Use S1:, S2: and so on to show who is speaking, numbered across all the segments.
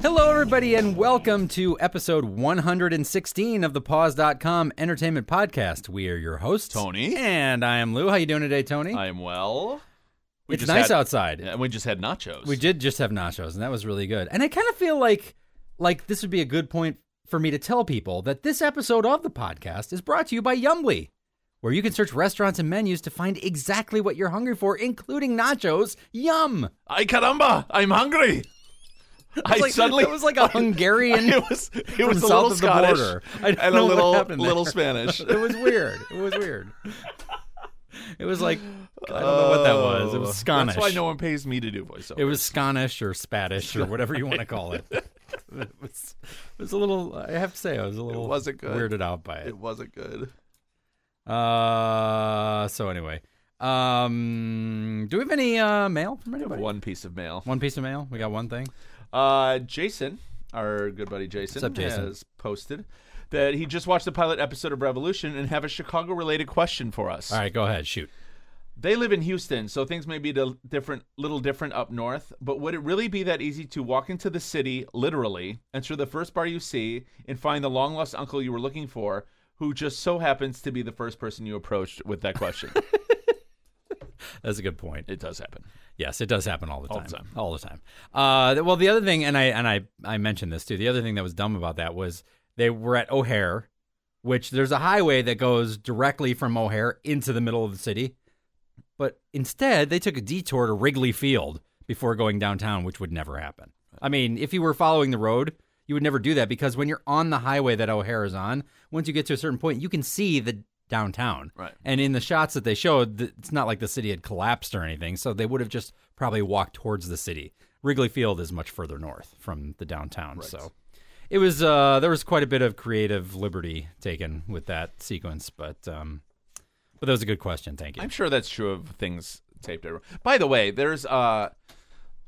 S1: Hello, everybody, and welcome to episode 116 of the Pause.com Entertainment Podcast. We are your hosts,
S2: Tony.
S1: and I am Lou. How you doing today, Tony?
S2: I am well. We
S1: it's
S2: just
S1: nice
S2: had-
S1: outside.
S2: Yeah, we just had nachos.
S1: We did just have nachos, and that was really good. And I kind of feel like like this would be a good point for me to tell people that this episode of the podcast is brought to you by Yumbly, where you can search restaurants and menus to find exactly what you're hungry for, including nachos. Yum!
S2: Ay caramba! I'm hungry. I
S1: like-
S2: suddenly
S1: that was like a Hungarian
S2: It was it
S1: from
S2: was a
S1: south
S2: little
S1: of the
S2: Scottish
S1: border. I don't
S2: and
S1: know
S2: a
S1: what
S2: little
S1: happened there.
S2: little Spanish.
S1: It was weird. It was weird. It was like I don't know what that was. It was
S2: Oh,
S1: Scottish.
S2: That's why no one pays me to do voiceover.
S1: It was Scottish or Spanish or whatever you want to call it. it, was, it was a little. I have to say, I was a little
S2: wasn't good.
S1: weirded out by
S2: It
S1: it.
S2: wasn't good.
S1: Uh, so anyway, um, do we have any uh, mail from anybody?
S2: One piece of mail.
S1: One piece of mail. We got one thing.
S2: Uh, Jason, our good buddy Jason,
S1: up, Jason?
S2: has posted that he just watched the pilot episode of Revolution and have a Chicago related question for us.
S1: All right, go ahead. Shoot.
S2: They live in Houston, so things may be a different, little different up north. But would it really be that easy to walk into the city, literally, enter the first bar you see, and find the long lost uncle you were looking for, who just so happens to be the first person you approached with that question?
S1: That's a good point.
S2: it does happen.
S1: Yes, it does happen all the time.
S2: the time.
S1: All the time. Uh, th- well, the other thing, and I and I I mentioned this too. The other thing that was dumb about that was they were at O'Hare, which there's a highway that goes directly from O'Hare into the middle of the city, but instead they took a detour to Wrigley Field before going downtown, which would never happen. I mean, if you were following the road, you would never do that because when you're on the highway that O'Hare is on, once you get to a certain point, you can see the downtown.
S2: Right.
S1: And in the shots that they showed, th- it's not like the city had collapsed or anything, so they would have just probably walked towards the city. Wrigley Field is much further north from the downtown, so it was uh, there was quite a bit of creative liberty taken with that sequence, but um, but that was a good question. Thank you.
S2: I'm sure that's true of things taped everywhere. By the way, there's uh,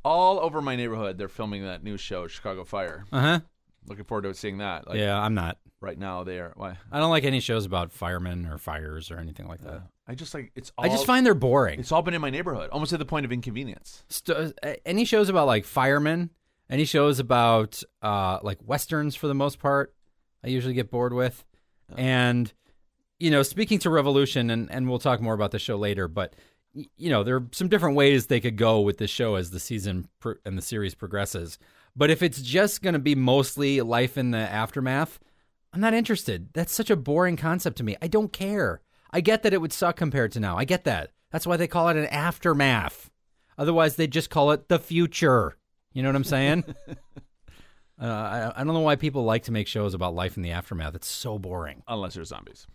S2: all over my neighborhood. They're filming that new show, Chicago Fire.
S1: Uh huh.
S2: Looking forward to seeing that. Like,
S1: Yeah, I'm not.
S2: Right now, they're. Why?
S1: I don't like any shows about firemen or fires or anything like that.
S2: I just like it's. Uh, All,
S1: I just find they're boring.
S2: it's all been in my neighborhood, almost to the point of inconvenience.
S1: St- uh, any shows about like firemen, any shows about uh, like westerns for the most part, I usually get bored with. And you know, speaking to Revolution, and and we'll talk more about the show later, but y- you know, there are some different ways they could go with the show as the season pro- and the series progresses. But if it's just going to be mostly life in the aftermath, I'm not interested. That's such a boring concept to me. I don't care. I get that it would suck compared to now. I get that. That's why they call it an aftermath. Otherwise, they'd just call it the future. You know what I'm saying? uh, I, I don't know why people like to make shows about life in the aftermath. It's so boring.
S2: Unless there's zombies.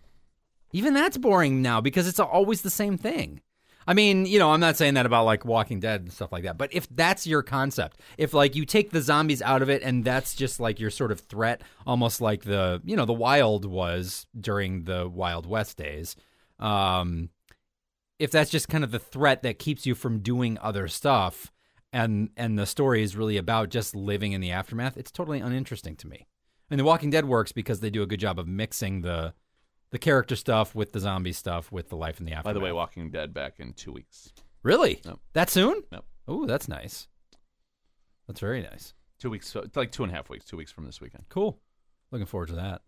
S1: Even that's boring now because it's always the same thing. I mean, you know, I'm not saying that about like Walking Dead and stuff like that, but if that's your concept, if like you take the zombies out of it and that's just like your sort of threat, almost like the, you know, the wild was during the Wild West days, um, if that's just kind of the threat that keeps you from doing other stuff and and the story is really about just living in the aftermath it's totally uninteresting to me and the walking dead works because they do a good job of mixing the the character stuff with the zombie stuff with the life in the aftermath
S2: By the way, Walking Dead back in two weeks.
S1: really
S2: No.
S1: that soon
S2: No.
S1: oh that's nice that's very nice
S2: Two weeks, so it's like two and a half weeks, two weeks from this weekend.
S1: cool looking forward to that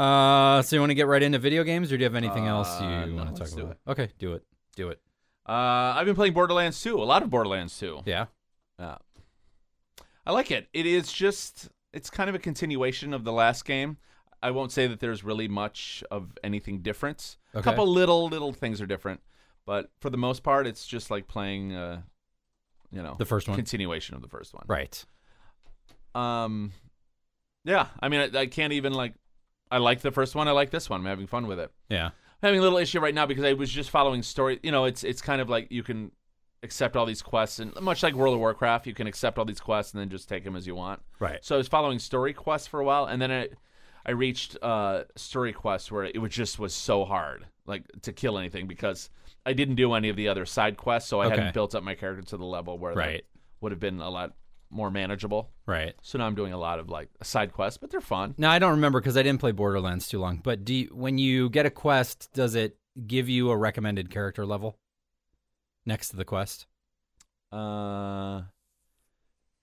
S1: uh so you want to get right into video games or do you have anything else you
S2: Uh, no,
S1: want to talk
S2: let's do
S1: about okay do it do it
S2: Uh, I've been playing Borderlands 2, a lot of Borderlands 2.
S1: yeah
S2: Uh, I like it. It is just, it's kind of a continuation of the last game. I won't say that there's really much of anything different. A
S1: Okay.
S2: couple little, little things are different, but for the most part, it's just like playing, uh, you know,
S1: The first one.
S2: continuation of the first one.
S1: right
S2: Um, yeah. I mean, I, I can't even like. I like the first one. I like this one. I'm having fun with it.
S1: yeah
S2: I'm having a little issue right now because I was just following story. You know, it's it's kind of like you can accept all these quests, and much like World of Warcraft, you can accept all these quests and then just take them as you want.
S1: right
S2: So I was following story quests for a while, and then I I reached uh, story quests where it was just was so hard, like to kill anything because I didn't do any of the other side quests, so I
S1: Okay.
S2: hadn't built up my character to the level where that
S1: Right.
S2: would have been a lot more manageable.
S1: right
S2: So now I'm doing a lot of like side quests, but they're fun.
S1: Now I don't remember because I didn't play Borderlands too long. But do you, when you get a quest, does it give you a recommended character level next to the quest?
S2: Uh,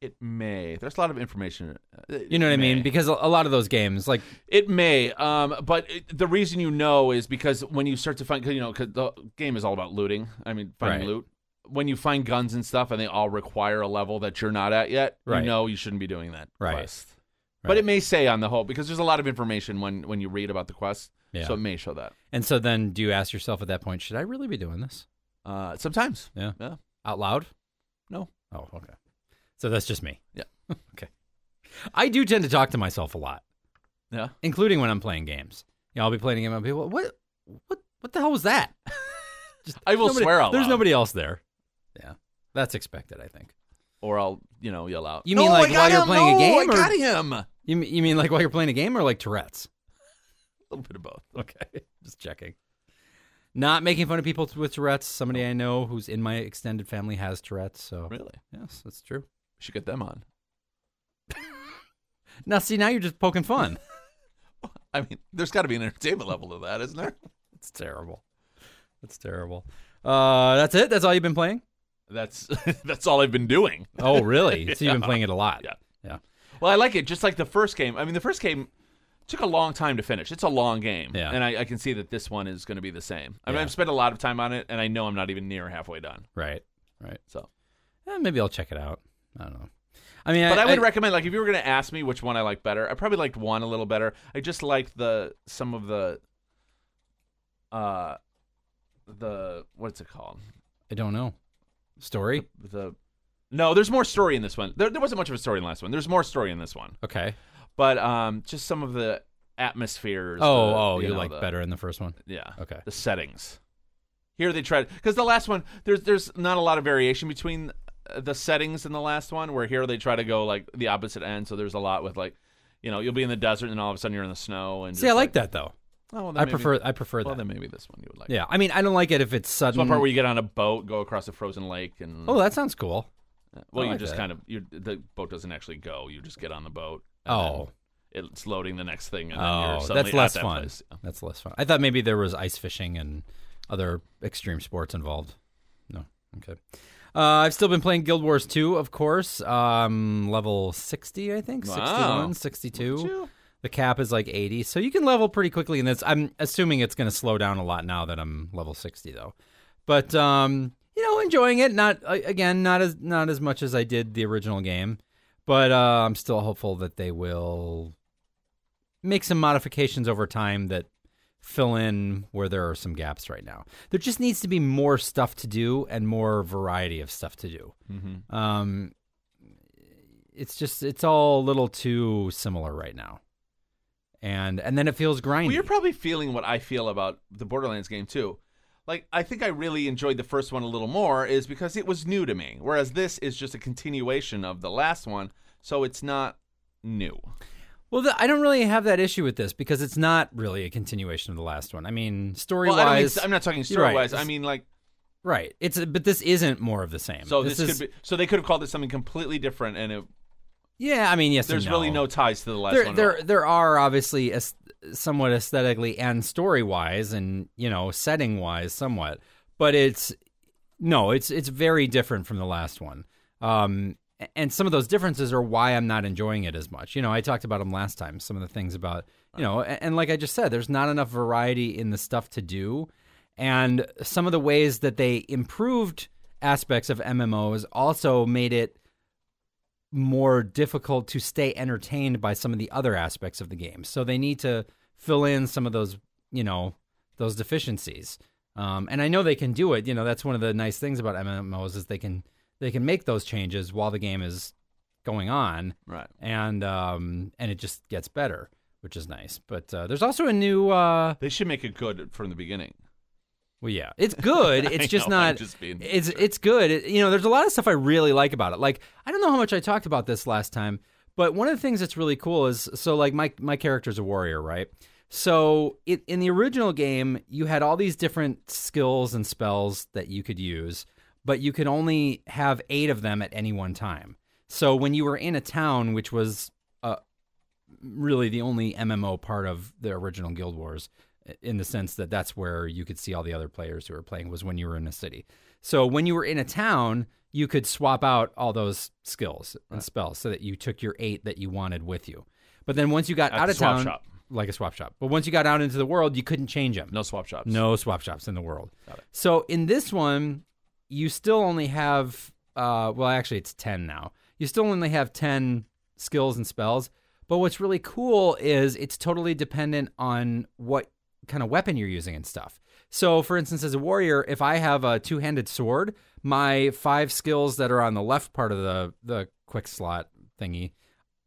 S2: It may. There's a lot of information. Uh, It
S1: You know what I mean?
S2: may.
S1: Because a a lot of those games, like
S2: It may, um, but it, the reason you know is because when you start to find, 'cause, you know, 'cause the game is all about looting. I mean, finding
S1: Right.
S2: loot. When you find guns and stuff, and they all require a level that you're not at yet,
S1: Right.
S2: you know you shouldn't be doing that
S1: Right.
S2: quest.
S1: Right.
S2: But it may say on the whole because there's a lot of information when when you read about the quest,
S1: yeah.
S2: so it may show that.
S1: and so then do you ask yourself at that point, should I really be doing this
S2: Uh, sometimes,
S1: out loud?
S2: No.
S1: Oh, okay. So that's just me.
S2: Yeah.
S1: okay. I do tend to talk to myself a lot,
S2: yeah.
S1: including when I'm playing games. You know, I'll be playing a game. I'll be what what what what the hell was that? Just-
S2: I will
S1: nobody-
S2: swear out
S1: There's
S2: loud.
S1: nobody else there. Yeah, that's expected. I think.
S2: Or I'll you know yell out.
S1: You
S2: "No,
S1: mean like while
S2: I got
S1: you're
S2: him!
S1: playing a
S2: No,
S1: game,
S2: I
S1: or-
S2: got him. A
S1: You mean, you mean like while you're playing a game or like Tourette's?
S2: little bit of both.
S1: Okay, just checking. Not making fun of people with Tourette's. Somebody I know who's in my extended family has Tourette's, so
S2: Really,
S1: yes, that's true.
S2: we should get them on.
S1: Now, see, now you're just poking fun.
S2: I mean, there's got to be an entertainment level to that, isn't there?
S1: It's terrible. That's terrible. Uh, that's it. That's all you've been playing.
S2: That's that's all I've been doing.
S1: Oh, really? So you've been playing it a lot.
S2: Yeah.
S1: yeah,
S2: Well, I like it just like the first game. I mean, the first game took a long time to finish. It's a long game,
S1: Yeah.
S2: and I, I can see that this one is going to be the same. I mean,
S1: Yeah.
S2: I've spent a lot of time on it, and I know I'm not even near halfway done.
S1: right, right.
S2: So,
S1: Eh, maybe I'll check it out. I don't know. I mean,
S2: but I,
S1: I,
S2: would recommend like if you were going to ask me which one I like better, I probably liked one a little better. I just liked the some of the, uh, the what's it called?
S1: I don't know. Story.
S2: The no, there's more story in this one. There, there wasn't much of a story in the last one. There's more story in this one,
S1: Okay.
S2: but um, just some of the atmospheres.
S1: Oh,
S2: the-
S1: oh, you,
S2: know,
S1: like
S2: the-
S1: better in the first one.
S2: Yeah.
S1: Okay.
S2: the settings. Here they tried because the last one there's there's not a lot of variation between uh, the settings in the last one. Where here they try to go like the opposite end, so there's a lot with like, you know, you'll be in the desert and all of a sudden you're in the snow. And
S1: See, I like that though.
S2: Oh, well, then
S1: I
S2: maybe-
S1: prefer. I prefer
S2: Well,
S1: that.
S2: then maybe this one you would like.
S1: Yeah. I mean, I don't like it if it's
S2: There's
S1: sudden.
S2: one part where you get on a boat, go across a frozen lake, and
S1: oh, that sounds cool.
S2: well,
S1: I
S2: you
S1: like
S2: just
S1: that.
S2: kind of you the boat doesn't actually go. You just get on the boat. and
S1: Oh,
S2: then it's loading the next thing. And then you're
S1: oh,
S2: suddenly
S1: that's
S2: at
S1: less
S2: that
S1: fun.
S2: place.
S1: That's less fun. I thought maybe there was ice fishing and other extreme sports involved. No. Okay. Uh, I've still been playing Guild Wars 2, of course. Um, level 60, I think.
S2: Wow.
S1: 61, 62.
S2: Look at you.
S1: The cap is like 80. So you can level pretty quickly in this. I'm assuming it's going to slow down a lot now that I'm level 60 though. But um, you know, enjoying it, not a- again, not as not as much as I did the original game, but uh, I'm still hopeful that they will make some modifications over time that fill in where there are some gaps right now. There just needs to be more stuff to do and more variety of stuff to do.
S2: Mm-hmm.
S1: Um, it's just it's all a little too similar right now, and and then it feels grindy.
S2: Well, you're probably feeling what I feel about the Borderlands game too. Like I think I really enjoyed the first one a little more is because it was new to me, whereas this is just a continuation of the last one, so it's not new.
S1: Well, the, I don't really have that issue with this because it's not really a continuation of the last one. I mean, story
S2: Well, I don't mean,
S1: wise,
S2: I'm not talking
S1: You're right.
S2: story wise. I mean like
S1: right? It's but this isn't more of the same.
S2: so this,
S1: is,
S2: could be so they could have called it something completely different, and it,
S1: yeah. I mean, yes, and
S2: there's really no ties to the last
S1: there,
S2: one. at
S1: there,
S2: all.
S1: there are obviously as, somewhat aesthetically and story wise, and you know, setting wise, somewhat. But it's no, it's it's very different from the last one. Um, a- and some of those differences are why I'm not enjoying it as much. You know, I talked about them last time. Some of the things about you know, a- and like I just said, there's not enough variety in the stuff to do, and some of the ways that they improved aspects of MMOs also made it more difficult to stay entertained by some of the other aspects of the game. So they need to fill in some of those, you know, those deficiencies. Um, and I know they can do it. You know, that's one of the nice things about MMOs is they can they can make those changes while the game is going on,
S2: right.
S1: and um, and it just gets better, which is nice. But uh, there's also a new. Uh,
S2: They should make it good from the beginning.
S1: well, yeah, it's good.
S2: I
S1: It's just
S2: know, I'm
S1: not.
S2: just being-
S1: it's it's good. It- you know, there's a lot of stuff I really like about it. Like I don't know how much I talked about this last time, but one of the things that's really cool is so like my my character's a warrior, right? So it, in the original game, you had all these different skills and spells that you could use, but you could only have eight of them at any one time. So when you were in a town, which was uh, really the only MMO part of the original Guild Wars, in the sense that that's where you could see all the other players who were playing was when you were in a city. So when you were in a town, you could swap out all those skills and spells so that you took your eight that you wanted with you. But then once you got
S2: At
S1: out
S2: the
S1: of
S2: swap
S1: town,
S2: shop.
S1: like a swap shop. But once you got out into the world, you couldn't change them.
S2: No swap shops.
S1: No swap shops in the world. So in this one, you still only have uh, well, actually, it's ten now. You still only have ten skills and spells. But what's really cool is it's totally dependent on what kind of weapon you're using and stuff. So, for instance, as a warrior, if I have a two-handed sword, my five skills that are on the left part of the the quick slot thingy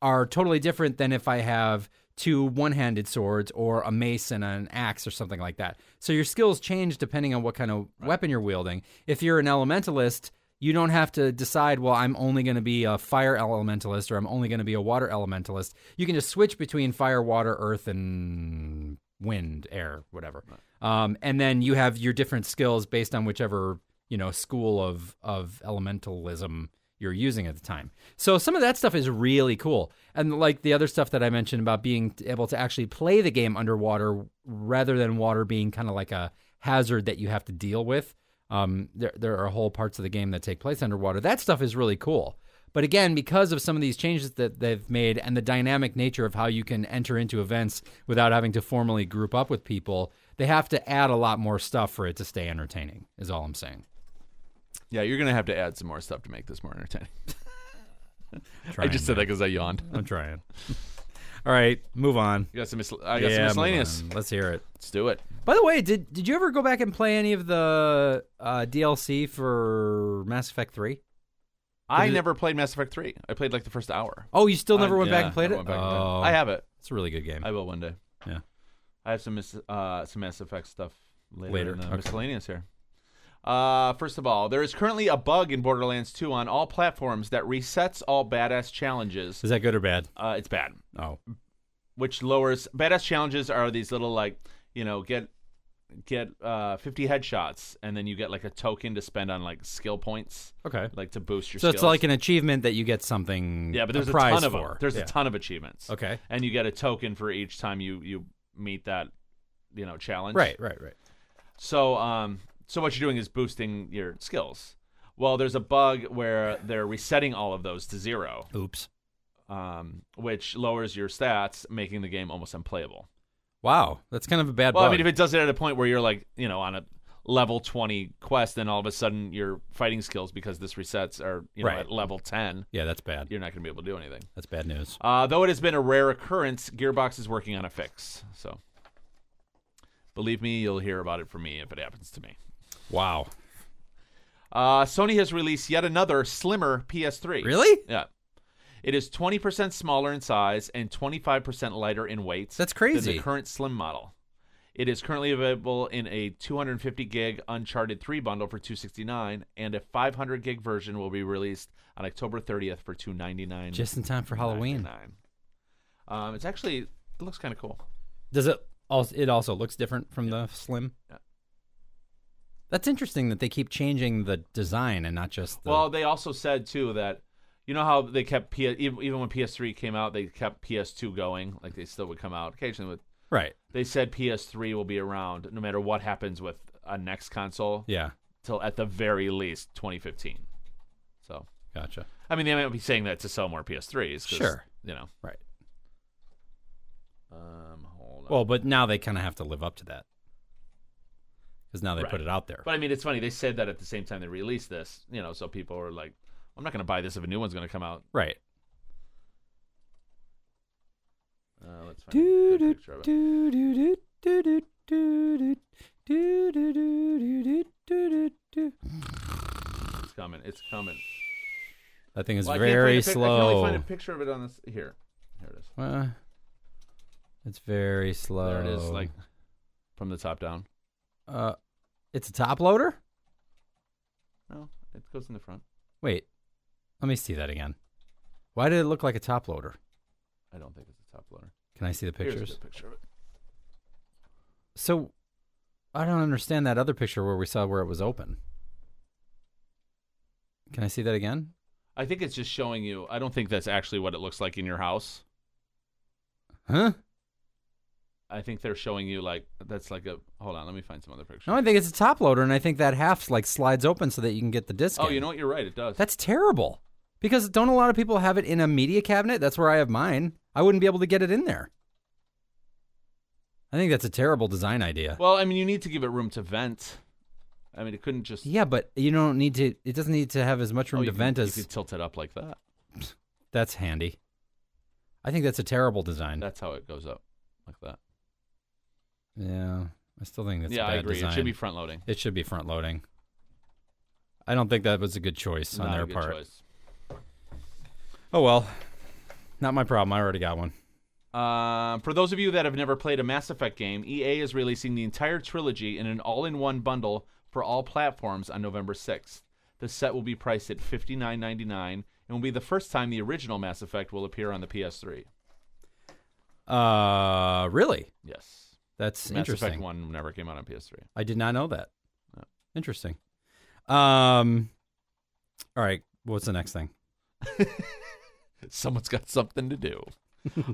S1: are totally different than if I have two one-handed swords or a mace and an axe or something like that. So your skills change depending on what kind of weapon you're wielding. If you're an elementalist, you don't have to decide, well, I'm only going to be a fire elementalist or I'm only going to be a water elementalist. You can just switch between fire, water, earth, and wind, air, whatever. Um, and then you have your different skills based on whichever you know school of of elementalism you're using at the time. So some of that stuff is really cool, and like the other stuff that I mentioned about being able to actually play the game underwater rather than water being kind of like a hazard that you have to deal with. Um, there there are whole parts of the game that take place underwater. That stuff is really cool. But again, because of some of these changes that they've made and the dynamic nature of how you can enter into events without having to formally group up with people, they have to add a lot more stuff for it to stay entertaining, is all I'm saying.
S2: Yeah, you're gonna have to add some more stuff to make this more entertaining. I
S1: Trying,
S2: just said that
S1: man.
S2: because I yawned.
S1: I'm trying. all right, move on.
S2: You got some. Mis- I got some
S1: move
S2: miscellaneous.
S1: on. Let's hear it.
S2: Let's do it.
S1: By the way, did did you ever go back and play any of the uh, DLC for Mass Effect 3?
S2: I
S1: it-
S2: never played Mass Effect Three. I played like the first hour.
S1: Oh, you still
S2: I-
S1: never went
S2: yeah,
S1: back and played
S2: never
S1: it?
S2: went back and played
S1: oh,
S2: I have it.
S1: It's a really good game.
S2: I will one day.
S1: Yeah.
S2: I have some mis- uh, some Mass Effect stuff later,
S1: Later,
S2: in the
S1: okay.
S2: miscellaneous here. Uh, first of all, there is currently a bug in Borderlands 2 on all platforms that resets all badass challenges.
S1: Is that good or bad?
S2: Uh, it's bad.
S1: Oh,
S2: which lowers badass challenges are these little like you know get get uh 50 headshots and then you get like a token to spend on like skill points
S1: okay.
S2: like to boost your
S1: So
S2: skills.
S1: it's like an achievement that you get something.
S2: yeah but there's a,
S1: prize
S2: ton of
S1: for.
S2: them there's
S1: Yeah.
S2: a ton of achievements
S1: Okay.
S2: and you get a token for each time you you meet that you know challenge
S1: Right, right, right.
S2: so um so what you're doing is boosting your skills well there's a bug where they're resetting all of those to zero
S1: Oops.
S2: um which lowers your stats making the game almost unplayable
S1: Wow, that's kind of a bad.
S2: Well, I
S1: bug.
S2: mean, if it does it at a point where you're like, you know, on a level 20 quest, then all of a sudden your fighting skills, because this resets, are, you know,
S1: Right.
S2: at level 10,
S1: yeah, that's bad.
S2: you're not going to be able to do anything.
S1: That's bad news.
S2: Uh, though it has been a rare occurrence, Gearbox is working on a fix. So believe me, you'll hear about it from me if it happens to me.
S1: Wow.
S2: Uh, Sony has released yet another slimmer PS3.
S1: Really?
S2: Yeah. It is 20% smaller in size and 25% lighter in weight.
S1: That's
S2: Than
S1: crazy.
S2: the current slim model. It is currently available in a 250 gig Uncharted 3 bundle for 269 and a 500 gig version will be released on October 30th for 299.
S1: Just in time for Halloween.
S2: Um, it's actually it looks kind of cool.
S1: Does it? Also, it also looks different from the Slim.
S2: Yeah.
S1: That's interesting that they keep changing the design and not just the.
S2: Well, they also said too that you know how they kept P- even even when PS3 came out, they kept PS2 going. Like they still would come out occasionally with
S1: right.
S2: they said PS3 will be around no matter what happens with a next console
S1: Yeah.
S2: till at the very least 2015. So,
S1: Gotcha.
S2: I mean, they might be saying that to sell more PS3s. 'cause,
S1: Sure.
S2: You know.
S1: Right.
S2: Um, hold on.
S1: Well, but now they kind of have to live up to that because now they
S2: Right.
S1: put it out there.
S2: but I mean, it's funny. They said that at the same time they released this, you know, so people are like, I'm not going to buy this if a new one's going to come out.
S1: right.
S2: Uh, let's find a good picture of it.
S1: That
S2: It's coming. It's coming.
S1: thing is
S2: Well, I can't find a
S1: very
S2: pic- I can only find a
S1: slow.
S2: picture of it on this. Here. Here it is.
S1: Uh, it's very slow.
S2: There it is, like from the top down.
S1: uh, it's a top loader.
S2: No, it goes in the front.
S1: Wait, let me see that again. Why did it look like a top loader?
S2: I don't think it's a top loader.
S1: Can I see the
S2: Here's a
S1: pictures?
S2: good picture of it.
S1: So, I don't understand that other picture where we saw where it was open. Can I see that again?
S2: I think it's just showing you. I don't think that's actually what it looks like in your house.
S1: Huh?
S2: I think they're showing you like that's like a hold on. Let me find some other picture.
S1: No, I think it's a top loader, and I think that half like slides open so that you can get the disc.
S2: oh,
S1: in.
S2: you know what? You're right. It does.
S1: That's terrible. Because don't a lot of people have it in a media cabinet? That's where I have mine. I wouldn't be able to get it in there. I think that's a terrible design idea.
S2: well, I mean, you need to give it room to vent. I mean, it couldn't just
S1: yeah, but you don't need to. It doesn't need to have as much
S2: oh,
S1: room
S2: you
S1: to vent
S2: Could,
S1: as
S2: you could tilt it up like that.
S1: that's handy. I think that's a terrible design.
S2: That's how it goes up, like that.
S1: yeah, I still think that's
S2: yeah,
S1: a bad
S2: I agree.
S1: design.
S2: It should be front loading.
S1: It should be front loading. I don't think that was a good choice on
S2: Not
S1: their
S2: a good
S1: part.
S2: choice.
S1: Oh well, not my problem. I already got one.
S2: Uh, for those of you that have never played a Mass Effect game, EA is releasing the entire trilogy in an all-in-one bundle for all platforms on November 6th. The set will be priced at $59.99 and will be the first time the original Mass Effect will appear on the PS3.
S1: Uh, really?
S2: Yes.
S1: That's
S2: Mass
S1: interesting.
S2: Effect 1 never came out on PS3.
S1: I did not know that. Interesting. Um, all right. What's the next thing?
S2: Someone's got something to do.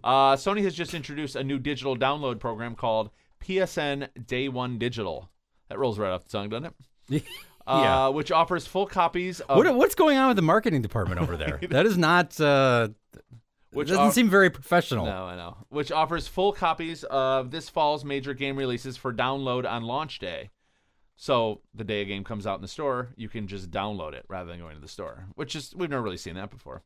S2: uh, Sony has just introduced a new digital download program called PSN Day One Digital. That rolls right off the tongue, doesn't it?
S1: Yeah.
S2: Uh, which offers full copies of
S1: What, what's going on with the marketing department over there? that is not. Uh,
S2: which
S1: doesn't
S2: are-
S1: seem very professional.
S2: No, I know. Which offers full copies of this fall's major game releases for download on launch day. So the day a game comes out in the store, you can just download it rather than going to the store. Which is we've never really seen that before.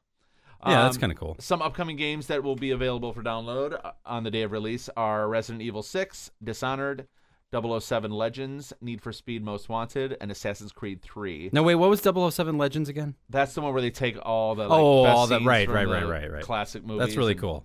S1: Yeah, that's
S2: Um,
S1: kind of cool.
S2: Some upcoming games that will be available for download uh, on the day of release are Resident Evil 6, Dishonored, 007 Legends, Need for Speed Most Wanted, and Assassin's Creed 3.
S1: No, wait. What was 007 Legends again?
S2: That's the one where they take all the like,
S1: Oh,
S2: best
S1: all the-
S2: scenes
S1: right,
S2: from
S1: right,
S2: the
S1: right, right, right.
S2: classic movies.
S1: That's really
S2: and-
S1: cool.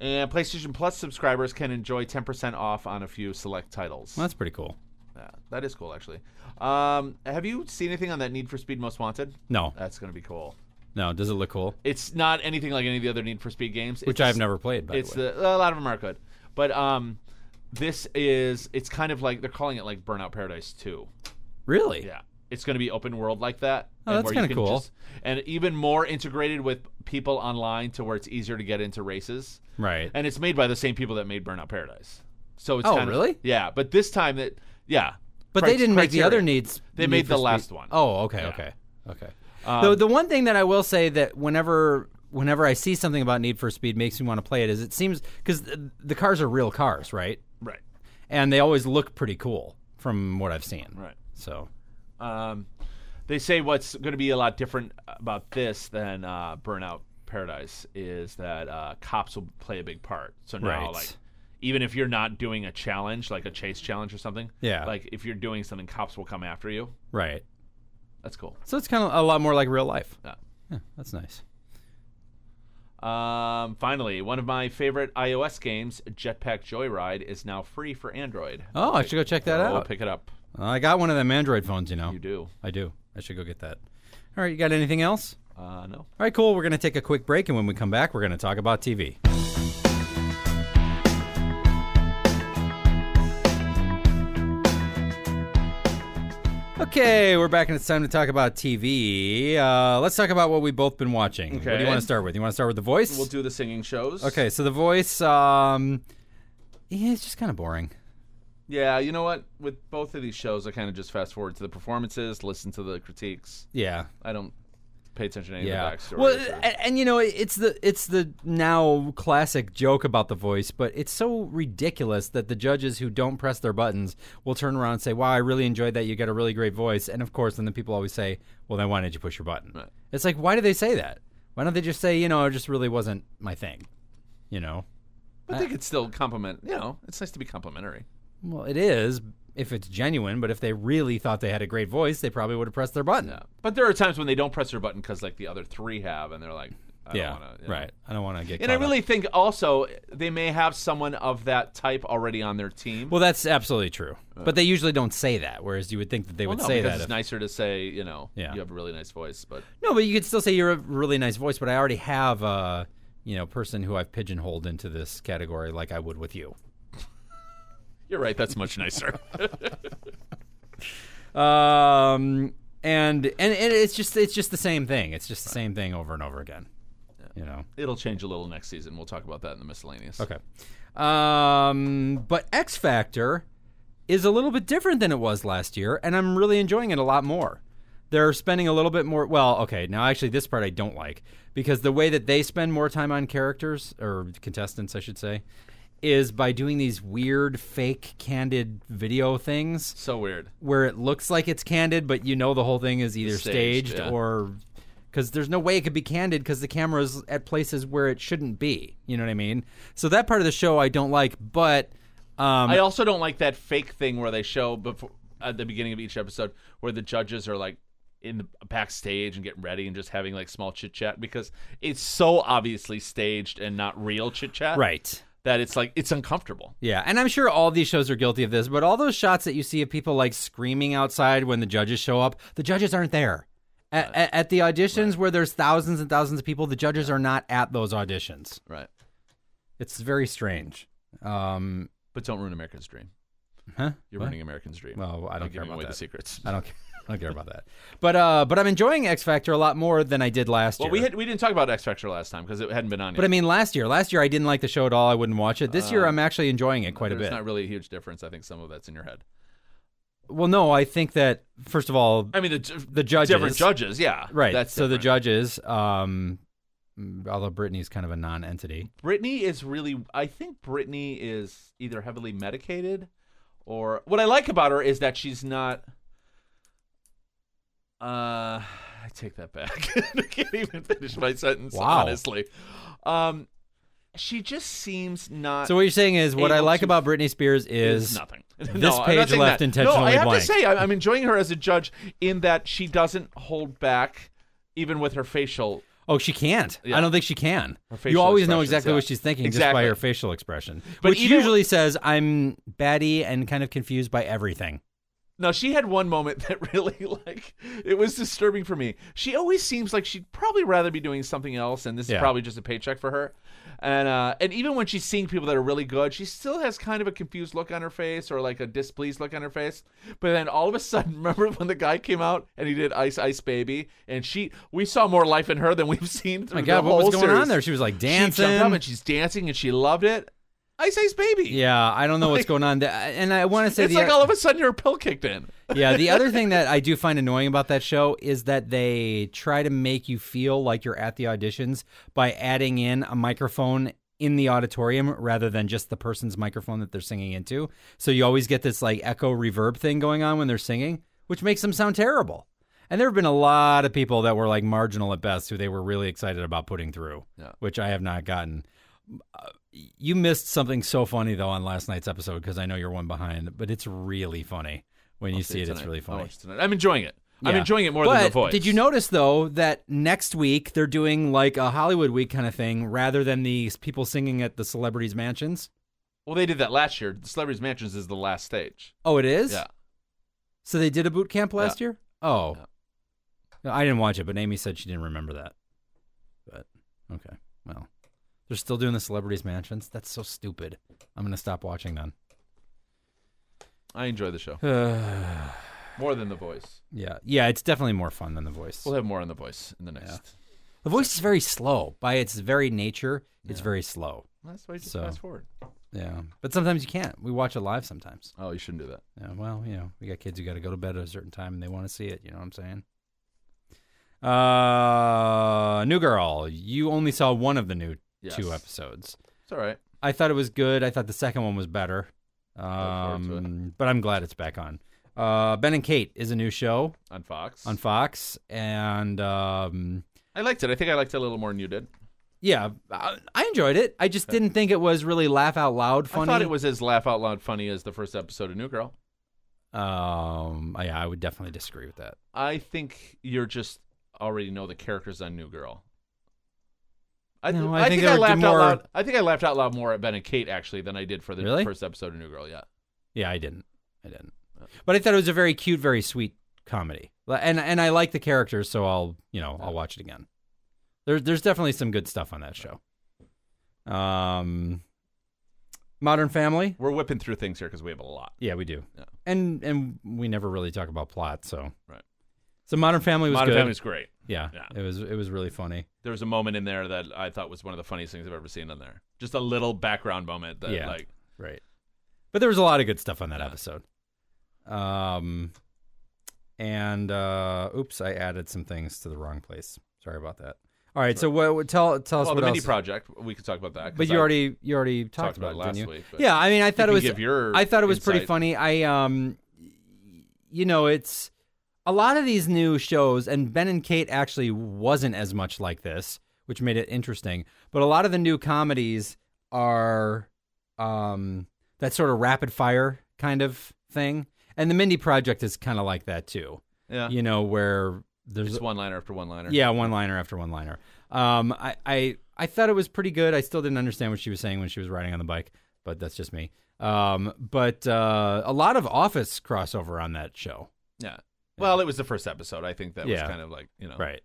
S2: and PlayStation Plus subscribers can enjoy 10% off on a few select titles.
S1: Well, that's pretty cool.
S2: Yeah, that is cool, actually. Um, have you seen anything on that Need for Speed Most Wanted?
S1: No,
S2: That's going to be cool.
S1: no. Does it look cool?
S2: It's not anything like any of the other Need for Speed games.
S1: Which
S2: it's
S1: I've never played. By
S2: It's
S1: the way,
S2: the, a lot of them are good, but um, this is it's kind of like they're calling it like Burnout Paradise 2.
S1: really?
S2: Yeah, it's going to be open world like that.
S1: Oh,
S2: and
S1: that's
S2: where
S1: kinda
S2: you can
S1: cool.
S2: and even more integrated with people online to where it's easier to get into races.
S1: Right.
S2: and it's made by the same people that made Burnout Paradise. So it's
S1: Oh,
S2: kind of-
S1: really?
S2: yeah, but this time that yeah,
S1: But
S2: Cri-
S1: they didn't make the
S2: criteria.
S1: other needs.
S2: They
S1: Need
S2: made
S1: for
S2: the
S1: Speed-
S2: last one.
S1: Oh, okay,
S2: Yeah. Um,
S1: okay, okay. the the one thing that I will say that whenever whenever I see something about Need for Speed makes me want to play it is it seems because the, the cars are real cars, right?
S2: right,
S1: And they always look pretty cool from what I've seen.
S2: right.
S1: So
S2: Um, they say what's going to be a lot different about this than uh, Burnout Paradise is that uh, cops will play a big part. So now,
S1: Right.
S2: like, even if you're not doing a challenge, like a chase challenge or something,
S1: Yeah.
S2: like if you're doing something, cops will come after you.
S1: right.
S2: That's cool.
S1: So it's kind of a lot more like real life.
S2: Yeah.
S1: Yeah, that's nice.
S2: Um, finally, one of my favorite iOS games, Jetpack Joyride, is now free for Android.
S1: Oh, I should go check that
S2: We'll
S1: out.
S2: pick it up.
S1: I got one of them Android phones, you know.
S2: You do.
S1: I do. I should go get that. All right, you got anything else?
S2: Uh, no.
S1: All right, cool. We're going to take a quick break, and when we come back, we're going to talk about TV. Okay, we're back, and it's time to talk about TV. Uh, let's talk about what we've both been watching. What do
S2: Okay.
S1: you want to start with? You want to start with The Voice?
S2: We'll do the singing shows.
S1: okay, so The Voice, um, yeah, it's just kind of boring.
S2: Yeah, you know what? With both of these shows, I kind of just fast forward to the performances, listen to the critiques.
S1: Yeah,
S2: I don't pay attention to any
S1: yeah.
S2: of the backstory.
S1: Well, and, and you know, it's the it's the now classic joke about the voice, but it's so ridiculous that the judges who don't press their buttons will turn around and say, "Wow, I really enjoyed that. You got a really great voice." And of course, then the people always say, "Well, then why didn't you push your button?"
S2: Right.
S1: It's like, why do they say that? Why don't they just say, "You know, it just really wasn't my thing." You know,
S2: but they could still compliment. You know, it's nice to be complimentary.
S1: well, it is if it's genuine, but if they really thought they had a great voice, they probably would have pressed their button.
S2: Yeah, but there are times when they don't press their button because like the other three have, and they're like, I
S1: Yeah,
S2: don't wanna, you know.
S1: right. I don't want to get.
S2: And I
S1: caught up.
S2: really think also they may have someone of that type already on their team.
S1: Well, that's absolutely true. But they usually don't say that, whereas you would think that they
S2: Uh. Well,
S1: would
S2: no,
S1: say
S2: because
S1: that. if-
S2: it's nicer to say, you know,
S1: Yeah.
S2: you have a really nice voice, but
S1: No, but you could still say you're a really nice voice. But I already have a you know person who I've pigeonholed into this category, like I would with you.
S2: you're right. That's much nicer.
S1: Um, and and, and it's just it's just the same thing. It's just the same thing over and over again.
S2: Yeah.
S1: you know.
S2: It'll change a little next season. We'll talk about that in the miscellaneous.
S1: Okay. Um, but X Factor is a little bit different than it was last year, and I'm really enjoying it a lot more. They're spending a little bit more. Well, okay, now actually, this part I don't like because the way that they spend more time on characters or contestants, I should say, is by doing these weird, fake, candid video things
S2: So weird.
S1: where it looks like it's candid, but you know the whole thing is either
S2: Staged,
S1: staged,
S2: yeah.
S1: or because there's no way it could be candid because the camera's at places where it shouldn't be. You know what I mean? So that part of the show I don't like, but um,
S2: I also don't like that fake thing where they show before at the beginning of each episode where the judges are like in the backstage and getting ready and just having like small chit chat because it's so obviously staged and not real chit chat.
S1: right.
S2: That it's like it's uncomfortable.
S1: Yeah, and I'm sure all these shows are guilty of this, but all those shots that you see of people like screaming outside when the judges show up, the judges aren't there. At, at, at the auditions where there's thousands and thousands of people, the judges are not at those auditions.
S2: Right.
S1: It's very strange. Um,
S2: But don't ruin American's dream.
S1: huh?
S2: You're
S1: What?
S2: ruining American's dream.
S1: Well, I
S2: Don't
S1: don't
S2: give
S1: care
S2: me
S1: about
S2: away
S1: that.
S2: the secrets.
S1: I don't care. I don't care about that. But uh, but I'm enjoying X Factor a lot more than I did last
S2: Well,
S1: year.
S2: we had we didn't talk about X Factor last time because it hadn't been on yet.
S1: but I mean, last year, last year I didn't like the show at all. I wouldn't watch it. This year, I'm actually enjoying it quite a
S2: There's
S1: bit.
S2: Uh, not really a huge difference. I think some of that's in your head.
S1: Well, no, I think that first of all,
S2: I mean, the
S1: the judges,
S2: different judges, yeah,
S1: right?
S2: That's
S1: so the
S2: different.
S1: judges, um, although Brittany's kind of a non-entity,
S2: Brittany is really. I think Brittany is either heavily medicated, or what I like about her is that she's not. Uh, I take that back. I can't even finish my sentence.
S1: Wow.
S2: Honestly, um, she just seems not.
S1: so what you're saying is what I
S2: Able
S1: like
S2: to-
S1: about Britney Spears is
S2: nothing.
S1: this
S2: I'm not
S1: page
S2: saying
S1: left
S2: that. No, I
S1: intentionally
S2: have
S1: blank.
S2: to say, I'm, I'm enjoying her as a judge in that she doesn't hold back, even with her facial.
S1: oh, she can't.
S2: Yeah.
S1: I don't think she can. You
S2: facial
S1: always know
S2: expressions,
S1: exactly
S2: yeah.
S1: what she's thinking just by
S2: Exactly.
S1: her facial expression,
S2: But
S1: which
S2: even-
S1: usually says I'm batty and kind of confused by everything.
S2: No, she had one moment that really, like, it was disturbing for me. She always seems like she'd probably rather be doing something else, and this is
S1: Yeah.
S2: probably just a paycheck for her. And uh, and even when she's seeing people that are really good, she still has kind of a confused look on her face or like a displeased look on her face. But then all of a sudden, remember when the guy came out and he did Ice Ice Baby, and she we saw more life in her than we've seen.
S1: my
S2: through
S1: god,
S2: the
S1: what was
S2: whole
S1: going on
S2: series.
S1: there? She was like
S2: She
S1: dancing.
S2: jumped up and she's dancing and she loved it. Ice Ice Baby.
S1: yeah, I don't know what's going on. There. And I want to say
S2: It's
S1: the
S2: like all of a sudden her pill kicked in.
S1: yeah. The other thing that I do find annoying about that show is that they try to make you feel like you're at the auditions by adding in a microphone in the auditorium rather than just the person's microphone that they're singing into. So you always get this like echo reverb thing going on when they're singing, which makes them sound terrible. And there have been a lot of people that were like marginal at best who they were really excited about putting through,
S2: Yeah.
S1: which I have not gotten. Uh, You missed something so funny though on last night's episode because I know you're one behind, but it's really funny when you see it. It's
S2: tonight.
S1: really
S2: I'll
S1: funny.
S2: watch tonight. I'm enjoying it. I'm
S1: Yeah.
S2: enjoying it more
S1: but
S2: than The Voice.
S1: Did you notice though that next week they're doing like a Hollywood week kind of thing rather than these people singing at the celebrities' mansions?
S2: Well, they did that last year. The Celebrities Mansions is the last stage.
S1: Oh, it is.
S2: Yeah.
S1: So they did a boot camp last
S2: Yeah.
S1: year. Oh,
S2: Yeah.
S1: No, I didn't watch it, but Amy said she didn't remember that. But okay, well, they're still doing the celebrities' mansions. That's so stupid. I'm gonna stop watching then.
S2: I enjoy the show more than The Voice.
S1: Yeah, yeah, it's definitely more fun than The Voice.
S2: We'll have more on The Voice in the next.
S1: the Voice is very slow by its very nature. It's very slow.
S2: That's why you just
S1: So-
S2: fast forward.
S1: Yeah, but sometimes you can't. We watch it live sometimes.
S2: Oh, you shouldn't do that.
S1: Yeah, well, you know, we got kids who got to go to bed at a certain time and they want to see it. You know what I'm saying? Uh, New Girl. You only saw one of the new
S2: Yes.
S1: two episodes.
S2: It's all right.
S1: I thought it was good. I thought the second one was better.
S2: forward to it.
S1: Um, but I'm glad it's back on. Uh, ben and Kate is a new show
S2: On Fox.
S1: on Fox, and um,
S2: I liked it. I think I liked it a little more than you did.
S1: yeah, I, I enjoyed it. I just didn't think it was really laugh out loud funny.
S2: I thought it was as laugh out loud funny as the first episode of New Girl.
S1: Um, yeah, I would definitely disagree with that.
S2: I think you're just already know the characters on New Girl. I,
S1: No,
S2: I,
S1: I
S2: think,
S1: think they
S2: I
S1: were
S2: laughed out
S1: more-
S2: loud. I think I laughed out loud more at Ben and Kate actually than I did for the
S1: Really?
S2: first episode of New Girl. Yeah.
S1: Yeah, I didn't. I didn't.
S2: Oh.
S1: But I thought it was a very cute, very sweet comedy, Li- and and I like the characters, so I'll you know I'll watch it again. There's there's definitely some good stuff on that show. Um, Modern Family.
S2: We're whipping through things here because we have a lot.
S1: Yeah, we do,
S2: Yeah.
S1: and and we never really talk about plot, so
S2: Right.
S1: So Modern Family was
S2: Modern
S1: good.
S2: Family's great.
S1: Yeah,
S2: Yeah.
S1: it was it was really funny.
S2: There was a moment in there that I thought was one of the funniest things I've ever seen in there. Just a little background moment that
S1: Yeah.
S2: like
S1: Right. But there was a lot of good stuff on that
S2: Yeah.
S1: episode. Um and uh oops, I added some things to the wrong place. Sorry about that. All right, so what what- tell tell us
S2: well,
S1: what
S2: the mini
S1: else.
S2: project. We could talk about that. 'cause
S1: but you
S2: I
S1: already you already talked,
S2: talked about it
S1: it, didn't
S2: last
S1: you?
S2: week. but
S1: Yeah, I mean, I
S2: you
S1: thought it
S2: can
S1: was
S2: give your
S1: I thought it was pretty
S2: insight.
S1: funny. I um you know, it's a lot of these new shows and Ben and Kate actually wasn't as much like this, which made it interesting. But a lot of the new comedies are um that sort of rapid fire kind of thing. And the Mindy Project is kind of like that too.
S2: Yeah,
S1: You know, where there's
S2: just one liner after one liner.
S1: yeah, one liner after one liner. Um, I, I I thought it was pretty good. I still didn't understand what she was saying when she was riding on the bike, but that's just me. Um, but uh, a lot of Office crossover on that show,
S2: yeah. Well, it was the first episode. I think that
S1: Yeah.
S2: was kind of like you know.
S1: right?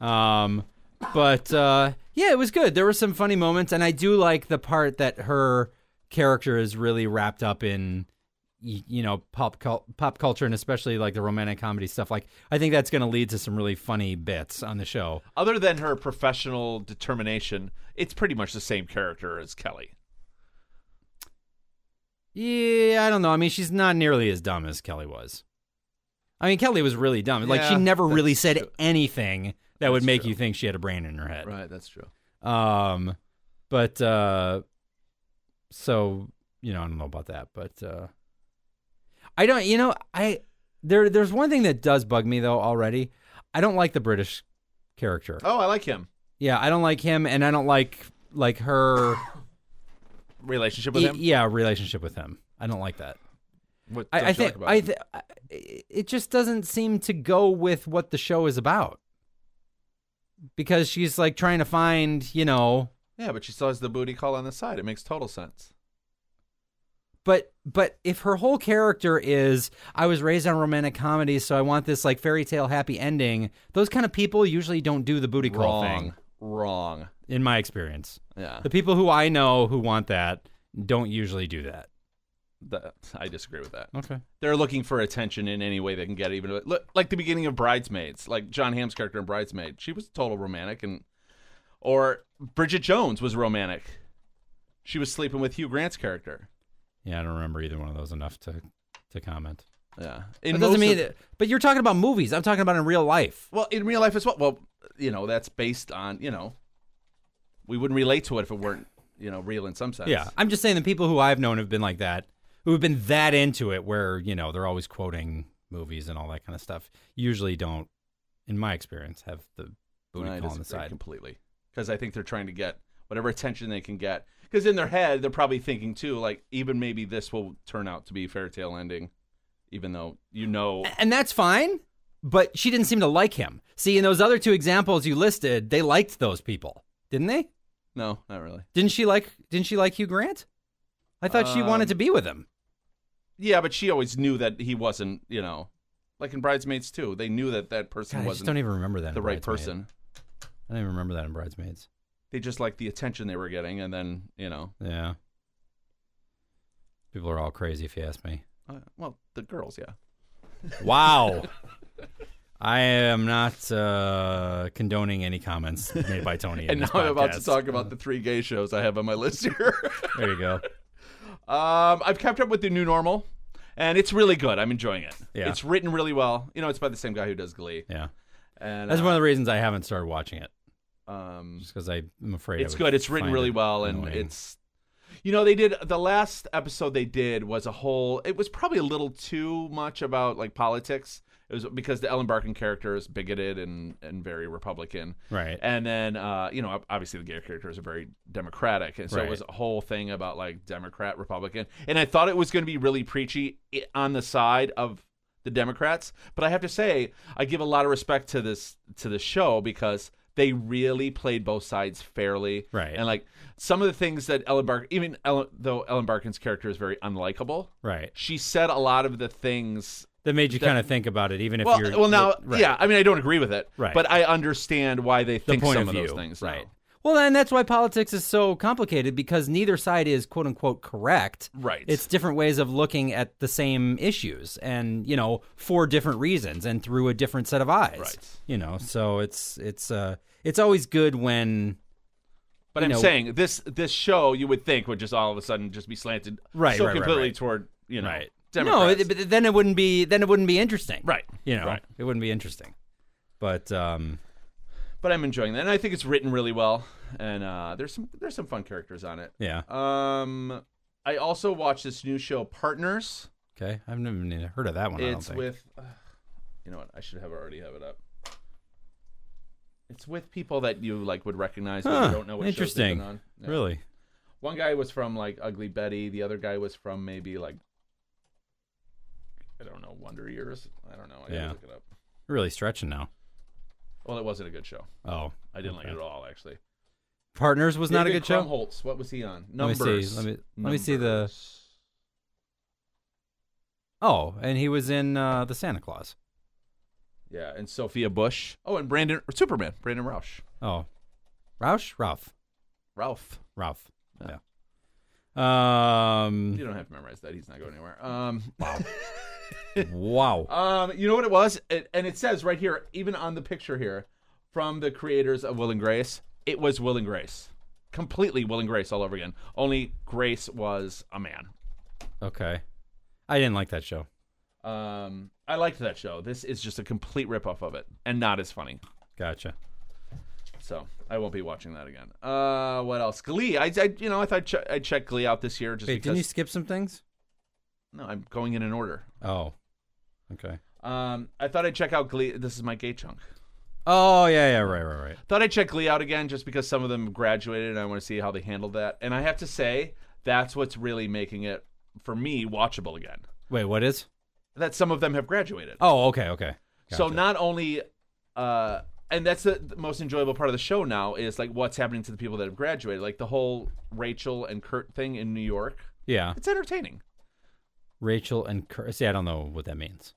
S1: Um, but uh, yeah, it was good. There were some funny moments, and I do like the part that her character is really wrapped up in. y- You know, pop cul- pop culture, and especially like the romantic comedy stuff. Like, I think that's going to lead to some really funny bits on the show.
S2: Other than her professional determination, it's pretty much the same character as Kelly.
S1: Yeah, I don't know. I mean, she's not nearly as dumb as Kelly was. I mean, Kelly was really dumb. Like she
S2: Yeah,
S1: never really
S2: that's
S1: said
S2: true.
S1: anything that would
S2: That's
S1: make
S2: true.
S1: you think she had a brain in her head.
S2: Right, that's true.
S1: Um, but uh, so you know, I don't know about that, but uh, I don't. You know, I there. There's one thing that does bug me though already. I don't like the British character.
S2: Oh, I like him.
S1: Yeah, I don't like him, and I don't like like her.
S2: Relationship with
S1: y-
S2: him.
S1: yeah, relationship with him. I don't like that.
S2: What don't
S1: I, I
S2: you
S1: think
S2: like about
S1: I
S2: him?
S1: th- I- it just doesn't seem to go with what the show is about because she's like trying to find you know
S2: yeah, but she still has the booty call on the side. It makes total sense.
S1: but but if her whole character is I was raised on romantic comedies so I want this like fairy tale happy ending those kind of people usually don't do the booty call
S2: Wrong.
S1: thing
S2: Wrong.
S1: in my experience
S2: Yeah.
S1: the people who I know who want that don't usually do that
S2: That- I disagree with that.
S1: okay
S2: They're looking for attention in any way they can get. Even look like the beginning of Bridesmaids, like John Hamm's character in Bridesmaid, she was total romantic, and or Bridget Jones was romantic. She was sleeping with Hugh Grant's character.
S1: yeah I don't remember either one of those enough to to comment
S2: Yeah,
S1: it
S2: in most
S1: doesn't
S2: of-
S1: mean that- but you're talking about movies I'm talking about in real life
S2: well in real life as well. Well, you know that's based on you know we wouldn't relate to it if it weren't you know real in some sense.
S1: Yeah, I'm just saying the people who I've known have been like that, who have been that into it, where you know they're always quoting movies and all that kind of stuff. Usually, don't, in my experience, have the booty
S2: I
S1: call on the
S2: disagree
S1: side.
S2: completely because I think they're trying to get whatever attention they can get. Because in their head, they're probably thinking too, like even maybe this will turn out to be a fairy tale ending, even though you know.
S1: And that's fine, but she didn't seem to like him. See, in those other two examples you listed, they liked those people, didn't they?
S2: No, not really.
S1: Didn't she like? Didn't she like Hugh Grant? I thought she wanted
S2: Um,
S1: to be with him.
S2: Yeah, but she always knew that he wasn't. You know, like in Bridesmaids too, they knew that that person
S1: God, I just
S2: wasn't
S1: don't even remember that. in
S2: the right
S1: Bridesmaid.
S2: person.
S1: I don't even remember that in Bridesmaids.
S2: They just liked the attention they were getting, and then you know,
S1: Yeah. People are all crazy if you ask me.
S2: uh, well, the girls, yeah.
S1: Wow. I am not uh, condoning any comments made by Tony. in
S2: And now
S1: this
S2: I'm about to
S1: podcast.
S2: talk about the three gay shows I have on my list here.
S1: There you go.
S2: Um, I've kept up with the new normal, and it's really good. I'm enjoying it.
S1: Yeah.
S2: It's written really well. You know, it's by the same guy who does Glee.
S1: Yeah,
S2: And
S1: that's
S2: uh,
S1: one of the reasons I haven't started watching it,
S2: um,
S1: just because I'm afraid I
S2: it's
S1: would
S2: good. It's written
S1: find
S2: really
S1: it
S2: well, and
S1: annoying.
S2: it's. You know, they did the last episode they did was a whole. It was probably a little too much about like politics. It was because the Ellen Barkin character is bigoted and and very Republican.
S1: right.
S2: And then, uh, you know, ob- obviously the gay characters are very Democratic, and so
S1: Right.
S2: it was a whole thing about like Democrat, Republican. And I thought it was going to be really preachy i- on the side of the Democrats, but I have to say I give a lot of respect to this to the show because they really played both sides fairly.
S1: Right.
S2: And like some of the things that Ellen Barkin, even Ellen, though Ellen Barkin's character is very unlikable,
S1: Right.
S2: she said a lot of the things
S1: That made you kind of think about it, even if
S2: well,
S1: you're
S2: well, now,
S1: right,
S2: yeah. I mean, I don't agree with it,
S1: Right.
S2: but I understand why they
S1: The
S2: think
S1: point
S2: some
S1: of
S2: of,
S1: view,
S2: those things, now.
S1: right? Well, and that's why politics is so complicated because neither side is quote unquote correct.
S2: Right.
S1: It's different ways of looking at the same issues and, you know, for different reasons and through a different set of eyes.
S2: Right.
S1: You know, so it's it's uh it's always good when
S2: But
S1: you
S2: I'm
S1: know-
S2: saying this this show you would think would just all of a sudden just be slanted
S1: Right,
S2: so
S1: right, right,
S2: completely
S1: right.
S2: toward you know
S1: Right. No,
S2: Democrats.
S1: it, but then it wouldn't be then it wouldn't be interesting.
S2: Right.
S1: You know,
S2: Right.
S1: it wouldn't be interesting. But um
S2: but I'm enjoying that, and I think it's written really well, and uh, there's some there's some fun characters on it.
S1: yeah.
S2: Um, I also watched this new show Partners.
S1: Okay. I've never even heard of that one, Oh, I don't
S2: It's
S1: think.
S2: with, ugh, you know what? I should have already have it up. It's with people that you like would recognize, but
S1: Huh,
S2: you don't know what shows they've been
S1: interesting.
S2: on. Yeah.
S1: Really?
S2: One guy was from like Ugly Betty. The other guy was from maybe like I don't know Wonder Years. I don't know. I gotta
S1: Yeah.
S2: look it up.
S1: Really stretching now.
S2: Well, it wasn't a good show.
S1: Oh.
S2: I didn't like
S1: Okay.
S2: it at all, actually.
S1: Partners was not a
S2: David
S1: good show.
S2: Krumholtz, what was he on?
S1: Let me
S2: Numbers.
S1: see. Let me- let me see the-
S2: Numbers.
S1: Oh, and he was in uh, the Santa Claus.
S2: Yeah, and Sophia Bush. Oh, and Brandon Superman. Brandon Roush.
S1: Oh, Roush, Ralph,
S2: Ralph.
S1: Ralph.
S2: Yeah.
S1: Yeah. Um.
S2: You don't have to memorize that. He's not going anywhere. Um,
S1: wow.
S2: um, you know what it was? It, and it says right here, even on the picture here, from the creators of Will and Grace, it was Will and Grace. Completely Will and Grace all over again. Only Grace was a man.
S1: Okay. I didn't like that show.
S2: Um, I liked that show. This is just a complete ripoff of it and not as funny.
S1: Gotcha.
S2: So I won't be watching that again. Uh, what else? Glee. I, I you know, I thought I'd, ch- I'd check Glee out this year just
S1: Wait,
S2: because.
S1: didn't you skip some things?
S2: No, I'm going in an order.
S1: Oh. Okay.
S2: Um, I thought I'd check out Glee. This is my gay chunk.
S1: Oh yeah yeah right right right.
S2: Thought I'd check Glee out again just because some of them graduated and I want to see how they handled that. And I have to say, that's what's really making it for me watchable again.
S1: Wait, what is?
S2: That some of them have graduated.
S1: Oh okay okay.
S2: So
S1: Gotcha.
S2: not only, uh, and that's the, the most enjoyable part of the show now is like what's happening to the people that have graduated. Like the whole Rachel and Kurt thing in New York.
S1: yeah,
S2: It's entertaining.
S1: Rachel and Cur- see I don't know what that means.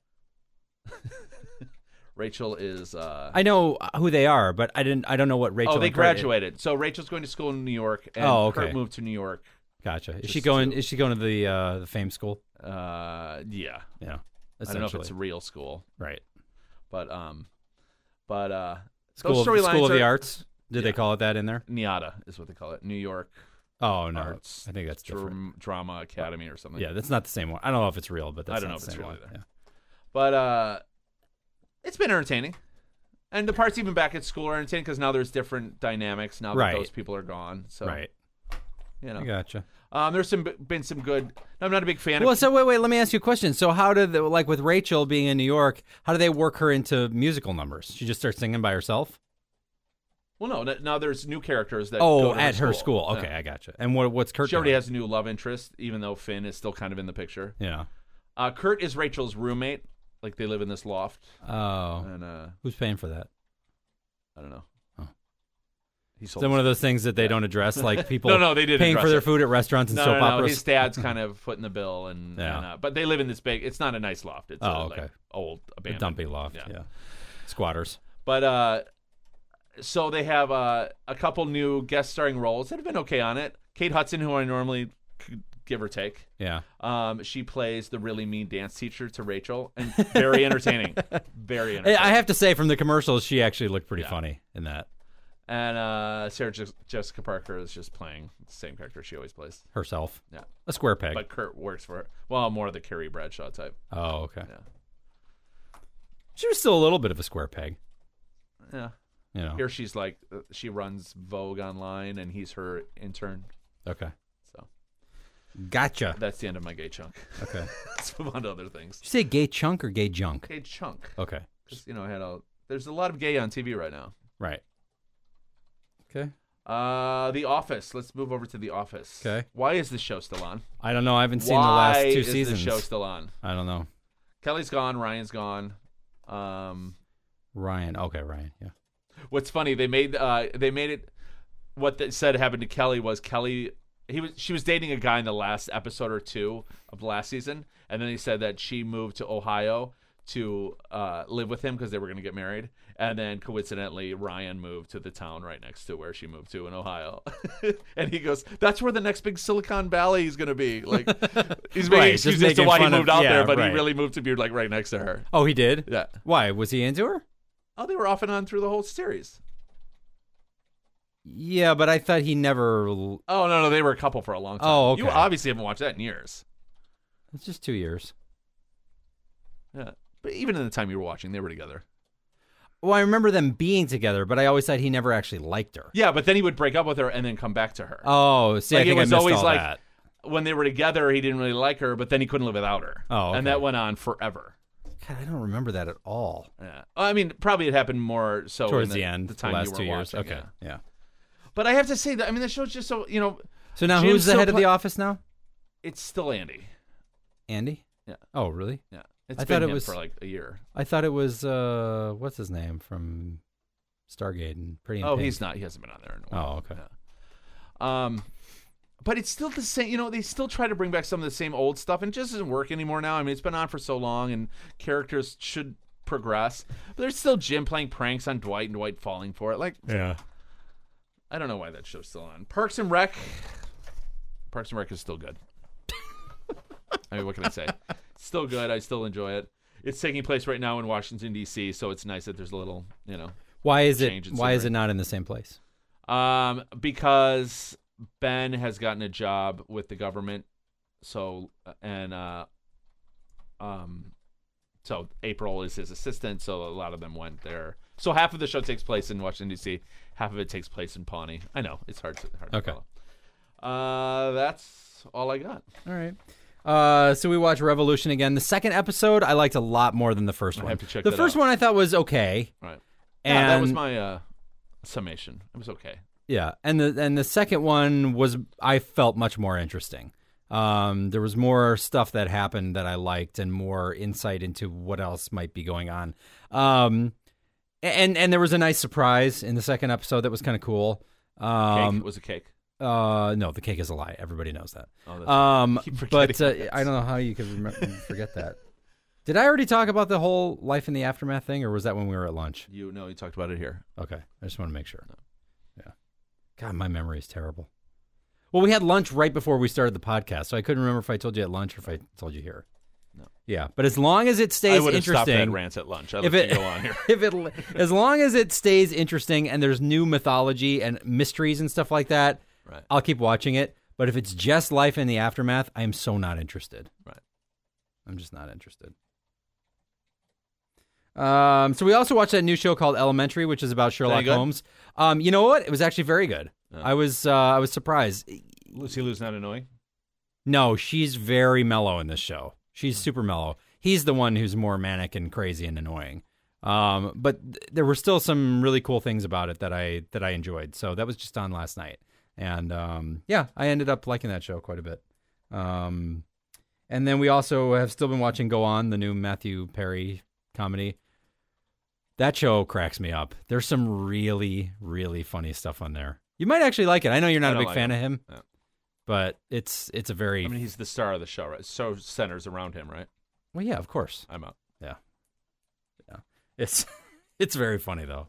S2: Rachel is. Uh,
S1: I know uh, who they are, but I didn't. I don't know what Rachel.
S2: oh, they
S1: and Kurt-
S2: graduated. So Rachel's going to school in New York, and
S1: Oh,
S2: Kurt
S1: okay.
S2: moved to New York.
S1: Gotcha. Is she
S2: Just
S1: going?
S2: two.
S1: Is she going to the uh, the fame school?
S2: Uh, yeah.
S1: Yeah.
S2: I don't know if
S1: Essentially.
S2: it's a real school,
S1: right.
S2: but um, but uh,
S1: School,
S2: those
S1: of, School
S2: storylines
S1: of the
S2: are-
S1: Arts. Did they
S2: Yeah.
S1: call it that in there?
S2: Niata is what they call it, New York
S1: Oh no,
S2: Arts
S1: I think that's different.
S2: Dram- Drama Academy or something.
S1: Yeah, that's not the same one. I don't know if it's real, but that's
S2: I don't
S1: not
S2: know
S1: the
S2: if it's
S1: same
S2: real
S1: one.
S2: either. But uh, it's been entertaining, and the parts even back at school are entertaining because now there's different dynamics now that
S1: Right.
S2: those people are gone. So
S1: Yeah. Right.
S2: you
S1: I
S2: know,
S1: gotcha.
S2: um, there's some been some good. I'm not a big fan
S1: Well,
S2: of.
S1: so wait, wait. Let me ask you a question. So, how did the, like with Rachel being in New York? How do they work her into musical numbers? She just starts singing by herself.
S2: Well, no, n- now there's new characters that. go
S1: Oh,
S2: to
S1: at her school.
S2: Yeah.
S1: Okay, I gotcha. And what what's Kurt?
S2: She already
S1: doing?
S2: has a new love interest, even though Finn is still kind of in the picture.
S1: Yeah.
S2: Uh, Kurt is Rachel's roommate. Like they live in this loft,
S1: Oh,
S2: and uh,
S1: who's paying for that?
S2: I don't know.
S1: Oh.
S2: He
S1: Is
S2: sold.
S1: that one of those things that they don't address? Like people
S2: no, no, they didn't
S1: paying
S2: address
S1: for their
S2: it.
S1: food at restaurants and
S2: No,
S1: soap
S2: no, no.
S1: operas.
S2: His dad's kind of footing the bill, and,
S1: Yeah.
S2: and, uh, but they live in this big. It's not a nice loft. It's a,
S1: Oh,
S2: like,
S1: okay.
S2: old
S1: A
S2: abandoned.
S1: dumpy loft.
S2: Yeah.
S1: Yeah. Squatters.
S2: But uh, so they have uh, a couple new guest starring roles that have been okay on it. Kate Hudson, who I normally could give or take,
S1: Yeah.
S2: um, she plays the really mean dance teacher to Rachel, and very entertaining, very
S1: I
S2: entertaining.
S1: I have to say, from the commercials, she actually looked pretty
S2: Yeah.
S1: funny in that
S2: and uh, Sarah Jes- Jessica Parker is just playing the same character she always plays.
S1: herself.
S2: Yeah.
S1: A square peg.
S2: But Kurt works for her. Well, more of the Carrie Bradshaw type.
S1: oh, okay.
S2: Yeah.
S1: She was still a little bit of a square peg.
S2: Yeah.
S1: You know.
S2: Here she's like uh, she runs Vogue online, and he's her intern.
S1: Okay.
S2: So
S1: Gotcha.
S2: that's the end of my gay chunk.
S1: Okay. Did
S2: Let's move on to other things.
S1: you say gay chunk or gay junk?
S2: Gay chunk.
S1: Okay.
S2: Just you know, I had a. There's a lot of gay on TV right now.
S1: Right. Okay.
S2: Uh, The Office. Let's move over to The Office.
S1: Okay.
S2: Why is this show still on?
S1: I don't know. I haven't seen
S2: Why
S1: the last two
S2: is
S1: seasons.
S2: the show still on?
S1: I don't know.
S2: Kelly's gone. Ryan's gone. Um,
S1: Ryan. Okay, Ryan. Yeah.
S2: What's funny? They made uh, they made it. What they said happened to Kelly was Kelly. He was she was dating a guy in the last episode or two of last season, and then he said that she moved to Ohio to uh, live with him because they were going to get married. And then coincidentally, Ryan moved to the town right next to where she moved to in Ohio. and he goes, "That's where the next big Silicon Valley is going to be." Like he's making
S1: Right, just
S2: excuses to
S1: making
S2: why he
S1: fun of-
S2: moved out
S1: yeah,
S2: there, but
S1: right.
S2: he really moved to be like right next to her.
S1: Oh, he did.
S2: Yeah.
S1: Why was he into her?
S2: Oh, they were off and on through the whole series.
S1: Yeah, but I thought he never. l-
S2: Oh no, no, they were a couple for a long time.
S1: Oh,
S2: You
S1: okay.
S2: obviously haven't watched that in years.
S1: It's just two years.
S2: Yeah. But even in the time you were watching, they were together.
S1: Well, I remember them being together, but I always thought he never actually liked her.
S2: Yeah, but then he would break up with her and then come back to her.
S1: Oh, see,
S2: Like,
S1: I think
S2: it was
S1: I missed
S2: always
S1: all
S2: like-
S1: that.
S2: when they were together, he didn't really like her, but then he couldn't live without her.
S1: Oh, okay.
S2: and that went on forever.
S1: God, I don't remember that at all.
S2: Yeah. I mean, probably it happened more so Oh, in
S1: Towards the, end,
S2: the time
S1: last
S2: you were
S1: two years.
S2: watching,
S1: okay,
S2: yeah.
S1: yeah.
S2: But I have to say that I mean, the show's just so you know,
S1: So now
S2: Jim's
S1: who's the
S2: still
S1: head of
S2: pla-
S1: the office now?
S2: it's still Andy.
S1: Andy.
S2: Yeah.
S1: Oh, really?
S2: Yeah, it's
S1: I
S2: been
S1: thought it
S2: him
S1: was-
S2: for like a year.
S1: I thought it was uh, what's his name from Stargate and Pretty. in
S2: Oh,
S1: Pink.
S2: he's not. He hasn't been on there in a while.
S1: Oh, okay.
S2: Yeah. Um, but it's still the same. You know, they still try to bring back some of the same old stuff, and it just doesn't work anymore now. I mean, it's been on for so long, and characters should progress. But there's still Jim playing pranks on Dwight, and Dwight falling for it. Like,
S1: Yeah.
S2: I don't know why that show's still on. Parks and Rec. Parks and Rec is still good. I mean, what can I say? It's still good. I still enjoy it. It's taking place right now in Washington D.C., so it's nice that there's a little, you know,
S1: Why is
S2: Change
S1: it?
S2: in
S1: Why is
S2: scenery.
S1: it not in the same place?
S2: Um, because Ben has gotten a job with the government, so and uh, um, so April is his assistant. So a lot of them went there. So half of the show takes place in Washington D.C. Half of it takes place in Pawnee. I know it's hard to hard
S1: Okay.
S2: to follow. Uh, that's all I got.
S1: All right. Uh, so we watch Revolution again. The second episode I liked a lot more than the first one.
S2: have to check
S1: the
S2: that
S1: first
S2: out.
S1: one I thought was okay,
S2: All right.
S1: and
S2: yeah, that was my uh summation. It was okay.
S1: yeah, and the and the second one was I felt much more interesting. Um, there was more stuff that happened that I liked, and more insight into what else might be going on. Um, and and there was a nice surprise in the second episode that was kind of cool.
S2: Cake
S1: Um,
S2: it was a cake.
S1: uh, no, the cake is a lie. Everybody knows that.
S2: Oh, that's
S1: Um,
S2: Keep forgetting
S1: but uh,
S2: that.
S1: I don't know how you could remem- forget that. Did I already talk about the whole life in the aftermath thing, or was that when we were at lunch?
S2: you know you talked about it here.
S1: Okay, I just want to make sure. Yeah. God, my memory is terrible. Well, we had lunch right before we started the podcast, so I couldn't remember if I told you at lunch or if I told you here.
S2: No.
S1: Yeah, but as long as it stays
S2: I would have stopped that
S1: interesting,
S2: rant at lunch. I
S1: if
S2: let
S1: it
S2: you go on here.
S1: if it as long as it stays interesting and there's new mythology and mysteries and stuff like that,
S2: Right.
S1: I'll keep watching it. But if it's just life in the aftermath, I am so not interested.
S2: Right.
S1: I'm just not interested. Um, so we also watched that new show called Elementary, which is about Sherlock
S2: good?
S1: Holmes. Um, you know what? It was actually very good.
S2: Yeah.
S1: I was uh, I was surprised.
S2: Lucy Lou's not annoying.
S1: No, she's very mellow in this show. She's
S2: Hmm.
S1: super mellow. He's the one who's more manic and crazy and annoying. Um, but th- there were still some really cool things about it that I that I enjoyed. So that was just on last night, and um, yeah, I ended up liking that show quite a bit. Um, and then we also have still been watching Go On, the new Matthew Perry comedy. That show cracks me up. There's some really really funny stuff on there. You might actually like it. I know you're
S2: I
S1: not a
S2: don't
S1: big
S2: like
S1: fan of him,
S2: Yeah.
S1: but it's it's a very
S2: I mean, he's the star of the show, right? So centers around him, right?
S1: Well, yeah, of course.
S2: I'm out.
S1: It's it's very funny though.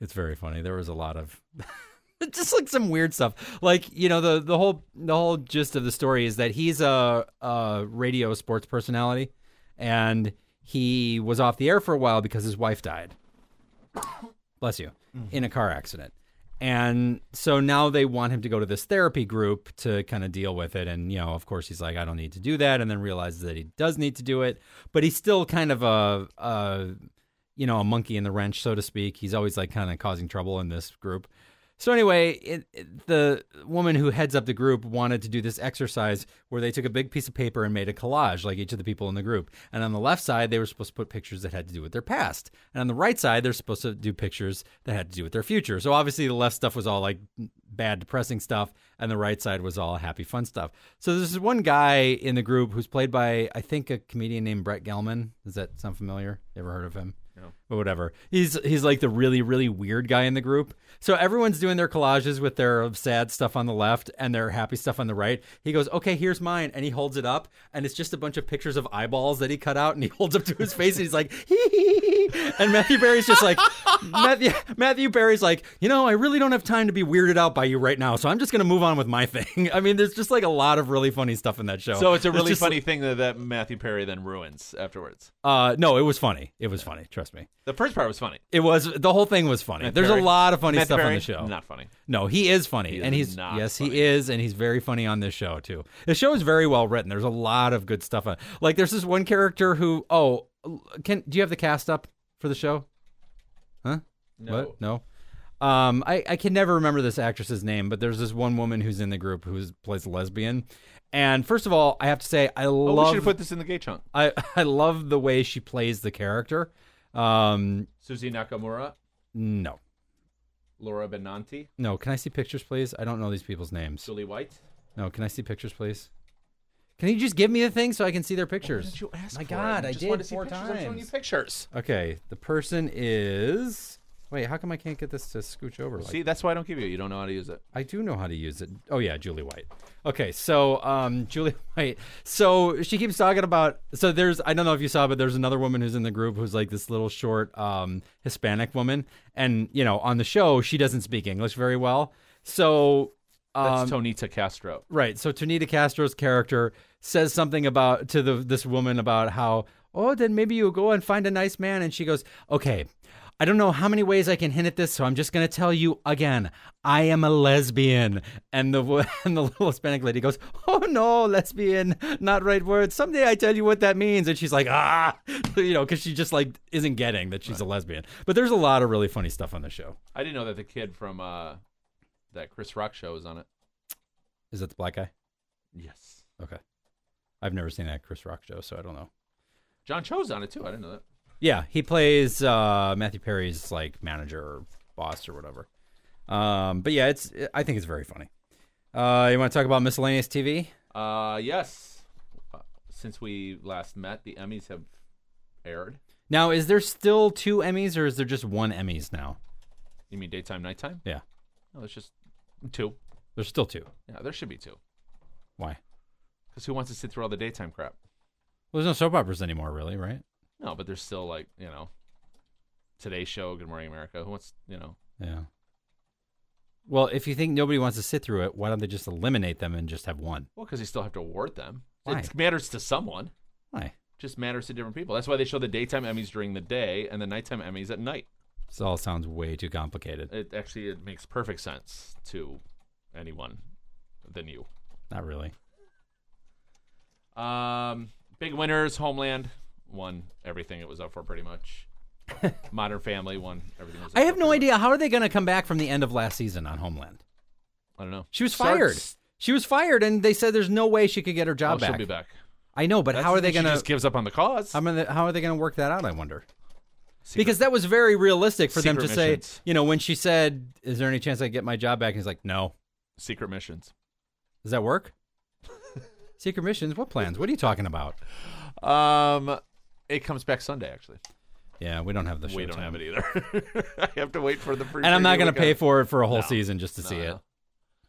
S1: It's very funny. There was a lot of just like some weird stuff. Like you know the the whole the whole gist of the story is that he's a, a radio sports personality, and he was off the air for a while because his wife died. Bless you, in a car accident. And so now they want him to go to this therapy group to kind of deal with it. And, you know, of course, he's like, I don't need to do that. And then realizes that he does need to do it. But he's still kind of a, a you know, a monkey in the wrench, so to speak. He's always like kind of causing trouble in this group. So anyway, it, it- the woman who heads up the group wanted to do this exercise where they took a big piece of paper and made a collage, like each of the people in the group. And on the left side, they were supposed to put pictures that had to do with their past, and on the right side, they're supposed to do pictures that had to do with their future. So obviously, the left stuff was all like bad, depressing stuff, and the right side was all happy, fun stuff. So there's this one guy in the group who's played by I think a comedian named Brett Gelman. Does that sound familiar? You ever heard of him? But whatever. He's he's like the really really weird guy in the group. So everyone's doing their collages with their sad stuff on the left and their happy stuff on the right. He goes, "Okay, here's mine," and he holds it up, and it's just a bunch of pictures of eyeballs that he cut out, and he holds up to his face, and he's like, "Hee hee hee," hee." and Matthew Barry's just like, Matthew Matthew Barry's like, you know, I really don't have time to be weirded out by you right now, so I'm just gonna move on with my thing. I mean, there's just like a lot of really funny stuff in that show.
S2: So it's a really
S1: just-
S2: funny thing that, that Matthew Perry then ruins afterwards.
S1: uh, no, it was funny. It was funny. Trust me.
S2: The first part was funny.
S1: It was the whole thing was funny. There's
S2: Perry-
S1: a lot of funny
S2: Matthew
S1: stuff on
S2: Perry,
S1: the show.
S2: Not funny.
S1: No, he is funny,
S2: He
S1: and
S2: is
S1: he's
S2: not
S1: yes,
S2: funny.
S1: he is, and he's very funny on this show too. The show is very well written. There's a lot of good stuff. On, like there's this one character who oh, can do you have the cast up for the show?
S2: No.
S1: What? No. Um, I, I can never remember this actress's name, but there's this one woman who's in the group who plays a lesbian. And first of all, I have to say I
S2: Oh, we
S1: love
S2: should have put this in the gay chunk.
S1: I, I love the way she plays the character. Um,
S2: Susie Nakamura,
S1: no.
S2: Laura Benanti,
S1: No, can I see pictures, please? I don't know these people's names.
S2: Julie White.
S1: No, can I see pictures, please? Can you just give me the thing so I can see their pictures?
S2: Did you ask
S1: My
S2: for
S1: God,
S2: it? You
S1: I
S2: just
S1: did
S2: wanted to see
S1: four
S2: pictures. I'm showing you
S1: times.
S2: pictures.
S1: Okay, the person is. Wait, how come I can't get this to scooch over? Like,
S2: See, that's why I don't give you. You don't know how to use it.
S1: I do know how to use it. Oh yeah, Julie White. Okay, so um, Julie White. So she keeps talking about. So there's. I don't know if you saw, but there's another woman who's in the group who's like this little short um, Hispanic woman, and you know, on the show she doesn't speak English very well. So Um,
S2: That's Tonita Castro.
S1: Right. So Tonita Castro's character says something about to the this woman about how, oh, then maybe you go and find a nice man, and she goes, okay. I don't know how many ways I can hint at this, so I'm just going to tell you again. I am a lesbian, and the wo- and the little Hispanic lady goes, "Oh no, lesbian, not right word. Someday I tell you what that means." And she's like, "Ah," you know, because she just like isn't getting that she's a lesbian. But there's a lot of really funny stuff on the show.
S2: I didn't know that the kid from uh, that Chris Rock show was on it.
S1: Is that the black guy?
S2: Yes.
S1: Okay, I've never seen that Chris Rock show, so I don't know.
S2: John Cho's on it too. I didn't know that.
S1: Yeah, he plays uh, Matthew Perry's like manager or boss or whatever. Um, but yeah, it's I think it's very funny. Uh, you want to talk about miscellaneous TV?
S2: Uh, yes. Uh, since we last met, the Emmys have aired.
S1: Now, is there still two Emmys or is there just one Emmys now?
S2: You mean daytime, nighttime?
S1: Yeah,
S2: No, it's just two.
S1: there's still two.
S2: Yeah, there should be two.
S1: Why?
S2: Because who wants to sit through all the daytime crap?
S1: Well, there's no soap operas anymore, really, right?
S2: No, but there's still like you know, Today Show, Good Morning America. Who wants you know?
S1: Yeah. Well, if you think nobody wants to sit through it, why don't they just eliminate them and just have one?
S2: Well, because they still have to award them.
S1: Why?
S2: It matters to someone.
S1: Why?
S2: Just matters to different people. That's why they show the daytime Emmys during the day and the nighttime Emmys at night.
S1: This all sounds way too complicated.
S2: It actually it makes perfect sense to anyone than you.
S1: Not really.
S2: Um, big winners: Homeland won everything it was up for, pretty much. Modern Family won everything. It was up
S1: I have
S2: for,
S1: no
S2: pretty
S1: idea how are they going to come back from the end of last season on Homeland.
S2: much. I don't know.
S1: She was
S2: Starts-
S1: fired. She was fired, and they said there's no way she could get her
S2: Oh,
S1: job
S2: she'll
S1: back.
S2: be back.
S1: I know, but
S2: That's
S1: how
S2: the
S1: are they
S2: thing, she
S1: gonna?
S2: just gives up on the cause?
S1: how, are they, how are they gonna work that out? I wonder.
S2: Secret-
S1: Because that was very realistic for them
S2: Secret
S1: to
S2: missions.
S1: say. You know, when she said, "Is there any chance I get my job back?" and he's like, "No."
S2: secret missions.
S1: Does that work? Secret missions? What plans? What are you talking about?
S2: Um, it comes back Sunday actually.
S1: Yeah, we don't have the show.
S2: we don't
S1: time.
S2: have it either. I have to wait for the free.
S1: and I'm not
S2: preview
S1: gonna pay
S2: weekend.
S1: for it for a whole
S2: No.
S1: season just to see
S2: No,
S1: it.
S2: no.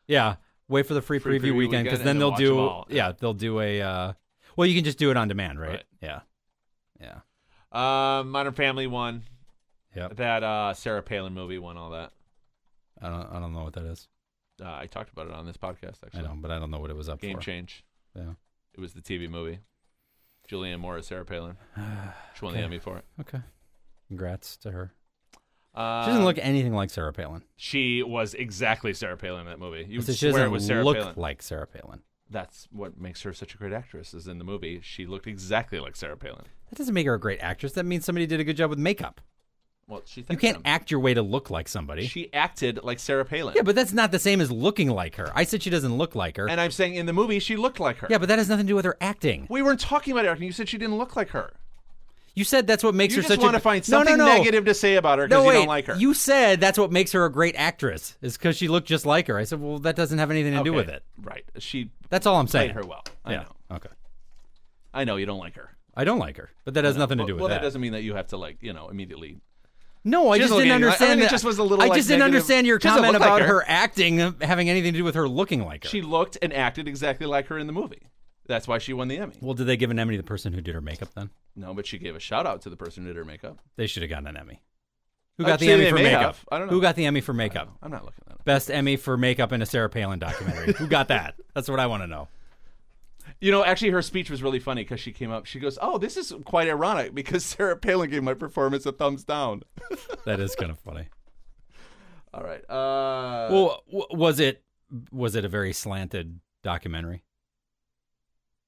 S1: Yeah, wait for the free,
S2: Free preview
S1: preview weekend
S2: weekend
S1: because
S2: and
S1: then
S2: then
S1: they'll
S2: watch
S1: do.
S2: them all.
S1: Yeah. they'll do a. Uh, well, you can just do it on demand, right?
S2: Right.
S1: Yeah, yeah.
S2: Um, Modern Family won.
S1: Yep.
S2: That uh, Sarah Palin movie won all that.
S1: I don't. I don't know what that is.
S2: Uh, I talked about it on this podcast
S1: I
S2: actually.
S1: know, but I don't know what it was up
S2: Game
S1: for.
S2: Change.
S1: Yeah.
S2: It was the TV movie. Julianne Moore is Sarah Palin. She won the
S1: Okay.
S2: Emmy for it.
S1: Okay. Congrats to her.
S2: Uh,
S1: She doesn't look anything like Sarah Palin.
S2: She was exactly Sarah Palin in that movie. You
S1: I
S2: would
S1: said she
S2: swear
S1: doesn't
S2: it was Sarah
S1: look
S2: Palin.
S1: like Sarah Palin.
S2: That's what makes her such a great actress. Is in the movie she looked exactly like Sarah Palin.
S1: That doesn't make her a great actress. That means somebody did a good job with makeup.
S2: Well, she
S1: You
S2: thinks
S1: can't
S2: so.
S1: act your way to look like somebody.
S2: She acted like Sarah Palin.
S1: yeah, but that's not the same as looking like her. I said she doesn't look like her.
S2: and I'm saying in the movie she looked like her.
S1: yeah, but that has nothing to do with her acting.
S2: We weren't talking about acting. You said she didn't look like her.
S1: You said that's what makes
S2: You
S1: her
S2: just
S1: such
S2: want
S1: a
S2: to find
S1: No, no,
S2: something
S1: no.
S2: negative to say about her because
S1: No,
S2: you
S1: wait.
S2: don't like her.
S1: You said that's what makes her a great actress is because she looked just like her. I said, well, that doesn't have anything to do
S2: Okay,
S1: with it.
S2: Right. She
S1: That's all I'm
S2: played
S1: saying.
S2: her well. I
S1: yeah.
S2: know.
S1: Okay.
S2: I know you don't like her.
S1: I don't like her, but that has nothing to do with
S2: well,
S1: that.
S2: doesn't mean that you have to like you know immediately.
S1: No, I
S2: She's
S1: just didn't
S2: looking- I- I
S1: understand.
S2: think it
S1: that-
S2: just was a little,
S1: I
S2: like,
S1: just didn't
S2: negative.
S1: understand your
S2: She doesn't
S1: comment
S2: look like
S1: about
S2: her.
S1: her. acting having anything to do with her looking like her.
S2: She looked and acted exactly like her in the movie. That's why she won the Emmy.
S1: well, did they give an Emmy to the person who did her makeup? Then
S2: No, but she gave a shout out to the person who did her makeup.
S1: they should have gotten an Emmy. Who got the
S2: Actually,
S1: Emmy
S2: they
S1: for
S2: Oh, may
S1: makeup?
S2: have. I don't know.
S1: Who got the Emmy for makeup?
S2: I'm not looking at it.
S1: Best Emmy for makeup in a Sarah Palin documentary. who got that? That's what I want to know.
S2: You know, actually, her speech was really funny because she came up. She goes, "Oh, this is quite ironic because Sarah Palin gave my performance a thumbs down."
S1: That is kind of funny.
S2: All right. Uh,
S1: Well, w- was it was it a very slanted documentary?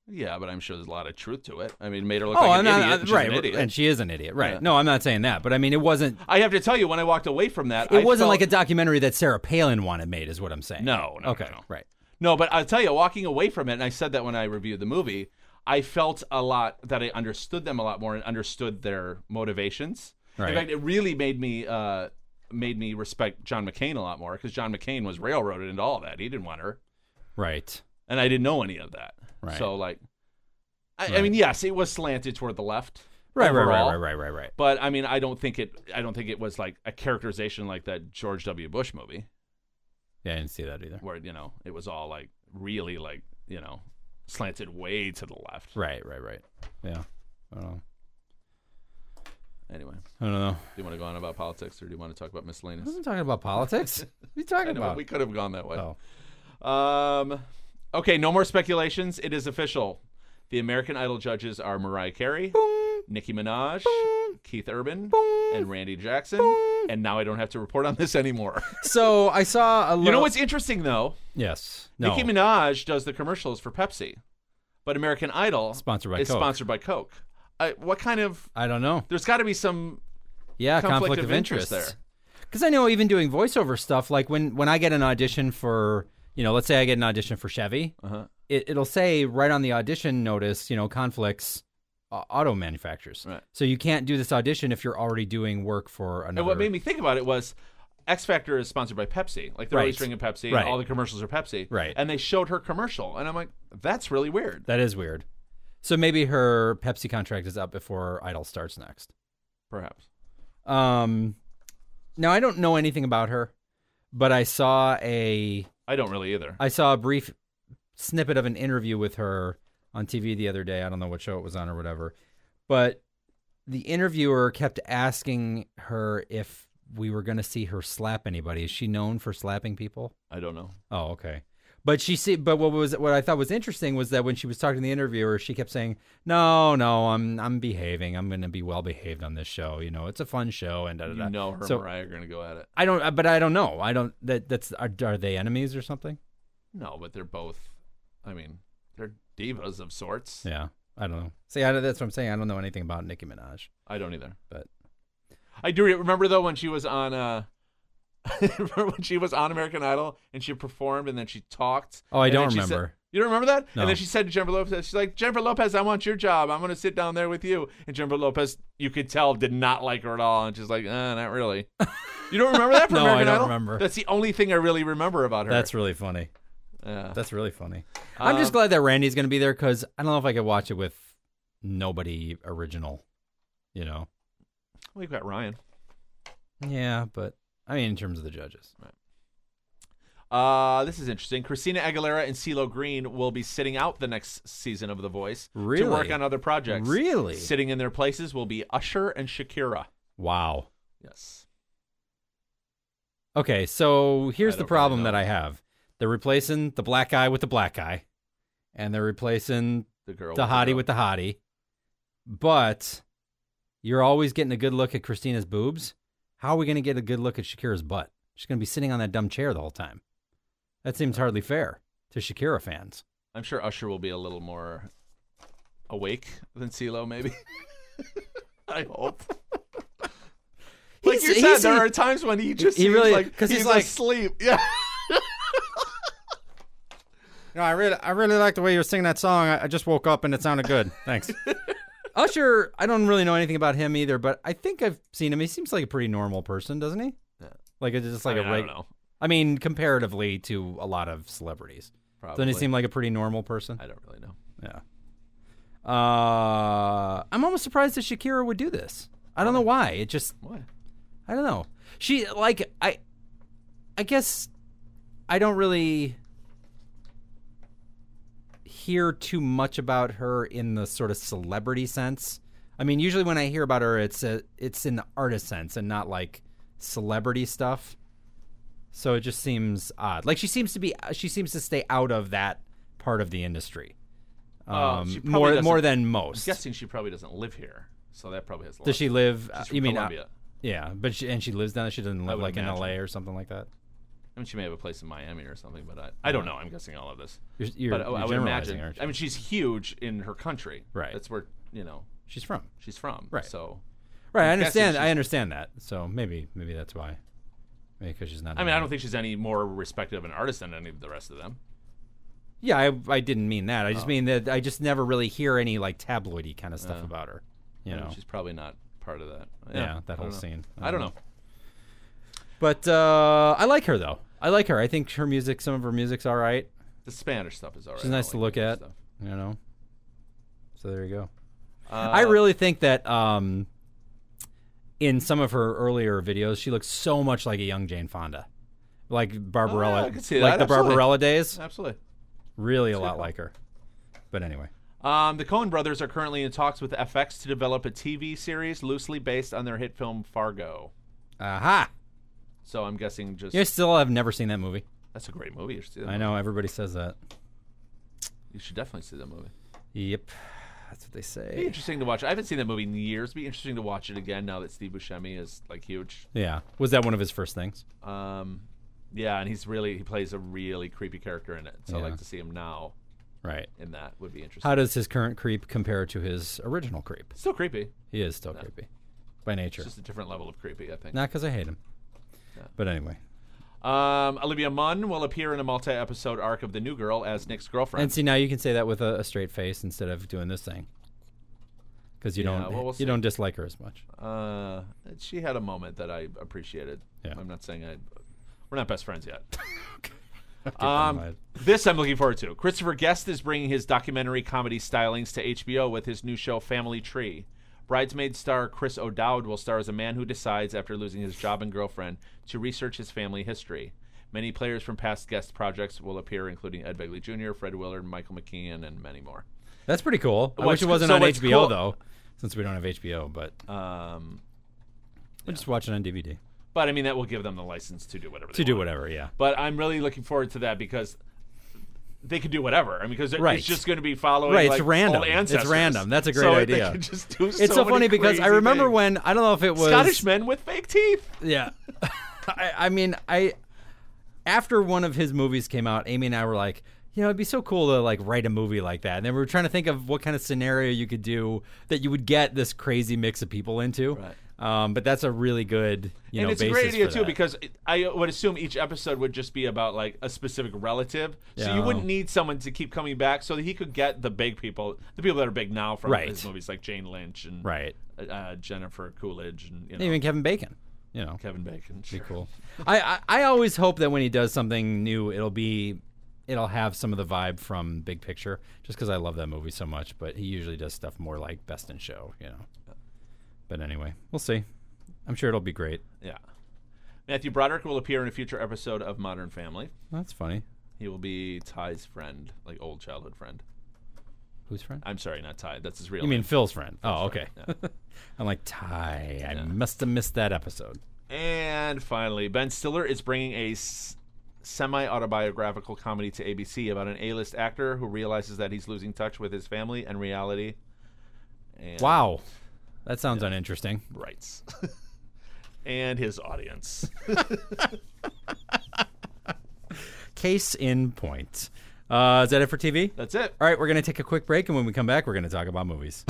S2: yeah, but I'm sure there's a lot of truth to it. I mean, it made her look
S1: Oh, I'm
S2: like an
S1: not
S2: idiot. and
S1: uh,
S2: she's
S1: right,
S2: an idiot.
S1: and she is an idiot, right?
S2: Yeah.
S1: No, I'm not saying that, but I mean, it wasn't.
S2: I have to tell you, when I walked away from that,
S1: It
S2: I
S1: wasn't
S2: felt-
S1: like a documentary that Sarah Palin wanted made, is what I'm saying.
S2: No, no,
S1: okay,
S2: no, no.
S1: right.
S2: No, but I'll tell you, walking away from it, and I said that when I reviewed the movie, I felt a lot that I understood them a lot more and understood their motivations.
S1: Right.
S2: In fact, it really made me uh, made me respect John McCain a lot more because John McCain was railroaded into all that. He didn't want her,
S1: Right.
S2: and I didn't know any of that.
S1: Right.
S2: So, like, I, I
S1: Right.
S2: mean, yes, it was slanted toward the left.
S1: Right, right,
S2: overall,
S1: right, right, right, right, right.
S2: But I mean, I don't think it. I don't think it was like a characterization like that George W. Bush movie.
S1: Yeah, I didn't see that either.
S2: where you know it was all like really like you know slanted way to the left.
S1: Right, right, right. Yeah. I don't know.
S2: Anyway, do
S1: I don't know.
S2: you want to go on about politics or do you want to talk about miscellaneous?
S1: I wasn't talking about politics. What are you
S2: I
S1: talking
S2: know,
S1: about?
S2: we could have gone that way.
S1: Oh.
S2: Um, okay, no more speculations. It is official. The American Idol judges are Mariah Carey, Nicki Minaj, Keith Urban, and Randy Jackson. And now I don't have to report on this anymore.
S1: So I saw a little.
S2: you know what's interesting though?
S1: Yes. No.
S2: Nicki Minaj does the commercials for Pepsi, but American Idol
S1: Sponsored by
S2: is
S1: Coke.
S2: sponsored by Coke. I, what kind of
S1: I don't know.
S2: there's got to be some
S1: Yeah, conflict,
S2: conflict
S1: of,
S2: of interest there.
S1: Because I know even doing voiceover stuff, like when when I get an audition for, you know, let's say I get an audition for Chevy,
S2: Uh-huh.
S1: it, it'll say right on the audition notice, you know, conflicts. uh, Auto manufacturers,
S2: Right.
S1: so you can't do this audition if you're already doing work for another.
S2: and what made me think about it was X Factor is sponsored by Pepsi. Like they're
S1: Right.
S2: always drinking Pepsi
S1: Right.
S2: and all the commercials are Pepsi.
S1: Right.
S2: And they showed her commercial and I'm like, that's really weird.
S1: that is weird. So maybe her Pepsi contract is up before Idol starts next.
S2: Perhaps.
S1: Um, now I don't know anything about her, but I saw a
S2: I don't really either.
S1: I saw a brief snippet of an interview with her on TV the other day. I don't know what show it was on or whatever, but the interviewer kept asking her if we were going to see her slap anybody. Is she known for slapping people?
S2: I don't know.
S1: Oh, okay. But she see, but what was what I thought was interesting was that when she was talking to the interviewer, she kept saying, "No, no, I'm I'm behaving. I'm going to be well behaved on this show. You know, it's a fun show." And da, da, da.
S2: You know her
S1: So-
S2: and Mariah are going to go at it.
S1: I don't, uh, but I don't know. I don't. That that's are, are they enemies or something?
S2: No, but they're both, I mean, they're divas of sorts.
S1: Yeah, I don't know. See, I, that's what I'm saying. I don't know anything about Nicki Minaj.
S2: I don't either.
S1: But-
S2: I do re- remember though when she was on uh remember when she was on American Idol and she performed and then she talked.
S1: Oh, I
S2: and
S1: don't
S2: then she said-
S1: remember.
S2: you don't remember that?
S1: No.
S2: And then she said to Jennifer Lopez, she's like, Jennifer Lopez, I want your job. I'm gonna sit down there with you. And Jennifer Lopez, you could tell, did not like her at all. And she's like, uh, not really. You don't remember that from
S1: No, I
S2: American
S1: don't
S2: Idol?
S1: remember.
S2: That's the only thing I really remember about her.
S1: That's really funny.
S2: yeah.
S1: That's really funny. I'm
S2: Um,
S1: just glad that Randy's going to be there because I don't know if I could watch it with nobody original. You know?
S2: we've got Ryan.
S1: Yeah, but I mean, in terms of the judges,
S2: Uh, this is interesting. Christina Aguilera and CeeLo Green will be sitting out the next season of The Voice
S1: Really?
S2: to work on other projects.
S1: Really?
S2: Sitting in their places will be Usher and Shakira.
S1: wow.
S2: Yes.
S1: Okay, so here's
S2: I
S1: the
S2: don't really
S1: problem
S2: know.
S1: that I have: they're replacing the black guy with the black guy, and they're replacing
S2: The girl.
S1: the hottie
S2: girl.
S1: with the hottie, but you're always getting a good look at Christina's boobs. How are we going to get a good look at Shakira's butt? She's going to be sitting on that dumb chair the whole time. That seems hardly fair to Shakira fans.
S2: I'm sure Usher will be a little more awake than CeeLo, maybe. I hope. like
S1: He's-
S2: you said,
S1: he's-
S2: there are times when he just
S1: he
S2: seems
S1: really-
S2: like
S1: 'cause
S2: he's,
S1: he's like-
S2: asleep. Yeah.
S1: No, I really, I really like the way you were singing that song. I, I just woke up and it sounded good. Thanks. Usher, I don't really know anything about him either, but I think I've seen him. He seems like a pretty normal person, doesn't he?
S2: Yeah.
S1: Like it's just like
S2: I, mean,
S1: a
S2: I don't
S1: reg-
S2: know.
S1: I mean, comparatively to a lot of celebrities,
S2: Probably.
S1: doesn't he seem like a pretty normal person?
S2: I don't really know.
S1: Yeah. Uh, I'm almost surprised that Shakira would do this. I don't know why. It just
S2: What?
S1: I don't know. She like I I guess I don't really hear too much about her in the sort of celebrity sense. I mean, usually when I hear about her it's a, it's in the artist sense and not like celebrity stuff. So it just seems odd. Like she seems to be she seems to stay out of that part of the industry. Um,
S2: Oh, she probably
S1: more
S2: doesn't-
S1: more than most.
S2: Guessing she probably doesn't live here, so that probably has. A lot
S1: Does she live uh,
S2: She's from
S1: you mean uh,
S2: Colombia.
S1: yeah, but she, and she lives down there. She doesn't live
S2: would
S1: like in
S2: imagine.
S1: LA or something like that.
S2: I mean, she may have a place in Miami or something, but I, I don't know. I'm guessing all of this.
S1: You're, you're,
S2: but uh, I-
S1: you're
S2: I would
S1: generalizing,
S2: imagine.
S1: aren't you?
S2: I mean, she's huge in her country.
S1: Right.
S2: That's where you know
S1: she's from.
S2: she's from.
S1: Right.
S2: So
S1: Right, I
S2: guessing
S1: understand. I
S2: she's-
S1: understand that. So maybe, maybe that's why. Maybe because she's not.
S2: I mean, I don't think she's any more respected of an artist than any of the rest of them.
S1: Yeah, I, I didn't mean that.
S2: Oh.
S1: I just mean that I just never really hear any like tabloidy kind of stuff about her. You
S2: I mean,
S1: know.
S2: she's probably not part of that.
S1: yeah,
S2: Yeah, I
S1: that whole
S2: don't know.
S1: scene.
S2: I don't know.
S1: But uh, I like her though. I like her. I think her music, some of her music's all right.
S2: The Spanish stuff is alright.
S1: She's nice
S2: I
S1: to
S2: like
S1: look
S2: that
S1: at.
S2: stuff.
S1: You know. So there you go.
S2: Uh,
S1: I really think that um, in some of her earlier videos, she looks so much like a young Jane Fonda, like Barbarella,
S2: Oh, I could see
S1: like
S2: that,
S1: the
S2: absolutely.
S1: Barbarella days.
S2: Uh, absolutely.
S1: Really, a lot like her. But anyway,
S2: Um, the Coen brothers are currently in talks with FX to develop a TV series loosely based on their hit film Fargo.
S1: aha!
S2: So I'm guessing just
S1: You still have never seen that movie.
S2: that's a great movie. You should, see that
S1: I know everybody says that.
S2: movie. you should definitely see that movie.
S1: Yep, that's what they
S2: Be
S1: say.
S2: interesting to watch. I haven't seen that movie in years. Be interesting to watch it again now that Steve Buscemi is like huge.
S1: Yeah, was that one of his first things?
S2: Um, yeah, and he's really he plays a really creepy character in it. So I'd
S1: Yeah.
S2: like to see him now
S1: Right.
S2: in that would be interesting.
S1: How does his current creep compare to his original creep?
S2: Still creepy.
S1: He is still creepy by nature.
S2: It's just a different level of creepy, I think.
S1: Not because I hate him, but anyway.
S2: Um, Olivia Munn will appear in a multi-episode arc of The New Girl as Nick's girlfriend.
S1: And see, now you can say that with a, a straight face instead of doing this thing, because you
S2: Yeah,
S1: don't
S2: well, we'll
S1: you
S2: see.
S1: don't dislike her as much.
S2: Uh, she had a moment that I appreciated.
S1: Yeah.
S2: I'm not saying I. We're not best friends yet.
S1: Keep that in
S2: Um,
S1: mind.
S2: this I'm looking forward to. Christopher Guest is bringing his documentary comedy stylings to HBO with his new show Family Tree. Bridesmaid star Chris O'Dowd will star as a man who decides, after losing his job and girlfriend, to research his family history. Many players from past guest projects will appear, including Ed Begley Jr., Fred Willard, Michael McKeon, and many more.
S1: That's pretty cool. I
S2: What's
S1: wish it wasn't
S2: so
S1: on
S2: what's
S1: HBO
S2: cool-
S1: though, since we don't have HBO. But
S2: Um,
S1: we'll just watch it on DVD
S2: but I mean, that will give them the license to do whatever they
S1: to do
S2: want.
S1: whatever. Yeah,
S2: But I'm really looking forward to that because they could do whatever. I mean, because
S1: Right.
S2: it's just going to be following
S1: Right, it's
S2: like,
S1: random.
S2: old
S1: It's
S2: ancestors.
S1: random. That's a great
S2: so
S1: idea.
S2: They could just do
S1: it's so,
S2: many
S1: funny because I
S2: crazy
S1: remember
S2: things.
S1: when I don't know if it was
S2: Scottish men with fake teeth.
S1: Yeah, I, I mean I after one of his movies came out, Amy and I were like. You know, it'd be so cool to like write a movie like that. And then we were trying to think of what kind of scenario you could do that you would get this crazy mix of people into.
S2: Right.
S1: Um, but that's a really good, you know,
S2: and it's a
S1: basis
S2: great idea
S1: for
S2: too
S1: that.
S2: because it, I would assume each episode would just be about like a specific relative, so
S1: Yeah.
S2: you wouldn't need someone to keep coming back, so that he could get the big people, the people that are big now from
S1: Right.
S2: his movies, like Jane Lynch and
S1: right,
S2: uh, Jennifer Coolidge and you know,
S1: even Kevin Bacon, you know,
S2: Kevin Bacon. Sure.
S1: cool. I, I I always hope that when he does something new, it'll be it'll have some of the vibe from Big Picture, just because I love that movie so much. But he usually does stuff more like Best in Show, you know. But anyway, we'll see. I'm sure it'll be great.
S2: Yeah. Matthew Broderick will appear in a future episode of Modern Family.
S1: That's funny.
S2: He will be Ty's friend, like old childhood friend.
S1: Who's friend?
S2: I'm sorry, not Ty. That's his real
S1: You
S2: name.
S1: mean Phil's friend? Oh, okay.
S2: friend,
S1: I'm like Ty. I must have missed that episode.
S2: And finally, Ben Stiller is bringing a s- semi autobiographical comedy to ABC about an A list actor who realizes that he's losing touch with his family and reality. And
S1: Wow, that sounds uninteresting.
S2: Rights. and his audience.
S1: Case in point. Uh, is that it for TV?
S2: That's it.
S1: All right, we're going to take a quick break, and when we come back, we're going to talk about movies.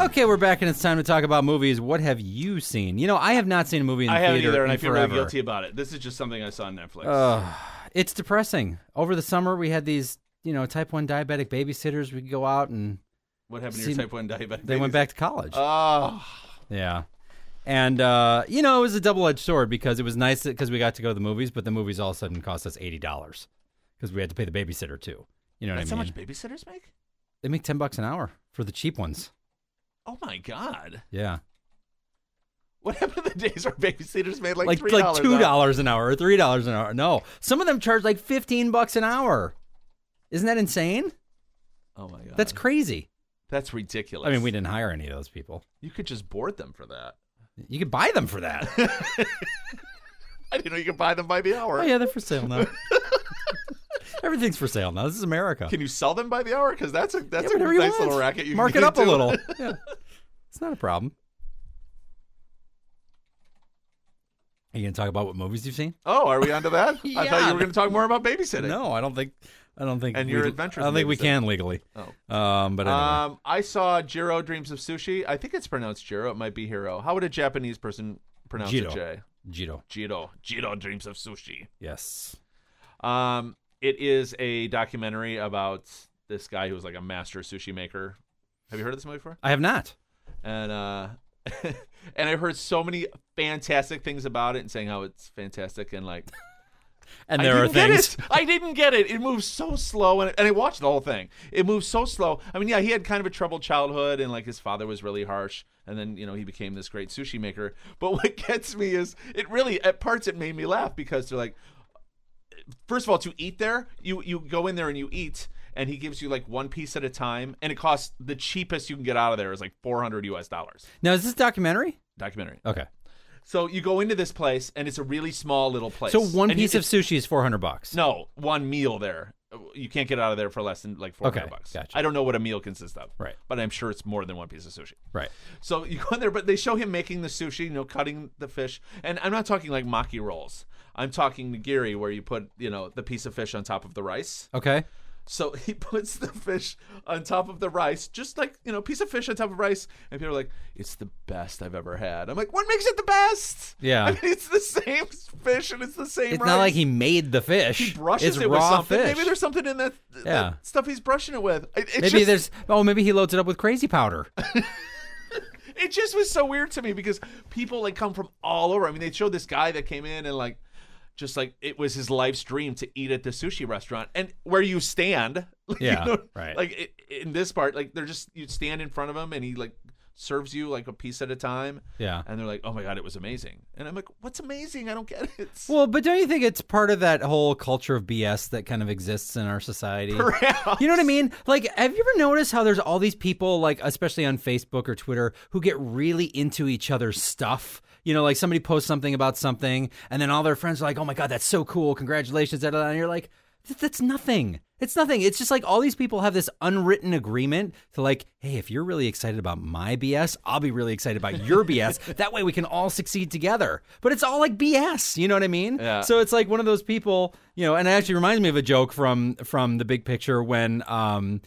S1: Okay, we're back, and it's time to talk about movies. What have you seen? You know, I have not seen a movie in
S2: I
S1: the
S2: haven't
S1: theater
S2: either, and
S1: in
S2: I feel
S1: forever. Uh,
S2: really guilty about it. This is just something I saw on Netflix.
S1: It's depressing. Over the summer, we had these, you know, type one diabetic babysitters. We could go out, and
S2: what happened to
S1: see,
S2: your type 1 diabetic?
S1: they went
S2: babies?
S1: back to college.
S2: Oh,
S1: yeah, And uh, you know, it was a double-edged sword because it was nice because we got to go to the movies, but the movies all of a sudden cost us eighty dollars because we had to pay the babysitter too. You know
S2: That's
S1: what I
S2: how
S1: mean?
S2: much babysitters make?
S1: they make ten bucks an hour for the cheap ones.
S2: Oh my god!
S1: Yeah,
S2: What happened to the days where babysitters made like
S1: like
S2: $3
S1: like two
S2: an hour?
S1: dollars an hour or three dollars an hour. No, some of them charge like fifteen bucks an hour. Isn't that insane?
S2: Oh my god!
S1: That's crazy.
S2: that's ridiculous.
S1: I mean, we didn't hire any of those people.
S2: you could just board them for that.
S1: You could buy them for that.
S2: I didn't know you could buy them by the hour.
S1: oh yeah, they're for sale now. Everything's for sale now. This is America.
S2: Can you sell them by the hour? Because that's a that's
S1: Yeah,
S2: a
S1: whatever you
S2: nice
S1: want.
S2: little racket. You
S1: Mark
S2: can
S1: it
S2: get
S1: up a
S2: to.
S1: little. yeah. It's not a problem. Are you gonna talk about what movies you've seen?
S2: Oh, are we onto that? I thought
S1: Yeah.
S2: you were going to talk more about babysitting.
S1: No, I don't think. I don't think.
S2: And
S1: we-
S2: your adventures
S1: I don't think we
S2: babysitting.
S1: can legally.
S2: Oh.
S1: Um, but anyway.
S2: Um, I saw Jiro Dreams of Sushi. I think it's pronounced Jiro. It might be Hero. How would a Japanese person pronounce
S1: Jiro.
S2: a J?
S1: Jiro.
S2: Jiro. Jiro Dreams of Sushi.
S1: Yes.
S2: Um, it is a documentary about this guy who was like a master sushi maker. Have you heard of this movie before?
S1: I have not.
S2: and uh and I heard so many fantastic things about it and saying how it's fantastic and like
S1: And there
S2: I
S1: are
S2: didn't get
S1: things.
S2: it. I didn't get it. It moves so slow and, and I watched the whole thing. It moves so slow. I mean, yeah, he had kind of a troubled childhood and like his father was really harsh and then, you know, he became this great sushi maker. But what gets me is it really at parts it made me laugh because they're like first of all to eat there you you go in there and you eat and he gives you like one piece at a time and it costs the cheapest you can get out of there is like 400 US dollars
S1: Now is this documentary?
S2: documentary.
S1: Okay.
S2: So you go into this place, and it's a really small little place.
S1: So one
S2: And you-
S1: piece of sushi is four hundred bucks.
S2: no one meal there. You can't get out of there for less than like four hundred
S1: Okay,
S2: bucks.
S1: gotcha.
S2: I don't know what a meal consists of,
S1: Right.
S2: But I'm sure it's more than one piece of sushi.
S1: Right.
S2: So you go in there, but they show him making the sushi, you know, cutting the fish. And I'm not talking like maki rolls. I'm talking nigiri, where you put, you know, the piece of fish on top of the rice.
S1: Okay.
S2: So he puts the fish on top of the rice, just like, you know, piece of fish on top of rice. And people are like, it's the best I've ever had. I'm like, what makes it the best?
S1: Yeah.
S2: I mean, it's the same fish and it's the same
S1: It's
S2: rice.
S1: not like he made the fish.
S2: He brushes
S1: it's
S2: it with
S1: raw
S2: something.
S1: fish.
S2: Maybe there's something in that, that
S1: Yeah.
S2: stuff he's brushing it with. It, it
S1: Maybe
S2: just,
S1: there's. Oh, maybe he loads it up with crazy powder.
S2: it just was so weird to me because people like come from all over. I mean, they showed this guy that came in and like just like it was his life's dream to eat at the sushi restaurant and where you stand. like, you
S1: Yeah,
S2: know,
S1: right.
S2: Like i in this part, like they're just you stand in front of him and he like serves you like a piece at a time.
S1: Yeah.
S2: And they're like, "Oh my god, it was amazing." And I'm like, "What's amazing? I don't get it."
S1: Well, but don't you think it's part of that whole culture of BS that kind of exists in our society?
S2: Perhaps.
S1: You know what I mean? Like, have you ever noticed how there's all these people, like, especially on Facebook or Twitter, who get really into each other's stuff? You know, like somebody posts something about something, and then all their friends are like, oh my God, that's so cool. Congratulations. da, da, da," And you're like, "Th- that's nothing. It's nothing. It's just like all these people have this unwritten agreement to, like, hey, if you're really excited about my BS, I'll be really excited about your BS. That way we can all succeed together. But it's all like BS. You know what I mean?
S2: Yeah.
S1: So it's like one of those people, you know, and it actually reminds me of a joke from from the big picture when um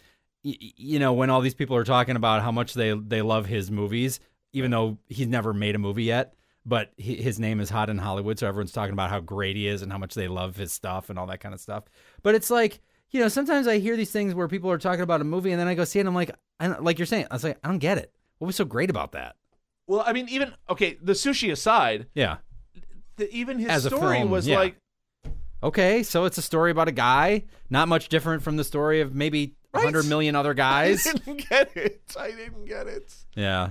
S1: y- y- you know, when all these people are talking about how much they they love his movies even though he's never made a movie yet, but he, his name is hot in Hollywood, so everyone's talking about how great he is and how much they love his stuff and all that kind of stuff. But it's like you know, sometimes I hear these things where people are talking about a movie, and then I go see it. and I'm like, I don't, like you're saying, I was like, I don't get it. What was so great about that?
S2: well, I mean, even okay, the sushi aside,
S1: Yeah.
S2: the, even his
S1: As a
S2: story
S1: film,
S2: was
S1: yeah.
S2: like
S1: Okay, so it's a story about a guy, not much different from the story of maybe a
S2: Right.
S1: 100 million other
S2: I
S1: guys.
S2: didn't get it. I didn't get it.
S1: yeah.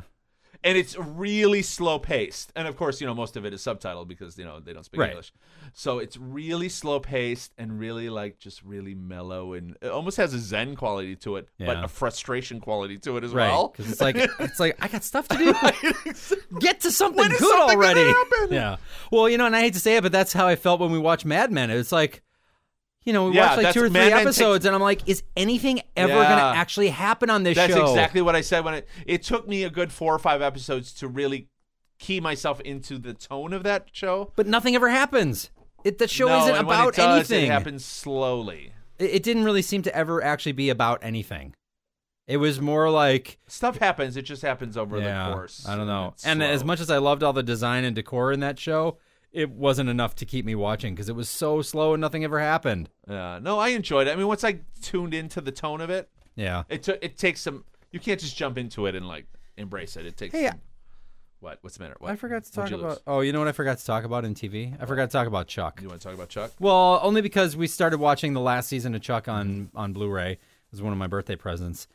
S2: and it's really slow paced. And of course, you know, most of it is subtitled because you know they don't speak
S1: Right.
S2: English, so it's really slow paced and really like just really mellow and it almost has a zen quality to it, but
S1: Yeah.
S2: a frustration quality to it as
S1: Right.
S2: well.
S1: 'Cause it's like it's like I got stuff to do. Get to something
S2: When
S1: good
S2: is something gonna
S1: already.
S2: happen?
S1: Yeah. Well, you know, and I hate to say it, but that's how I felt when we watched Mad Men. It's like you know, we
S2: Yeah,
S1: watched like
S2: that's-
S1: two or three
S2: Mad Men takes-
S1: episodes, and I'm like, is anything ever going
S2: Yeah.
S1: to actually happen on this
S2: That's
S1: show?
S2: exactly what I said when it. It took me a good four or five episodes to really key myself into the tone of that show.
S1: But nothing ever happens. It, the show
S2: no,
S1: isn't
S2: and when
S1: about
S2: it does,
S1: anything.
S2: It happens slowly.
S1: It- it didn't really seem to ever actually be about anything. It was more like
S2: Stuff happens. It just happens over the course.
S1: I don't
S2: and
S1: know.
S2: it's
S1: And as
S2: slow.
S1: much as I loved all the design and decor in that show, it wasn't enough to keep me watching because it was so slow and nothing ever happened.
S2: Yeah. No, I enjoyed it. I mean, once I tuned into the tone of it,
S1: Yeah.
S2: It took. It takes some. You can't just jump into it and like embrace it. It takes.
S1: Hey,
S2: some What? What's the matter? What?
S1: I forgot to talk
S2: What'd you lose?
S1: about. Oh, you know what I forgot to talk about in TV? I forgot to talk about Chuck.
S2: You want to talk about Chuck?
S1: Well, only because we started watching the last season of Chuck on on Blu-ray. It was one of my birthday presents.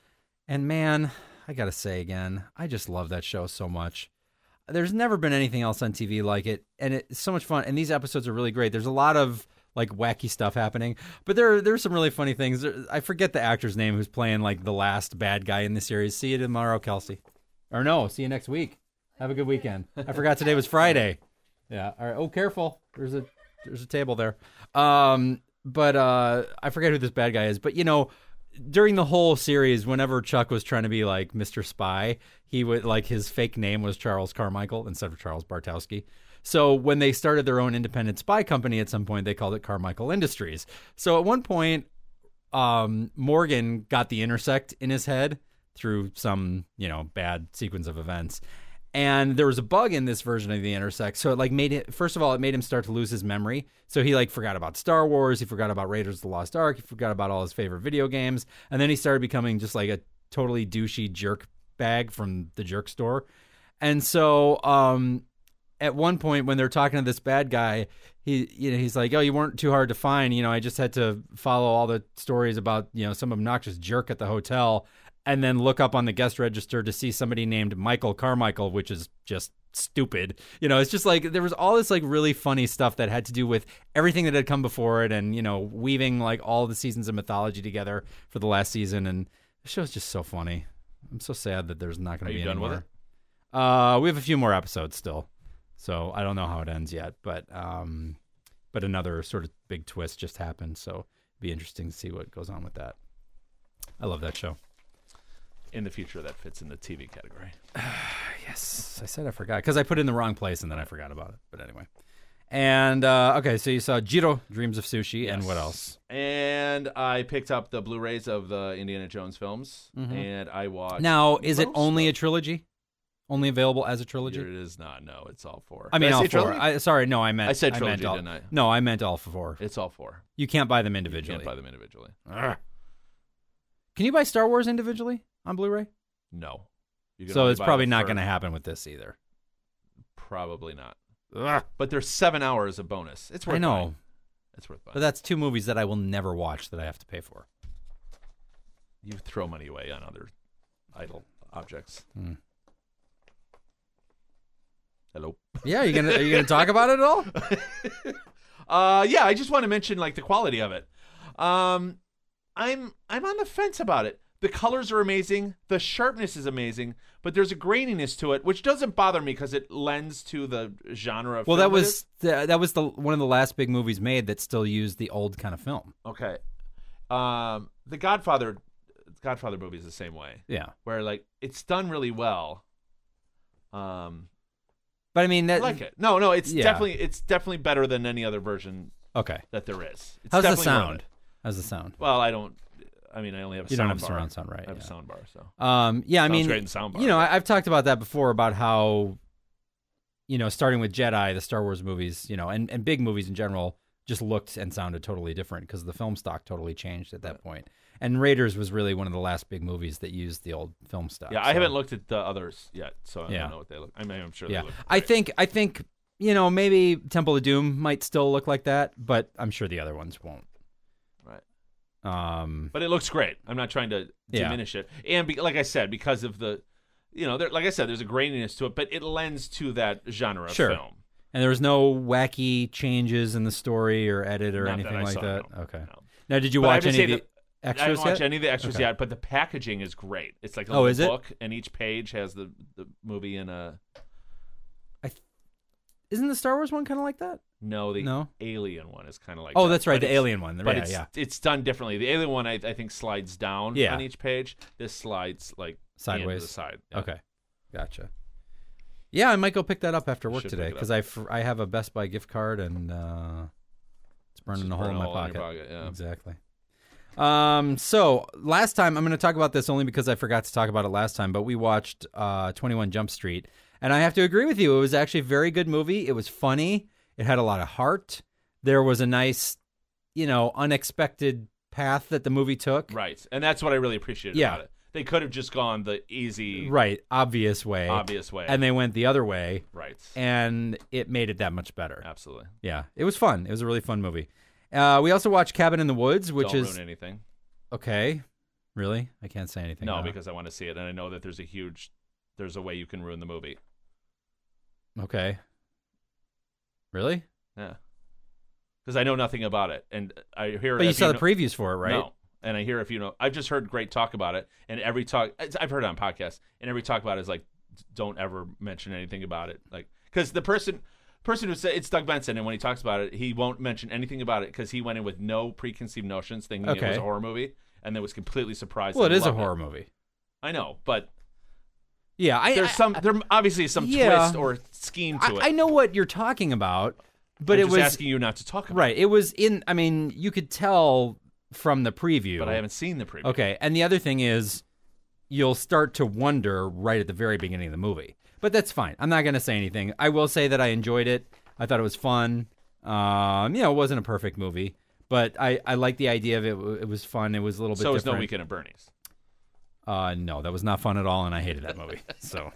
S1: And man, I got to say again, I just love that show so much. There's never been anything else on TV like it, and it's so much fun. And these episodes are really great. There's a lot of like wacky stuff happening, but there there's some really funny things. There- I forget the actor's name who's playing like the last bad guy in the series. See you tomorrow, Kelsey. Or no, see you next week. Have a good weekend. I forgot today was Friday. Yeah. All right. Oh, careful. There's a there's a table there. Um, but uh, I forget who this bad guy is. But you know, during the whole series, whenever Chuck was trying to be like Mr. Spy, he would like his fake name was Charles Carmichael instead of Charles Bartowski. So when they started their own independent spy company at some point, they called it Carmichael Industries. So at one point, um, Morgan got the intersect in his head through some, you know, bad sequence of events. And there was a bug in this version of the intersect. So it like made it first of all, it made him start to lose his memory. So he like forgot about Star Wars, he forgot about Raiders of the Lost Ark, he forgot about all his favorite video games, and then he started becoming just like a totally douchey jerk bag from the jerk store. And so um at one point when they're talking to this bad guy, he you know he's like, "Oh, you weren't too hard to find. You know, I just had to follow all the stories about you know some obnoxious jerk at the hotel, and then look up on the guest register to see somebody named Michael Carmichael, which is just." stupid you know it's just like there was all this like really funny stuff that had to do with everything that had come before it and you know weaving like all the seasons of mythology together for the last season and the show's just so funny i'm so sad that there's not going
S2: Are
S1: to be
S2: you
S1: any
S2: done with
S1: more.
S2: it?
S1: Uh, we have a few more episodes still, so I don't know how it ends yet. But um, but another sort of big twist just happened, so it'd be interesting to see what goes on with that. I love that show.
S2: In the future, that fits in the TV category.
S1: Yes, I said I forgot because I put it in the wrong place and then I forgot about it. But anyway, and uh, okay, so you saw Jiro Dreams of Sushi, and what else?
S2: And I picked up the Blu-rays of the Indiana Jones films, and I watched.
S1: Mm-hmm. Now, is it
S2: most
S1: only
S2: of
S1: a trilogy? Only available as a trilogy?
S2: It is not. No, it's all four.
S1: I mean,
S2: Did
S1: all
S2: say
S1: four.
S2: trilogy?
S1: I, sorry, no, I meant
S2: I said
S1: meant
S2: trilogy,
S1: all-
S2: didn't I?
S1: No, I meant all four.
S2: It's all four.
S1: You can't buy them
S2: You
S1: individually.
S2: can't buy them individually.
S1: Can you buy Star Wars individually on Blu-ray?
S2: No. You can
S1: So
S2: only
S1: it's
S2: buy
S1: probably
S2: the
S1: not
S2: fir-
S1: going to happen with this either.
S2: Probably not. But there's seven hours of bonus. It's worth.
S1: I know,
S2: buying. It's worth
S1: but
S2: buying.
S1: that's two movies that I will never watch that I have to pay for.
S2: You throw money away on other idle objects.
S1: Hmm.
S2: Hello.
S1: Yeah, you gonna are you gonna talk about it at all?
S2: Uh, yeah, I just want to mention like the quality of it. Um, I'm I'm on the fence about it. The colors are amazing, the sharpness is amazing, but there's a graininess to it, which doesn't bother me because it lends to the genre. Of
S1: Well, that
S2: film it is.
S1: was the, that was the one of the last big movies made that still used the old kind of film.
S2: okay. Um, the Godfather, Godfather movie is the same way,
S1: Yeah,
S2: where like it's done really well. Um,
S1: but I mean
S2: I
S1: that.
S2: like it. No, no, it's
S1: Yeah.
S2: definitely it's definitely better than any other version
S1: Okay,
S2: that there is. It's
S1: how's the
S2: definitely worth
S1: sound?
S2: it.
S1: How's the sound?
S2: Well, I don't. I mean, I only have a
S1: You don't have
S2: sound bar.
S1: surround sound, right?
S2: I have
S1: yeah.
S2: a sound bar, so
S1: Um, yeah, I
S2: Sounds
S1: mean,
S2: great in soundbar,
S1: you know, I, I've talked about that before about how, you know, starting with Jedi, the Star Wars movies, you know, and, and big movies in general just looked and sounded totally different because the film stock totally changed at that point. And Raiders was really one of the last big movies that used the old film stock.
S2: yeah,
S1: so-
S2: I haven't looked at the others yet, so I
S1: Yeah.
S2: don't know what they look. I mean, I'm sure
S1: Yeah,
S2: they look.
S1: I
S2: great.
S1: think I think you know maybe Temple of Doom might still look like that, but I'm sure the other ones won't.
S2: Right.
S1: Um.
S2: but it looks great. I'm not trying to
S1: Yeah.
S2: diminish it, and be, like I said, because of the, you know, there, like I said, there's a graininess to it, but it lends to that genre of
S1: Sure.
S2: film.
S1: And there was no wacky changes in the story or edit or
S2: Not
S1: anything
S2: I
S1: like
S2: saw,
S1: that.
S2: no,
S1: okay.
S2: no.
S1: Now, did you
S2: But I
S1: watch
S2: would
S1: any
S2: say
S1: of the,
S2: I
S1: extras
S2: didn't watch
S1: yet?
S2: any of the extras
S1: Okay.
S2: yet, but the packaging is great. It's like a
S1: Oh,
S2: little
S1: is it?
S2: book, and each page has the, the movie in a
S1: Isn't the Star Wars one kind of like that?
S2: no. The
S1: No.
S2: alien one is kind of like
S1: oh,
S2: that,
S1: that's right,
S2: but
S1: the
S2: it's-
S1: alien one.
S2: but
S1: yeah,
S2: it's
S1: yeah.
S2: it's done differently. The alien one I, I think slides down
S1: Yeah.
S2: on each page. This slides like into the
S1: Sideways.
S2: side. Yeah.
S1: Okay, gotcha. Yeah, I might go pick that up after work
S2: Should
S1: today
S2: pick it
S1: because I fr- I have a Best Buy gift card and uh, it's burning
S2: Just
S1: a hole
S2: burn
S1: in my
S2: all in
S1: pocket.
S2: your pocket, yeah.
S1: Exactly. Um. So last time I'm going to talk about this only because I forgot to talk about it last time, but we watched uh 21 Jump Street, and I have to agree with you. It was actually a very good movie. It was funny. It had a lot of heart. There was a nice, you know, unexpected path that the movie took.
S2: Right, and that's what I really appreciated
S1: Yeah.
S2: about it. They could have just gone the easy,
S1: right, obvious way,
S2: obvious way.
S1: and they went the other way,
S2: right.
S1: and it made it that much better.
S2: Absolutely.
S1: Yeah, it was fun. It was a really fun movie. Uh, we also watched Cabin in the Woods, which
S2: Don't
S1: is
S2: ruin anything.
S1: okay. Really, I can't say anything.
S2: No,
S1: about it.
S2: because I want to see it, and I know that there's a huge, there's a way you can ruin the movie.
S1: okay. Really?
S2: Yeah. Because I know nothing about it, and I hear.
S1: But you
S2: if
S1: saw the
S2: know-
S1: previews for it, right?
S2: No. And I hear if you know, I've just heard great talk about it, and every talk it's- I've heard it on podcasts, and every talk about it is like, don't ever mention anything about it, like because the person person who said it's Doug Benson, and when he talks about it, he won't mention anything about it because he went in with no preconceived notions, thinking it was
S1: Okay.
S2: a horror movie, and then was completely surprised.
S1: Well, it
S2: and
S1: is a
S2: loved
S1: horror movie.
S2: I know, but
S1: Yeah, I,
S2: there's
S1: I-
S2: some there obviously is some
S1: Yeah.
S2: twist or scheme to
S1: I,
S2: it.
S1: I know what you're talking about, but
S2: I'm
S1: it
S2: just
S1: was
S2: asking you not to talk about,
S1: right. It was in. I mean, you could tell from the preview.
S2: it, but I haven't seen the preview.
S1: Okay, and the other thing is, you'll start to wonder right at the very beginning of the movie. But that's fine. I'm not going to say anything. I will say that I enjoyed it. I thought it was fun. Um, you know, it wasn't a perfect movie, but I I like the idea of it. It was fun. It was a little bit.
S2: so it's no
S1: different.
S2: weekend at Bernie's.
S1: Uh, no, that was not fun at all, and I hated that movie. So,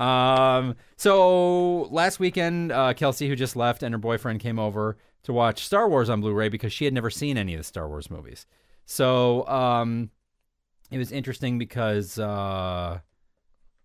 S1: um, so last weekend, uh, Kelsey, who just left, and her boyfriend came over to watch Star Wars on Blu-ray because she had never seen any of the Star Wars movies. So, um, it was interesting because uh,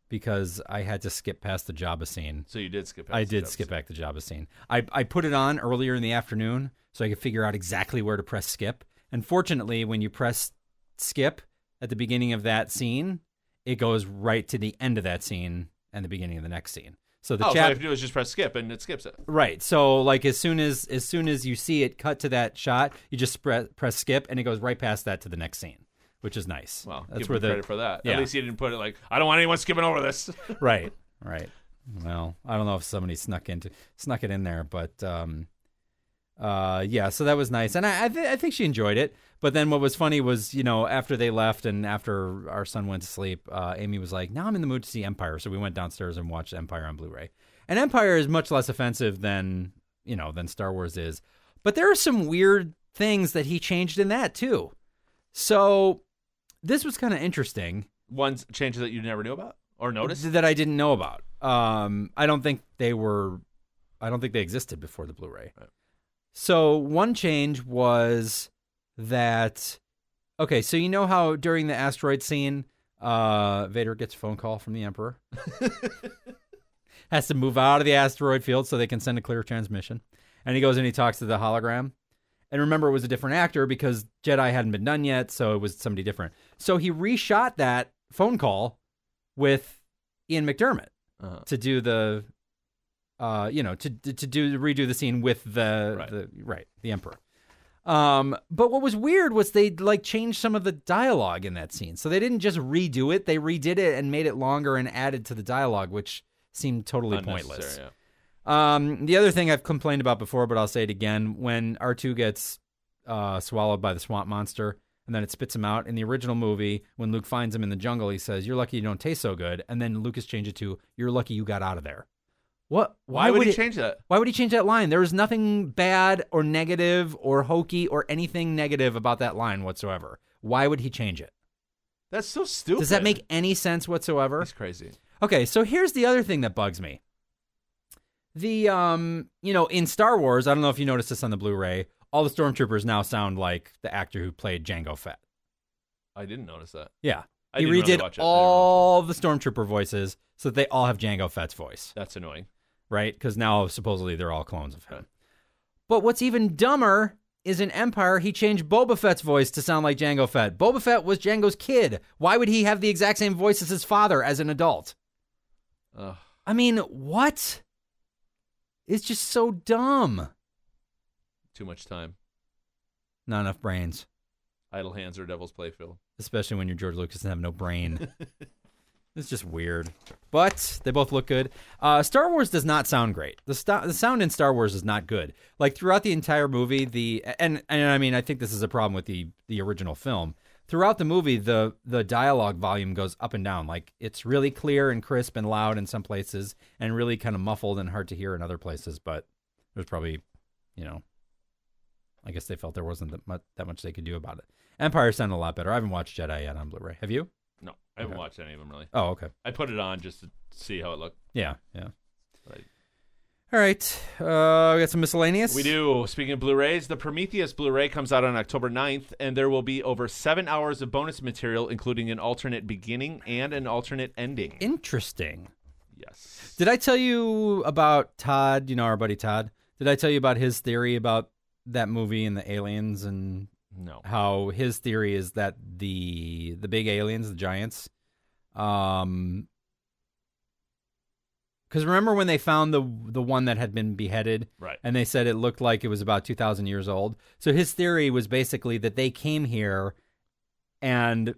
S1: because I had to skip past the Jabba scene.
S2: So you did skip.
S1: I
S2: past the
S1: did
S2: Jobs.
S1: skip back the Jabba scene. I, I put it on earlier in the afternoon so I could figure out exactly where to press skip. And fortunately, when you press skip at the beginning of that scene, it goes right to the end of that scene and the beginning of the next scene. So the
S2: Oh, so all
S1: chap
S2: you have to do is just press skip, and it skips it.
S1: right. So like as soon as as soon as you see it cut to that shot, you just pre- press skip and it goes right past that to the next scene, which is nice.
S2: Well,
S1: that's
S2: give
S1: where
S2: him
S1: the
S2: credit for that.
S1: yeah.
S2: At least he didn't put it like, I don't want anyone skipping over this.
S1: right right well i don't know if somebody snuck into snuck it in there but um uh yeah so that was nice and i I, th- I think she enjoyed it but then what was funny was you know after they left and after our son went to sleep uh amy was like now i'm in the mood to see empire so we went downstairs and watched empire on blu-ray and empire is much less offensive than you know than star wars is but there are some weird things that he changed in that too so this was kind of interesting
S2: One changes that you never knew about or noticed.
S1: that I didn't know about. Um, I don't think they were, I don't think they existed before the Blu-ray. So one change was that, okay, so you know how during the asteroid scene, uh, Vader gets a phone call from the Emperor, has to move out of the asteroid field so they can send a clear transmission, and he goes and he talks to the hologram. And remember, it was a different actor because Jedi hadn't been done yet, so it was somebody different. So he reshot that phone call with Ian McDermott
S2: Uh-huh.
S1: to do the, uh, you know, to to do redo the scene with the
S2: Right.
S1: the right the Emperor. Um, but what was weird was they like changed some of the dialogue in that scene. So they didn't just redo it; they redid it and made it longer and added to the dialogue, which seemed totally pointless.
S2: Unnecessary,
S1: Um, the other thing I've complained about before, but I'll say it again: when R two gets uh, swallowed by the swamp monster, and then it spits him out. In the original movie, when Luke finds him in the jungle, he says, "You're lucky you don't taste so good," and then Lucas changed it to, "You're lucky you got out of there." What?
S2: Why, would he
S1: it-
S2: change that?
S1: Why would he change that line? There was nothing bad or negative or hokey or anything negative about that line whatsoever. Why would he change it?
S2: That's so stupid.
S1: Does that make any sense whatsoever?
S2: That's crazy.
S1: Okay, so here's the other thing that bugs me. The um, you know, in Star Wars, I don't know if you noticed this on the Blu-ray, all the stormtroopers now sound like the actor who played Django Fett.
S2: I didn't notice that.
S1: Yeah.
S2: I
S1: he
S2: didn't really
S1: redid
S2: watch it. I didn't
S1: all the stormtrooper voices so that they all have Django Fett's voice,
S2: That's annoying.
S1: right? Because now supposedly they're all clones of him.
S2: Right.
S1: But what's even dumber is in Empire, he changed Boba Fett's voice to sound like Django Fett. Boba Fett was Django's kid. Why would he have the exact same voice as his father as an adult?
S2: Ugh.
S1: I mean, what? It's just so dumb.
S2: Too much time.
S1: Not enough brains,
S2: Idle hands or devil's playfield.
S1: especially when you're George Lucas and have no brain. it's just weird. But they both look good. Uh, Star Wars does not sound great. The, sto- the sound in Star Wars is not good. Like throughout the entire movie, the and and I mean, I think this is a problem with the the original film. Throughout the movie, the the dialogue volume goes up and down. Like it's really clear and crisp and loud in some places, and really kind of muffled and hard to hear in other places. But there's probably, you know, I guess they felt there wasn't that much, that much they could do about it. Empire sounded a lot better. I haven't watched Jedi yet on Blu-ray. Have you?
S2: No. I haven't watched any of them really.
S1: Oh, okay.
S2: I put it on just to see how it looked.
S1: Yeah, yeah.
S2: Right.
S1: All right. Uh, we got some miscellaneous.
S2: We do. Speaking of Blu-rays, the Prometheus Blu-ray comes out on October 9th, and there will be over seven hours of bonus material, including an alternate beginning and an alternate ending.
S1: Interesting.
S2: Yes.
S1: Did I tell you about Todd? You know our buddy Todd. Did I tell you about his theory about that movie and the aliens and
S2: No.
S1: how his theory is that the the big aliens, the giants, um, because remember when they found the the one that had been beheaded,
S2: Right.
S1: And they said it looked like it was about two thousand years old. So his theory was basically that they came here, and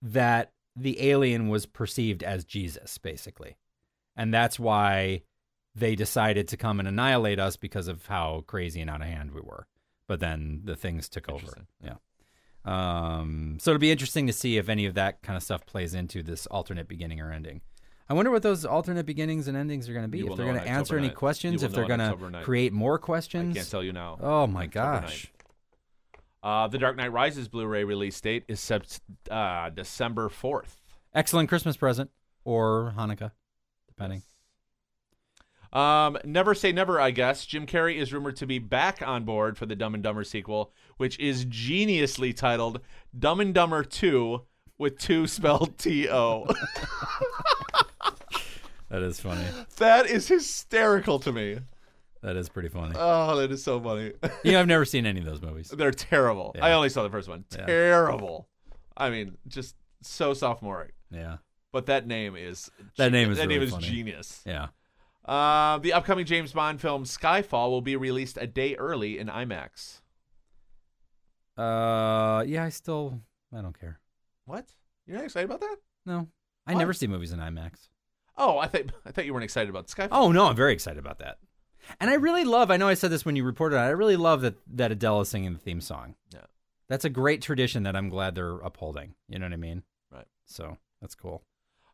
S1: that the alien was perceived as Jesus, basically, and that's why they decided to come and annihilate us because of how crazy and out of hand we were. But then the things took over.
S2: Interesting.
S1: Yeah. Um, so it'll be interesting to see if any of that kind of stuff plays into this alternate beginning or ending. I wonder what those alternate beginnings and endings are going to be.
S2: You
S1: If
S2: will
S1: they're
S2: know
S1: going to
S2: on October
S1: answer any
S2: 9th.
S1: questions,
S2: You
S1: if
S2: will
S1: they're
S2: know on
S1: going
S2: October
S1: to
S2: 9th.
S1: create more
S2: I
S1: questions.
S2: can't tell you now.
S1: Oh my
S2: October
S1: gosh.
S2: Uh, the Dark Knight Rises Blu-ray release date is sept- uh, December 4th.
S1: Excellent Christmas present or Hanukkah, depending.
S2: Um, never say never, I guess. Jim Carrey is rumored to be back on board for the Dumb and Dumber sequel, which is geniusly titled Dumb and Dumber 2 with 2 spelled T-O.
S1: That is funny.
S2: that is hysterical to me.
S1: That is pretty funny.
S2: Oh, that is so funny.
S1: you know, I've never seen any of those movies.
S2: They're terrible. I only saw the first one.
S1: Yeah.
S2: Terrible. I mean, just so sophomoric.
S1: Yeah.
S2: But that name is
S1: That name is
S2: that name
S1: really
S2: is
S1: funny.
S2: genius.
S1: Yeah.
S2: Uh, the upcoming James Bond film Skyfall will be released a day early in IMAX.
S1: Uh, yeah, I still, I don't care.
S2: What? You're not excited about that?
S1: No, I
S2: Why?
S1: never see movies in IMAX.
S2: Oh, I thought I thought you weren't excited about Skyfall.
S1: Oh no, I'm very excited about that. And I really love. I know I said this when you reported on it. I really love that that Adele is singing the theme song.
S2: Yeah.
S1: That's a great tradition that I'm glad they're upholding. You know what I mean?
S2: Right.
S1: So that's cool.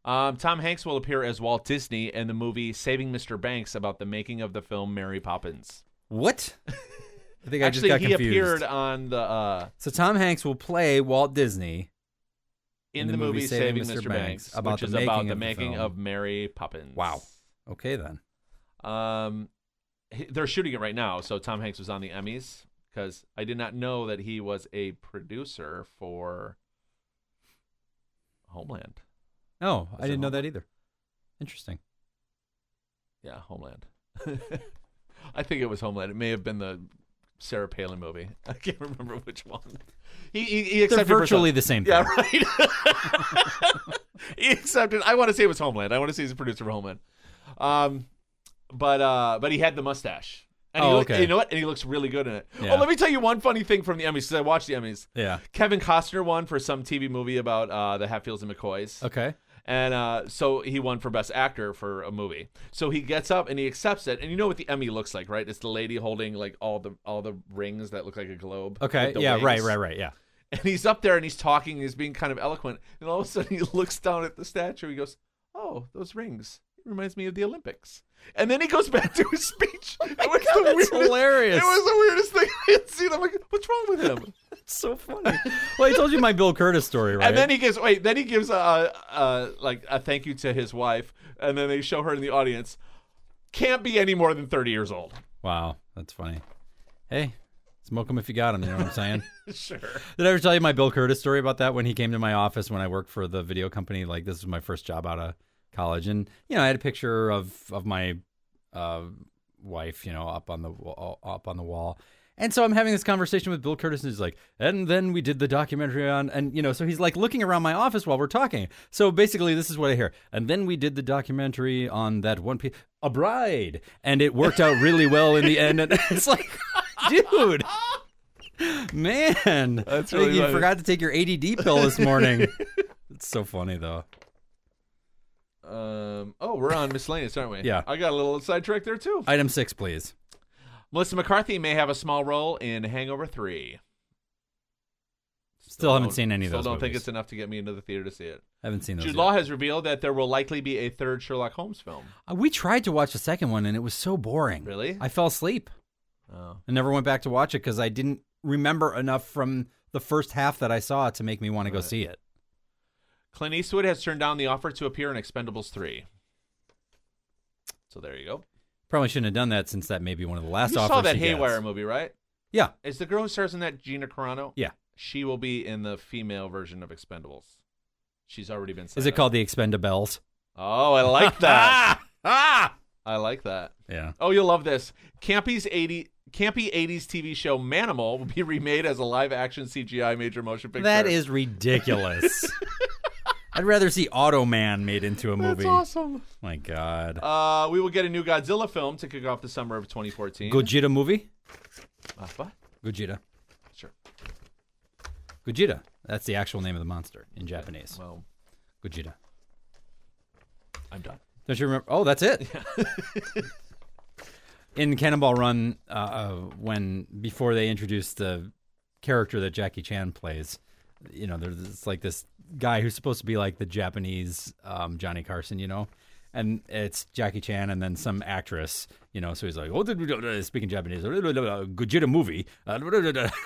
S2: Um, Tom Hanks will appear as Walt Disney in the movie Saving Mr. Banks about the making of the film Mary Poppins.
S1: What? I think I
S2: Actually,
S1: just got
S2: he
S1: confused.
S2: appeared on the uh,
S1: So Tom Hanks will play Walt Disney.
S2: in, the, movie, Saving Mr. Banks,
S1: about
S2: which
S1: the
S2: is
S1: making
S2: about
S1: of
S2: the
S1: the
S2: making
S1: film.
S2: of Mary Poppins.
S1: Wow. Okay then.
S2: Um, he- they're shooting it right now, so Tom Hanks was on the Emmys because I did not know that he was a producer for Homeland.
S1: Oh,
S2: Is
S1: I
S2: it
S1: didn't know
S2: all-
S1: that either. Interesting.
S2: Yeah, Homeland. I think it was Homeland. It may have been the Sarah Palin movie. I can't remember which one. He he, he
S1: They're
S2: accepted for some-
S1: virtually the same.
S2: Yeah,
S1: thing.
S2: right. he accepted. I want to say it was Homeland. I want to say he's a producer for Homeland. Um, but uh, but he had the mustache. And he
S1: Oh,
S2: looked-
S1: okay.
S2: You know what? And he looks really good in it.
S1: Yeah.
S2: Oh, let me tell you one funny thing from the Emmys. Since I watched the Emmys.
S1: Yeah.
S2: Kevin Costner won for some TV movie about uh, the Hatfields and McCoys.
S1: Okay.
S2: And uh, so he won for best actor for a movie. So he gets up and he accepts it. And you know what the Emmy looks like, right? It's the lady holding like all the all the rings that look like a globe.
S1: Okay.
S2: like the
S1: yeah. Right.
S2: wings.
S1: Right. Right. Yeah.
S2: And he's up there and he's talking. He's being kind of eloquent. And all of a sudden he looks down at the statue. He goes, "Oh, those rings." It reminds me of the Olympics. And then he goes back to his speech. it was the
S1: Oh That's
S2: weirdest,
S1: hilarious.
S2: It was the weirdest thing I had seen. I'm like, what's wrong with him?
S1: so funny. well, I told you my Bill Curtis story, right?
S2: And then he gives wait. Then he gives a, a, a like a thank you to his wife, and then they show her in the audience. Can't be any more than thirty years old.
S1: wow, that's funny. Hey, smoke them if you got them. You know what I'm saying?
S2: Sure.
S1: Did I ever tell you my Bill Curtis story about that? When he came to my office when I worked for the video company, like this was my first job out of college, and you know I had a picture of of my uh, wife, you know, up on the wa- up on the wall. And so I'm having this conversation with Bill Curtis, and he's like, and then we did the documentary on, and you know, so he's like looking around my office while we're talking. So basically, this is what I hear. And then we did the documentary on that one piece, A Bride, and it worked out really well in the end. And it's like, dude, man,
S2: That's
S1: I think
S2: really
S1: you
S2: funny.
S1: forgot to take your ADD pill this morning. it's so funny though.
S2: Um. Oh, we're on miscellaneous, aren't we?
S1: Yeah.
S2: I got a little sidetracked there too.
S1: Item six, please.
S2: Melissa McCarthy may have a small role in Hangover Three.
S1: Still haven't
S2: don't-
S1: seen any of
S2: still
S1: those
S2: don't think
S1: movies.
S2: it's enough to get me into the theater to see it.
S1: I haven't seen those.
S2: Jude
S1: yet.
S2: Law has revealed that there will likely be a third Sherlock Holmes film.
S1: Uh, We tried to watch the second one and it was so boring.
S2: Really?
S1: I fell asleep.
S2: Oh.
S1: I never went back to watch it because I didn't remember enough from the first half that I saw to make me want to go see it.
S2: Clint Eastwood has turned down the offer to appear in Expendables 3. So there you go.
S1: Probably shouldn't have done that since that may be one of the last
S2: you
S1: offers
S2: saw that
S1: he gets.
S2: Haywire movie, right?
S1: Yeah.
S2: Is the girl who stars in that Gina Carano?
S1: Yeah.
S2: She will be in the female version of Expendables. She's already been signed
S1: Is it
S2: up.
S1: called the Expendables?
S2: Oh, I like that. ah! I like that.
S1: Yeah.
S2: Oh, you'll love this. Campy's 80 Campy 80s TV show Manimal will be remade as a live action CGI major motion picture.
S1: That is ridiculous. I'd rather see Automan made into a movie.
S2: That's awesome.
S1: My God.
S2: Uh, we will get a new Godzilla film to kick off the summer of 2014.
S1: Gogeta movie?
S2: Uh, what?
S1: Gogeta.
S2: Sure.
S1: Gogeta. That's the actual name of the monster in Japanese.
S2: Well,
S1: Gogeta.
S2: I'm done.
S1: Don't you remember? Oh, that's it. in Cannonball Run, uh, uh, when before they introduced the character that Jackie Chan plays, you know, there's it's like this guy who's supposed to be like the Japanese um, Johnny Carson, you know, and it's Jackie Chan and then some actress, you know. So he's like, oh, speaking Japanese, Gujira movie, uh,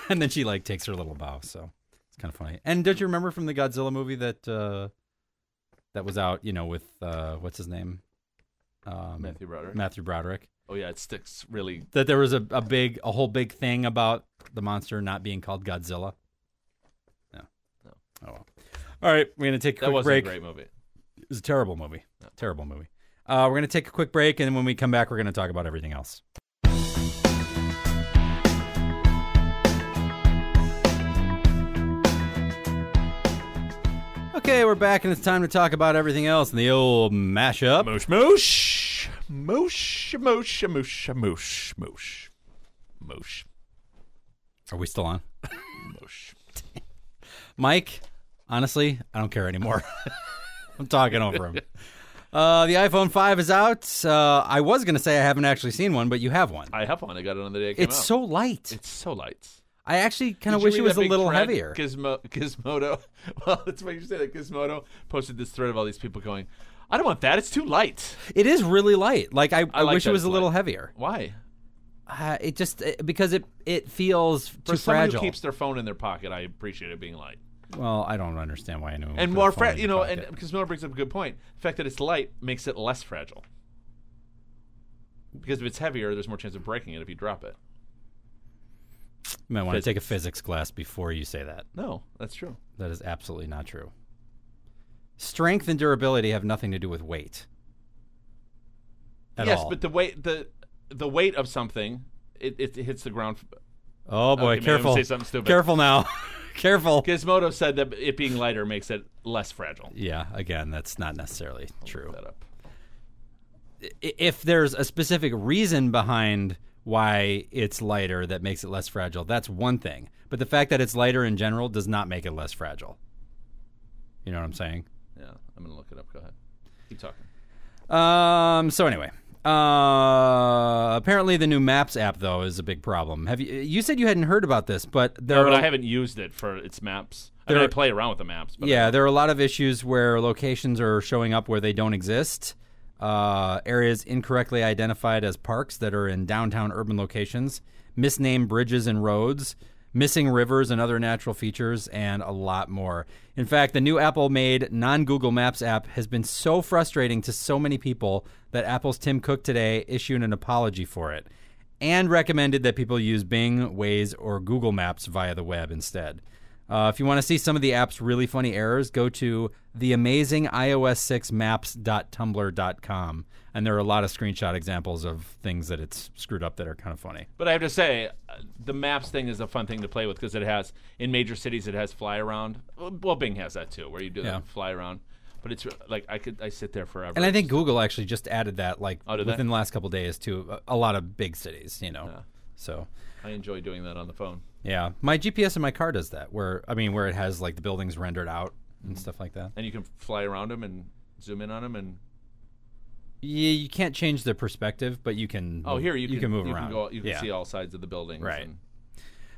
S1: and then she like takes her little bow. So it's kind of funny. And don't you remember from the Godzilla movie that? Uh, that was out, you know, with uh, what's his name, um,
S2: Matthew Broderick.
S1: Matthew Broderick.
S2: oh, yeah, it sticks really.
S1: That there was a, a big, a whole big thing about the monster not being called Godzilla. No,
S2: No.
S1: Oh well. All right, we're gonna take a
S2: That
S1: quick
S2: wasn't
S1: break.
S2: a great movie.
S1: It was a terrible movie. Terrible movie. Uh, we're gonna take a quick break, and when we come back, we're gonna talk about everything else. Okay, we're back, and it's time to talk about everything else in the old mashup.
S2: Moosh, moosh. Moosh, moosh, moosh, moosh, moosh. Moosh,
S1: Are we still on?
S2: moosh.
S1: Mike, honestly, I don't care anymore. I'm talking over him. Uh, the iPhone 5 is out. Uh, I was going to say I haven't actually seen one, but you have one.
S2: I have one. I got it on the day it came
S1: It's
S2: out.
S1: so light.
S2: It's so light.
S1: I actually kind of wish it was a little heavier.
S2: Gizmo, Gizmodo. Well, that's why you say that. Gizmodo posted this thread of all these people going, "I don't want that. It's too light."
S1: It is really light. Like I, I
S2: like
S1: wish it
S2: that
S1: was
S2: it's
S1: a little
S2: light.
S1: heavier.
S2: Why?
S1: Uh, it just it, because it it feels
S2: For
S1: too
S2: someone
S1: fragile.
S2: who keeps their phone in their pocket, I appreciate it being light.
S1: well, I don't understand why anyone. would put
S2: And
S1: a
S2: more,
S1: phone
S2: fra-
S1: in
S2: you
S1: your
S2: know,
S1: pocket.
S2: and Gizmodo brings up a good point. The fact that it's light makes it less fragile. Because if it's heavier, there's more chance of breaking it if you drop it.
S1: you might want to
S2: Physics.
S1: take a physics class before you say that.
S2: No, that's true.
S1: That is absolutely not true. Strength and durability have nothing to do with weight. At
S2: yes,
S1: all.
S2: but the weight the the weight of something it, it hits the ground.
S1: oh boy,
S2: Okay, maybe I'm
S1: careful!
S2: gonna say something stupid.
S1: Careful now, careful.
S2: Gizmodo said that it being lighter makes it less fragile.
S1: Yeah, again, that's not necessarily true.
S2: That up.
S1: I- If there's a specific reason behind why it's lighter that makes it less fragile, that's one thing. But the fact that it's lighter in general does not make it less fragile. You know what I'm saying?
S2: Yeah, I'm gonna look it up. Go ahead. Keep talking.
S1: Um. So anyway, uh, apparently the new Maps app though is a big problem. Have you? You said you hadn't heard about this, but there.
S2: But
S1: are,
S2: I haven't used it for its maps. I, mean,
S1: There-
S2: I play around with the maps. But
S1: Yeah, there are a lot of issues where locations are showing up where they don't exist. Uh, areas incorrectly identified as parks that are in downtown urban locations, misnamed bridges and roads, missing rivers and other natural features, and a lot more. In fact, the new Apple made non Google Maps app has been so frustrating to so many people that Apple's Tim Cook today issued an apology for it and recommended that people use Bing, Waze, or Google Maps via the web instead. Uh, if you want to see some of the app's really funny errors, go to theamazingios6maps.tumblr.com. And there are a lot of screenshot examples of things that it's screwed up that are kind of funny.
S2: But I have to say, uh, the maps thing is a fun thing to play with because it has in major cities it has fly around. Well, Bing has that too, where you do
S1: Yeah.
S2: that fly around. But it's re- like I could I sit there forever.
S1: And I think Google actually just added that like
S2: Oh, did they?
S1: within the last couple days to a, a lot of big cities, you know. So,
S2: I enjoy doing that on the phone.
S1: yeah, my GPS in my car does that where I mean where it has like the buildings rendered out and stuff like that.
S2: And you can fly around them and zoom in on them and
S1: Yeah, you can't change the perspective, but you can
S2: oh here you,
S1: can, move
S2: you
S1: around.
S2: Can go, you can
S1: Yeah.
S2: see all sides of the buildings.
S1: Right.
S2: and-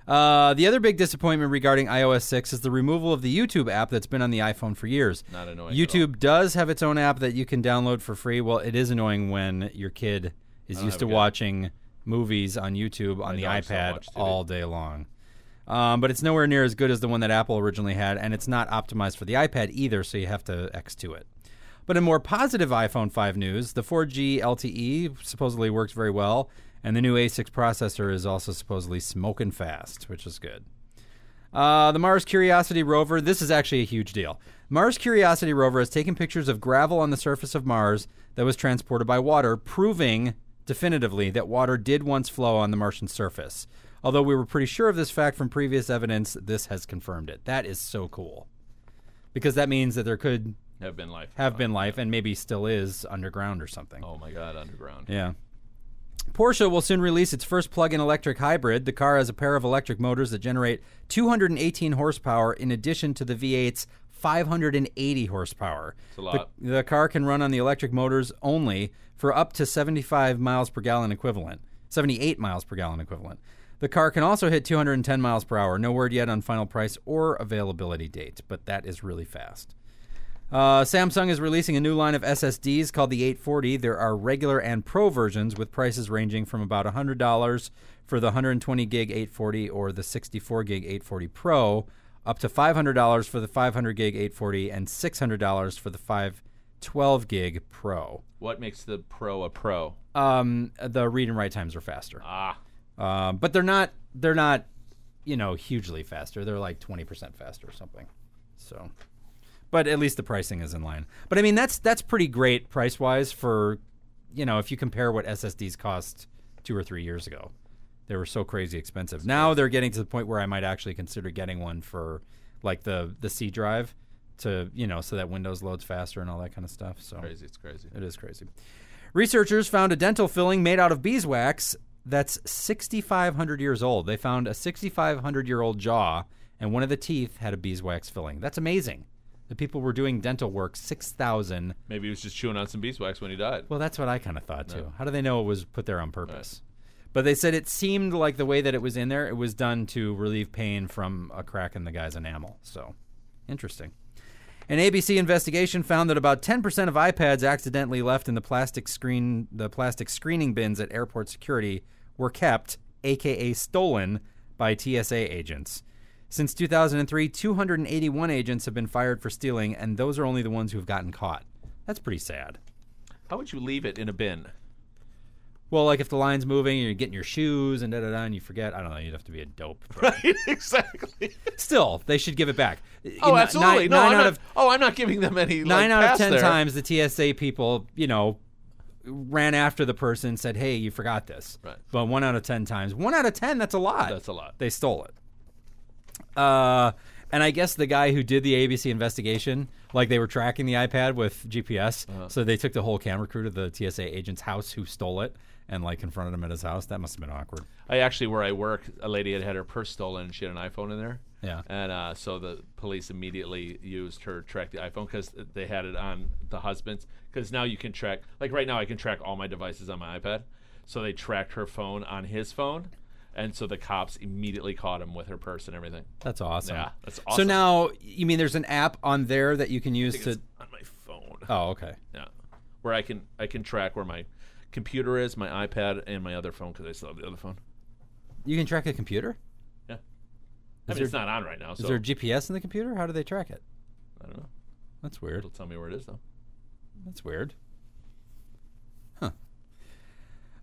S1: Uh, the other big disappointment regarding iOS 6 is the removal of the YouTube app that's been on the iPhone for years.
S2: Not annoying at
S1: YouTube does have its own app that you can download for free. Well, it is annoying when your kid is used
S2: have
S1: to
S2: a kid.
S1: watching movies on YouTube on the
S2: know, I just don't
S1: iPad
S2: watch TV.
S1: all day long. Um, but it's nowhere near as good as the one that Apple originally had, and it's not optimized for the iPad either, so you have to X2 it. But in more positive iPhone 5 news, the 4G LTE E supposedly works very well, and the new A6 processor is also supposedly smoking fast, which is good. Uh, the Mars Curiosity rover, this is actually a huge deal. Mars Curiosity rover has taken pictures of gravel on the surface of Mars that was transported by water, proving definitively that water did once flow on the Martian surface. Although we were pretty sure of this fact from previous evidence, this has confirmed it. That is so cool. Because that means that there could
S3: Have been life.
S1: have been life and maybe still is underground or something.
S3: Oh my God, underground.
S1: Yeah. Porsche will soon release its first plug in electric hybrid. The car has a pair of electric motors that generate 218 horsepower in addition to the V8's 580 horsepower. It's
S3: a lot.
S1: The, the car can run on the electric motors only for up to 75 miles per gallon equivalent, 78 miles per gallon equivalent. The car can also hit 210 miles per hour. No word yet on final price or availability date, but that is really fast. Uh, Samsung is releasing a new line of SSDs called the 840. There are regular and pro versions with prices ranging from about $100 for the 120 gig 840 or the 64 gig 840 Pro, up to $500 for the 500 gig 840 and $600 for the 512 gig Pro.
S3: What makes the pro a pro?
S1: Um, the read and write times are faster,
S3: Ah,
S1: um, but they're not they're not you know hugely faster. They're like 20% faster or something. So but at least the pricing is in line. But I mean, that's that's pretty great price wise for, you know, if you compare what SSDs cost two or three years ago, they were so crazy expensive. Now they're getting to the point where I might actually consider getting one for like the the C drive to you know so that Windows loads faster and all that kind of stuff. So
S3: crazy. It's crazy.
S1: it is crazy. Researchers found a dental filling made out of beeswax that's 6,500 years old. They found a 6,500 year old jaw, and one of the teeth had a beeswax filling. That's amazing. The people were doing dental work 6,000.
S3: Maybe he was just chewing on some beeswax when he died.
S1: Well, that's what I kind of thought too. How do they know it was put there on purpose? But they said it seemed like the way that it was in there, it was done to relieve pain from a crack in the guy's enamel. So, interesting. An ABC investigation found that about 10% of iPads accidentally left in the plastic screen the plastic screening bins at airport security were kept, aka stolen by TSA agents. Since 2003, 281 agents have been fired for stealing and those are only the ones who've gotten caught. That's pretty sad.
S3: How would you leave it in a bin?
S1: Well, like if the line's moving and you're getting your shoes and da da da and you forget, I don't know, you'd have to be a dope.
S3: Right, exactly.
S1: Still, they should give it back.
S3: Oh,
S1: N-
S3: absolutely.
S1: Nine,
S3: no,
S1: nine
S3: I'm
S1: out
S3: not,
S1: of
S3: oh, I'm not giving them any.
S1: nine
S3: like,
S1: out of
S3: pass
S1: ten
S3: there.
S1: times the TSA people, you know, ran after the person and said, "Hey, you forgot this."
S3: Right.
S1: But one out of ten times, one out of ten, that's a lot.
S3: That's a lot.
S1: They stole it. Uh, and I guess the guy who did the ABC investigation, like they were tracking the iPad with GPS,
S3: Uh-huh.
S1: so they took the whole camera crew to the TSA agent's house who stole it and like confronted him at his house. That must have been awkward.
S3: I actually, where I work, a lady had had her purse stolen and she had an iPhone in there.
S1: Yeah.
S3: And uh, so the police immediately used her to track the iPhone because they had it on the husband's. Because now you can track, like right now, I can track all my devices on my iPad. So they tracked her phone on his phone. And so the cops immediately caught him with her purse and everything.
S1: That's awesome.
S3: Yeah, that's
S1: So
S3: awesome.
S1: now, you mean there's an app on there that you can use to?
S3: It's on my phone.
S1: Oh, okay.
S3: Yeah, where I can I can track where my computer is, my iPad, and my other phone because I still have the other phone.
S1: You can track a computer.
S3: Yeah, I mean it's not on right now, so
S1: Is there GPS in the computer? How do they track it?
S3: I don't know.
S1: That's weird.
S3: It'll tell me where it is though.
S1: That's weird. Huh.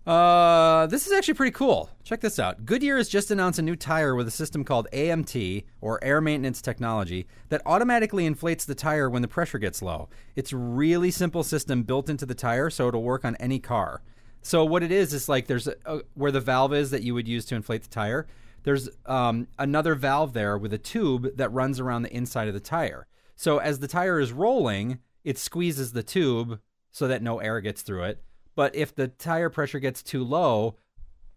S1: Uh, this is actually pretty cool. Check this out. Goodyear has just announced a new tire with a system called AMT, or air maintenance technology, that automatically inflates the tire when the pressure gets low. It's a really simple system built into the tire, so it'll work on any car. So what it is is like there's a, a, where the valve is that you would use to inflate the tire. There's um, another valve there with a tube that runs around the inside of the tire. So as the tire is rolling, it squeezes the tube so that no air gets through it. But if the tire pressure gets too low,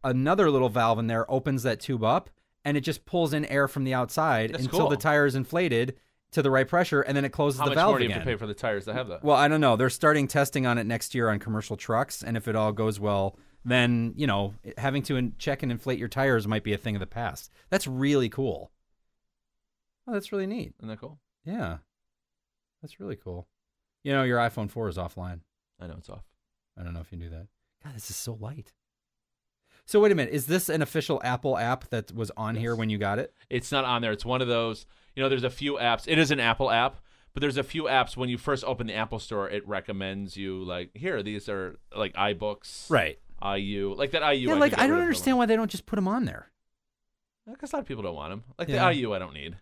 S1: another little valve in there opens that tube up and it just pulls in air from the outside until
S3: cool.
S1: the tire is inflated to the right pressure and then it closes
S3: How
S1: the
S3: much
S1: valve
S3: more do you
S1: again.
S3: have to pay for the tires that have that?
S1: Well, I don't know. They're starting testing on it next year on commercial trucks, and if it all goes well, then you know having to in- check and inflate your tires might be a thing of the past. That's really cool. Oh, that's really neat.
S3: Isn't that cool?
S1: Yeah, that's really cool. You know, your iPhone four is offline.
S3: I know it's off.
S1: I don't know if you knew that. God, this is so light. So wait a minute, is this an official Apple app that was on here when you got it?
S2: It's not on there. It's one of those. You know, there's a few apps. It is an Apple app, but there's a few apps when you first open the Apple Store, it recommends you like here. These are like iBooks,
S1: Right.
S2: IU, like that IU.
S1: Yeah,
S2: could
S1: like
S2: get
S1: I
S2: rid
S1: don't
S2: of for a
S1: understand why they don't just put them on there.
S2: Because a lot of people don't want them. Like
S1: Yeah.
S2: the IU, I don't need.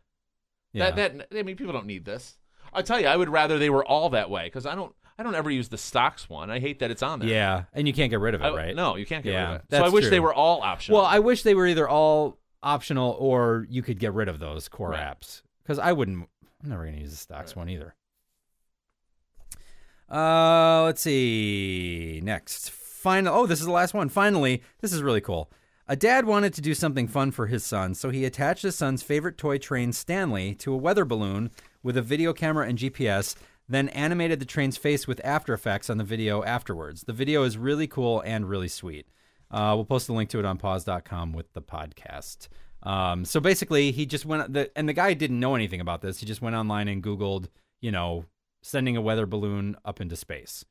S1: Yeah.
S2: That that I mean, people don't need this. I tell you, I would rather they were all that way because I don't. I don't ever use the stocks one. I hate that it's on there.
S1: yeah, and you can't get rid of it,
S2: I-
S1: right?
S2: No, you can't get
S1: Yeah,
S2: rid of it. So
S1: that's
S2: I wish
S1: true.
S2: they were all optional.
S1: Well, I wish they were either all optional or you could get rid of those core
S2: Right.
S1: apps because I wouldn't. I'm never going to use the stocks one either. Uh, let's see. Next, final. Oh, this is the last one. Finally, this is really cool. A dad wanted to do something fun for his son, so he attached his son's favorite toy train, Stanley, to a weather balloon with a video camera and GPS. Then animated the train's face with After Effects on the video afterwards. The video is really cool and really sweet. Uh, we'll post a link to it on pause.com with the podcast. Um, so basically, he just went, the, and the guy didn't know anything about this. He just went online and Googled, you know, sending a weather balloon up into space.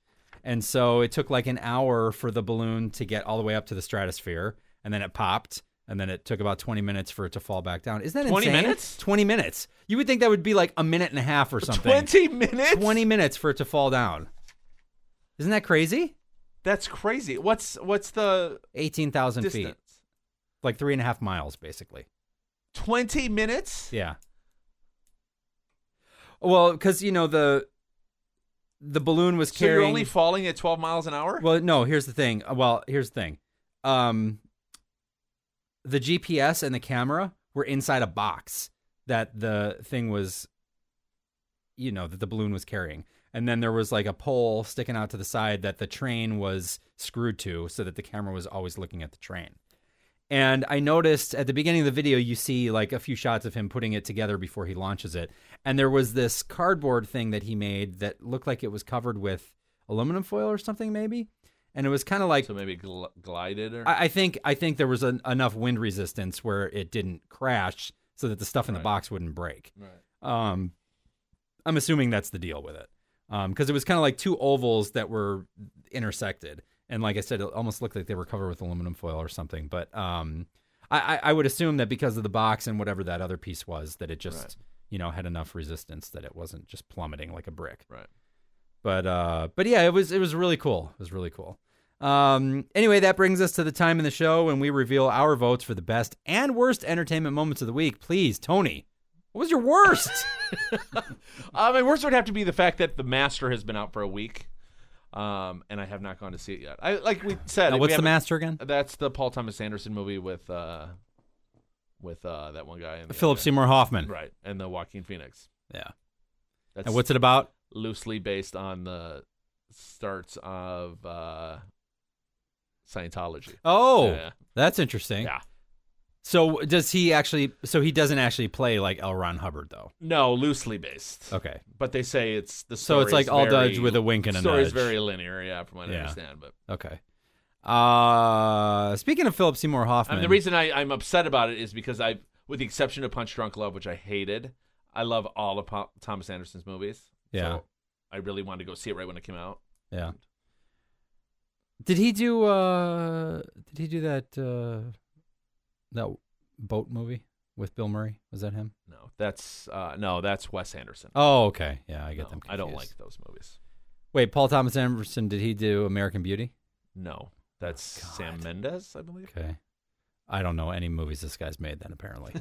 S1: And so it took like an hour for the balloon to get all the way up to the stratosphere, and then it popped, and then it took about 20 minutes for it to fall back down. Isn't that
S2: 20
S1: insane?
S2: minutes?
S1: 20 minutes. You would think that would be like a minute and a half or something.
S2: twenty minutes.
S1: 20 minutes for it to fall down. Isn't that crazy?
S2: That's crazy. What's what's the
S1: 18,000 feet.
S2: distance?
S1: Like three and a half miles, basically.
S2: Twenty minutes.
S1: Yeah. Well, because you know the the balloon was
S2: So
S1: carrying.
S2: you're only falling at twelve miles an hour.
S1: well, no. Here's the thing. Uh, Well, here's the thing. Um, the GPS and the camera were inside a box that the thing was, you know, that the balloon was carrying, and then there was like a pole sticking out to the side that the train was screwed to, so that the camera was always looking at the train. And I noticed at the beginning of the video, you see like a few shots of him putting it together before he launches it. And there was this cardboard thing that he made that looked like it was covered with aluminum foil or something, maybe. And it was kind of like
S2: so maybe gl- glided or
S1: I, I think I think there was an, enough wind resistance where it didn't crash, so that the stuff in the
S2: Right.
S1: box wouldn't break.
S2: Right.
S1: Um, I'm assuming that's the deal with it, because it was kind of like two ovals that were intersected, and like I said, it almost looked like they were covered with aluminum foil or something. But um, I, I, I would assume that because of the box and whatever that other piece was, that it just
S2: Right.
S1: you know had enough resistance that it wasn't just plummeting like a brick
S2: right.
S1: but uh but yeah it was it was really cool it was really cool um anyway that brings us to the time in the show when we reveal our votes for the best and worst entertainment moments of the week please tony what was your worst
S2: I mean, Um, worst would have to be the fact that the master has been out for a week, um, and I have not gone to see it yet. I like we said.
S1: Now,
S2: we
S1: what's the
S2: haven't-
S1: master again
S2: That's the Paul Thomas Anderson movie with uh, with uh, that one guy. And the
S1: philip
S2: other-
S1: seymour hoffman
S2: Right, and the Joaquin Phoenix.
S1: yeah
S2: That's
S1: and what's it about
S2: loosely based on the starts of uh, Scientology.
S1: oh
S2: Yeah.
S1: that's interesting
S2: Yeah.
S1: so does he actually so he doesn't actually play like L. Ron hubbard though
S2: No, loosely based.
S1: okay
S2: But they say it's the
S1: so it's
S2: story's
S1: like all
S2: very-
S1: dudge with a wink and a
S2: Story's
S1: nudge
S2: very linear, yeah, from what I
S1: Yeah.
S2: understand. But
S1: okay uh speaking of philip seymour
S2: I
S1: hoffman
S2: mean, the reason I, I'm upset about it is because I, with the exception of Punch Drunk Love, which I hated, I love all of Pa- Thomas Anderson's movies.
S1: Yeah.
S2: So I really wanted to go see it right when it came out.
S1: Yeah. Did he do uh did he do that uh that boat movie with Bill Murray? Was that him?
S2: No, that's uh, no, that's Wes Anderson.
S1: Oh, okay. Yeah, I get
S2: No,
S1: them confused.
S2: I don't like those movies.
S1: Wait, Paul Thomas Anderson, did he do American Beauty?
S2: No, that's
S1: Oh, God.
S2: Sam Mendes, I believe.
S1: Okay. I don't know any movies this guy's made then apparently.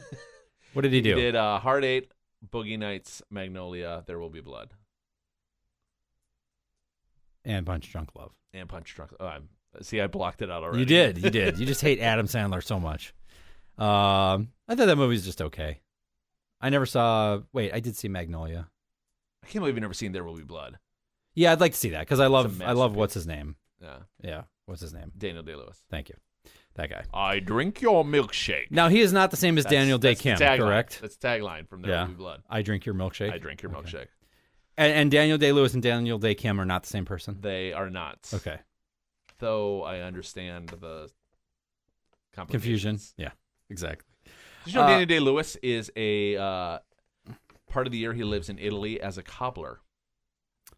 S1: what did he do?
S2: He did uh, Heart Eight, Boogie Nights, Magnolia, There Will Be Blood,
S1: And Punch Drunk Love.
S2: and Punch Drunk. Oh, I'm, see, I blocked it out already.
S1: You did, you did. You just hate Adam Sandler so much. Um I thought that movie was just okay. I never saw wait, I did see Magnolia.
S2: I can't believe you've never seen There Will Be Blood.
S1: Yeah, I'd like to see that because I love I love
S2: masterpiece.
S1: what's his name.
S2: Yeah,
S1: Yeah, what's his name?
S2: Daniel Day Lewis.
S1: Thank you, that guy.
S2: I drink your milkshake.
S1: Now he is not the same as
S2: That's-
S1: Daniel Day
S2: that's the
S1: Kim,
S2: tagline.
S1: correct?
S2: That's the tagline from There
S1: Yeah.
S2: Will Be Blood.
S1: I drink your milkshake.
S2: I drink your
S1: Okay.
S2: milkshake.
S1: And, and Daniel Day Lewis and Daniel Day Kim are not the same person.
S2: They are not.
S1: Okay,
S2: Though I understand the
S1: confusion.
S2: complications.
S1: Yeah, exactly.
S2: Did you know
S1: Uh,
S2: Daniel Day Lewis is a uh, part of the year he lives in Italy as a cobbler.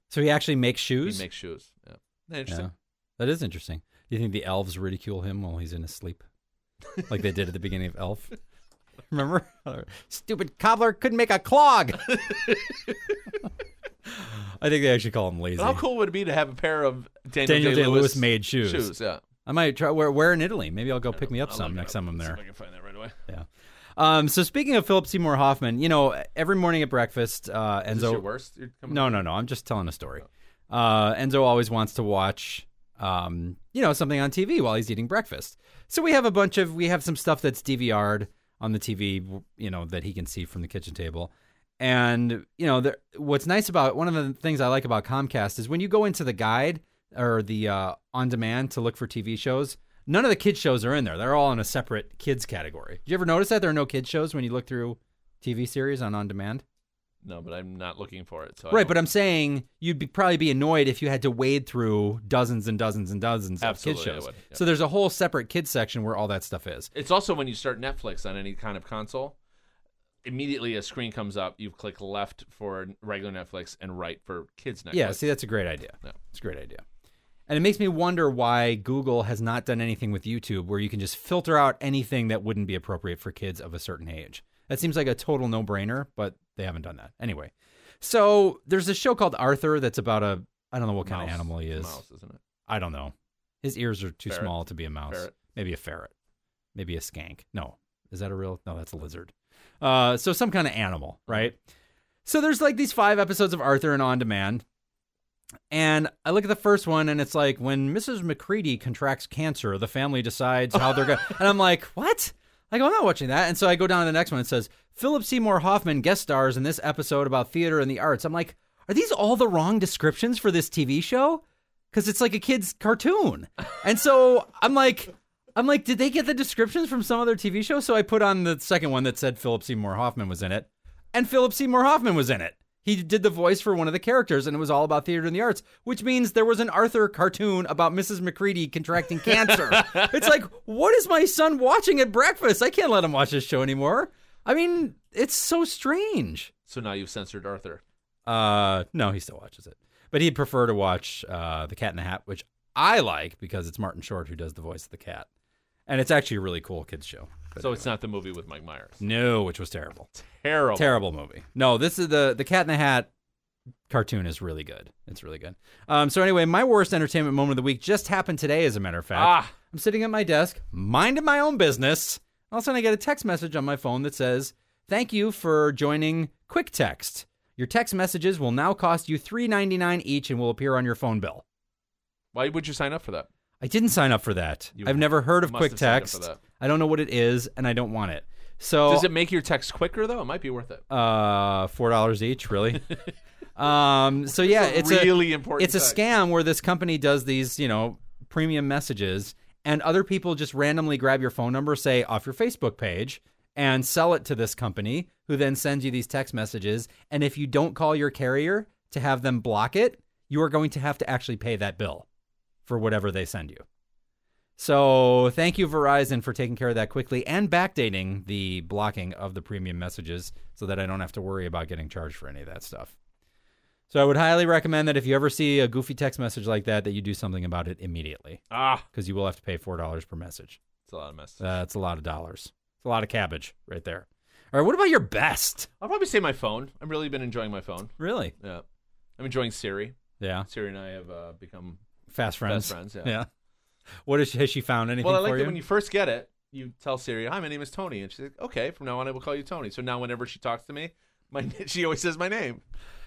S1: So he actually makes shoes.
S2: He makes shoes. Yeah. Isn't that Interesting.
S1: Yeah. That is interesting. You think the elves ridicule him while he's in his sleep, like they did at the beginning of Elf? Remember, stupid cobbler couldn't make a clog. I think they actually call him lazy.
S4: How cool would it be to have a pair of Daniel,
S1: Daniel Day
S4: Day-Lewis
S1: Lewis made shoes.
S4: shoes? Yeah.
S1: I might try. Where, where in Italy? Maybe I'll go pick me up some next time I'm
S2: See
S1: there.
S2: if I can find that right away.
S1: Yeah. Um, so speaking of Philip Seymour Hoffman, you know, every morning at breakfast, uh,
S4: Is this your
S1: Enzo.
S4: worst? You're coming
S1: No, no, no. I'm just telling a story. Uh, Enzo always wants to watch, um, you know, something on TV while he's eating breakfast. So we have a bunch of we have some stuff that's DVR'd on the TV, you know, that he can see from the kitchen table. And you know, there, what's nice about one of the things I like about Comcast is when you go into the guide or the uh, on demand to look for TV shows, none of the kids shows are in there. They're all in a separate kids category. Do you ever notice that there are no kids shows when you look through TV series on on demand?
S2: No, but I'm not looking for it. So I
S1: Right,
S2: don't-
S1: but I'm saying you'd be, probably be annoyed if you had to wade through dozens and dozens and dozens
S2: Absolutely,
S1: of
S2: I
S1: kids shows.
S2: would, yeah.
S1: So there's a whole separate kids section where all that stuff is.
S2: It's also when you start Netflix on any kind of console, immediately a screen comes up. You click left for regular Netflix and right for kids Netflix.
S1: Yeah, see, that's a great idea.
S2: Yeah.
S1: It's a great idea. And it makes me wonder why Google has not done anything with YouTube where you can just filter out anything that wouldn't be appropriate for kids of a certain age. That seems like a total no brainer, but they haven't done that. Anyway, so there's a show called Arthur that's about a, I don't know what kind of
S2: Mouse.
S1: animal he is.
S2: Mouse, isn't it?
S1: I don't know. His ears are too
S2: Ferret.
S1: small to be a mouse.
S2: Ferret.
S1: Maybe a ferret. Maybe a skank. No. Is that a real? No, that's a lizard. Uh, so some kind of animal,
S2: Mm-hmm.
S1: right? So there's like these five episodes of Arthur and On Demand. And I look at the first one and it's like when Mrs. McCready contracts cancer, the family decides how they're going. and I'm like, what? Like, I'm not watching that. And so I go down to the next one. It says, Philip Seymour Hoffman guest stars in this episode about theater and the arts. I'm like, are these all the wrong descriptions for this TV show? because it's like a kid's cartoon. And so I'm like, I'm like, did they get the descriptions from some other TV show? So I put on the second one that said Philip Seymour Hoffman was in it, and Philip Seymour Hoffman was in it. He did the voice for one of the characters, and it was all about theater and the arts, which means there was an Arthur cartoon about Mrs. McCready contracting cancer. it's like, what is my son watching at breakfast? I can't let him watch this show anymore. I mean, it's so strange.
S2: So now you've censored Arthur.
S1: Uh, no, he still watches it, but he'd prefer to watch uh, the Cat in the Hat, which I like because it's Martin Short who does the voice of the cat, and it's actually a really cool kids show. But
S2: So it's not the movie with Mike Myers.
S1: no, which was terrible,
S2: Terrible.
S1: terrible movie. No, this is the the Cat in the Hat cartoon is really good. It's really good. Um, so anyway, my worst entertainment moment of the week just happened today. As a matter of fact,
S2: Ah.
S1: I'm sitting at my desk, minding my own business. All of a sudden, I get a text message on my phone that says, "Thank you for joining Quick Text. Your text messages will now cost you $3.99 each and will appear on your phone bill."
S2: Why would you sign up for that?
S1: I didn't sign up for that.
S2: You
S1: I've never heard of
S2: must
S1: Quick
S2: have signed up
S1: Text.
S2: for that.
S1: I don't know what it is, and I don't want it. So
S2: Does it make your text quicker though? It might be worth it.
S1: uh, four dollars each, really. um, so yeah,
S2: a
S1: it's
S2: really
S1: a,
S2: important
S1: It's a
S2: fact.
S1: scam where this company does these, you know, premium messages, and other people just randomly grab your phone number, say off your Facebook page, and sell it to this company, who then sends you these text messages. And if you don't call your carrier to have them block it, you are going to have to actually pay that bill for whatever they send you. So thank you, Verizon, for taking care of that quickly and backdating the blocking of the premium messages so that I don't have to worry about getting charged for any of that stuff. So I would highly recommend that if you ever see a goofy text message like that, that you do something about it immediately
S2: Ah,
S1: because you will have to pay four dollars per message.
S2: it's a lot of mess.
S1: Uh, that's a lot of dollars. It's a lot of cabbage right there. All right, what about your best?
S2: I'll probably say my phone. I've really been enjoying my phone.
S1: Really?
S2: Yeah, I'm enjoying Siri.
S1: Yeah.
S2: Siri and I have uh, become
S1: Fast friends.
S2: friends, yeah.
S1: What is, has she found anything
S2: Well, I like
S1: for
S2: that
S1: you?
S2: when you first get it, you tell Siri, "Hi, my name is Tony," and she's like, "Okay, from now on, I will call you Tony." So now, whenever she talks to me, my she always says my name.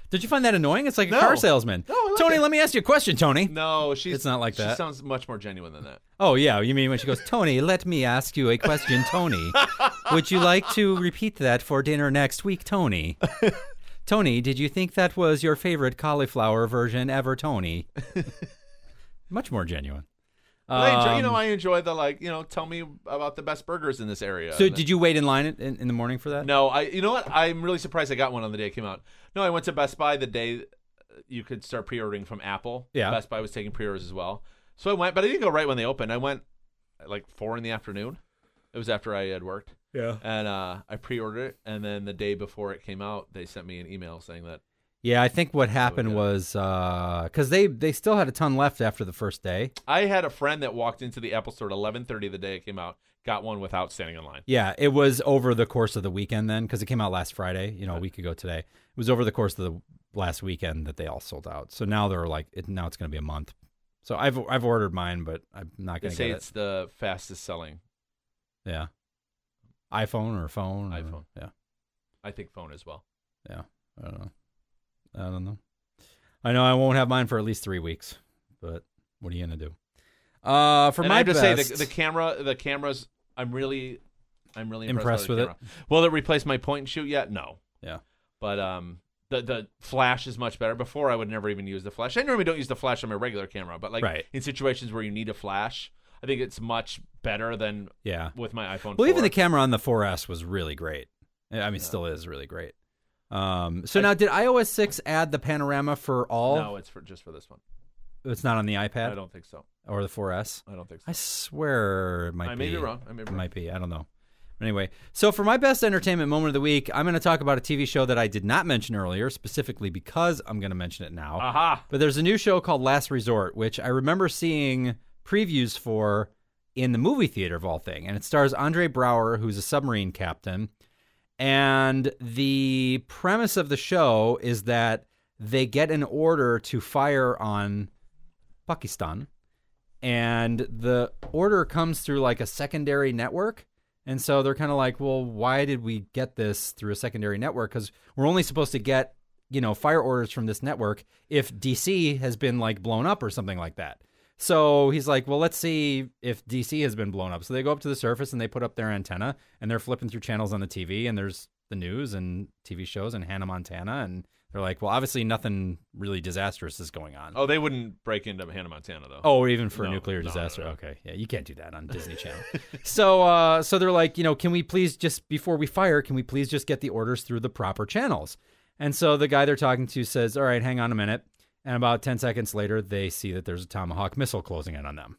S1: Did you find that annoying? It's like
S2: No.
S1: a car salesman.
S2: No, I like
S1: Tony,
S2: it.
S1: let me ask you a question, Tony.
S2: No, she's
S1: It's not like
S2: She
S1: that.
S2: sounds much more genuine than that.
S1: Oh yeah, you mean when she goes, Tony? Let me ask you a question, Tony. Would you like to repeat that for dinner next week, Tony? Tony, did you think that was your favorite cauliflower version ever, Tony? Much more genuine.
S2: But I enjoy, you know,
S1: Um,
S2: I enjoy the like, you know, tell me about the best burgers in this area.
S1: so
S2: And
S1: did you wait in line in, in the morning for that?
S2: No, I. You know what? I'm really surprised I got one on the day it came out. No, I went to Best Buy the day uh, you could start pre-ordering from Apple.
S1: Yeah.
S2: Best Buy was taking pre-orders as well. So I went, but I didn't go right when they opened. I went at like four in the afternoon. It was after I had worked.
S1: Yeah.
S2: And uh, I pre-ordered it, and then the day before it came out, they sent me an email saying that
S1: Yeah, I think what happened was because they they still had a ton left after the first day.
S2: I had a friend that walked into the Apple Store at 11:30 the day it came out, got one without standing in line.
S1: Yeah, it was over the course of the weekend then because it came out last Friday. You know, a week ago today. It was over the course of the last weekend that they all sold out. So now they're like, it, now it's going to be a month. So I've I've ordered mine, but I'm not
S2: They
S1: going to
S2: say
S1: get
S2: it's
S1: it.
S2: the fastest selling.
S1: Yeah, iPhone or phone. or-
S2: iPhone.
S1: yeah,
S2: I think phone as well.
S1: I don't know. I don't know. I know I won't have mine for at least three weeks. But what are you going to do? Uh, for
S2: and
S1: my
S2: I have to
S1: best,
S2: say the, the camera, the cameras. I'm really, I'm really impressed,
S1: Impressed with it?
S2: with it. Will it replace my point and shoot yet? No.
S1: Yeah.
S2: But um, the the flash is much better. Before I would never even use the flash. I normally don't use the flash on my regular camera, but like
S1: Right.
S2: in situations where you need a flash, I think it's much better than
S1: yeah.
S2: with my iPhone.
S1: Well, even
S2: 4.
S1: the camera on the 4S was really great. I mean, still is really great. Um, so
S2: I-
S1: now, did iOS 6 add the panorama for all?
S2: No, it's for just for this one.
S1: It's not on the
S2: I
S1: iPad
S2: don't think so.
S1: or the 4S.
S2: I don't think so.
S1: I swear it might be.
S2: I may be wrong. I may be
S1: It
S2: wrong.
S1: might be. I don't know. Anyway, so for my best entertainment moment of the week, I'm going to talk about a TV show that I did not mention earlier, specifically because I'm going to mention it now.
S2: Aha!
S1: But there's a new show called Last Resort, which I remember seeing previews for in the movie theater of all thing. And it stars Andre Brower, who's a submarine captain. And the premise of the show is that they get an order to fire on Pakistan. And the order comes through like a secondary network. And so they're kind of like, well, why did we get this through a secondary network? Because we're only supposed to get, you know, fire orders from this network if DC has been like blown up or something like that. So he's like, well, let's see if DC has been blown up. So they go up to the surface and they put up their antenna and they're flipping through channels on the TV and there's the news and TV shows and Hannah Montana. And they're like, well, obviously nothing really disastrous is going on.
S2: Oh, they wouldn't break into Hannah Montana though.
S1: Oh, even for a
S2: No,
S1: nuclear
S2: no, no,
S1: disaster.
S2: no.
S1: Okay. Yeah, you can't do that on Disney Channel. so uh so they're like, you know, can we please just before we fire, can we please just get the orders through the proper channels? And so the guy they're talking to says, "All right, hang on a minute." And about 10 seconds later, they see that there's a Tomahawk missile closing in on them.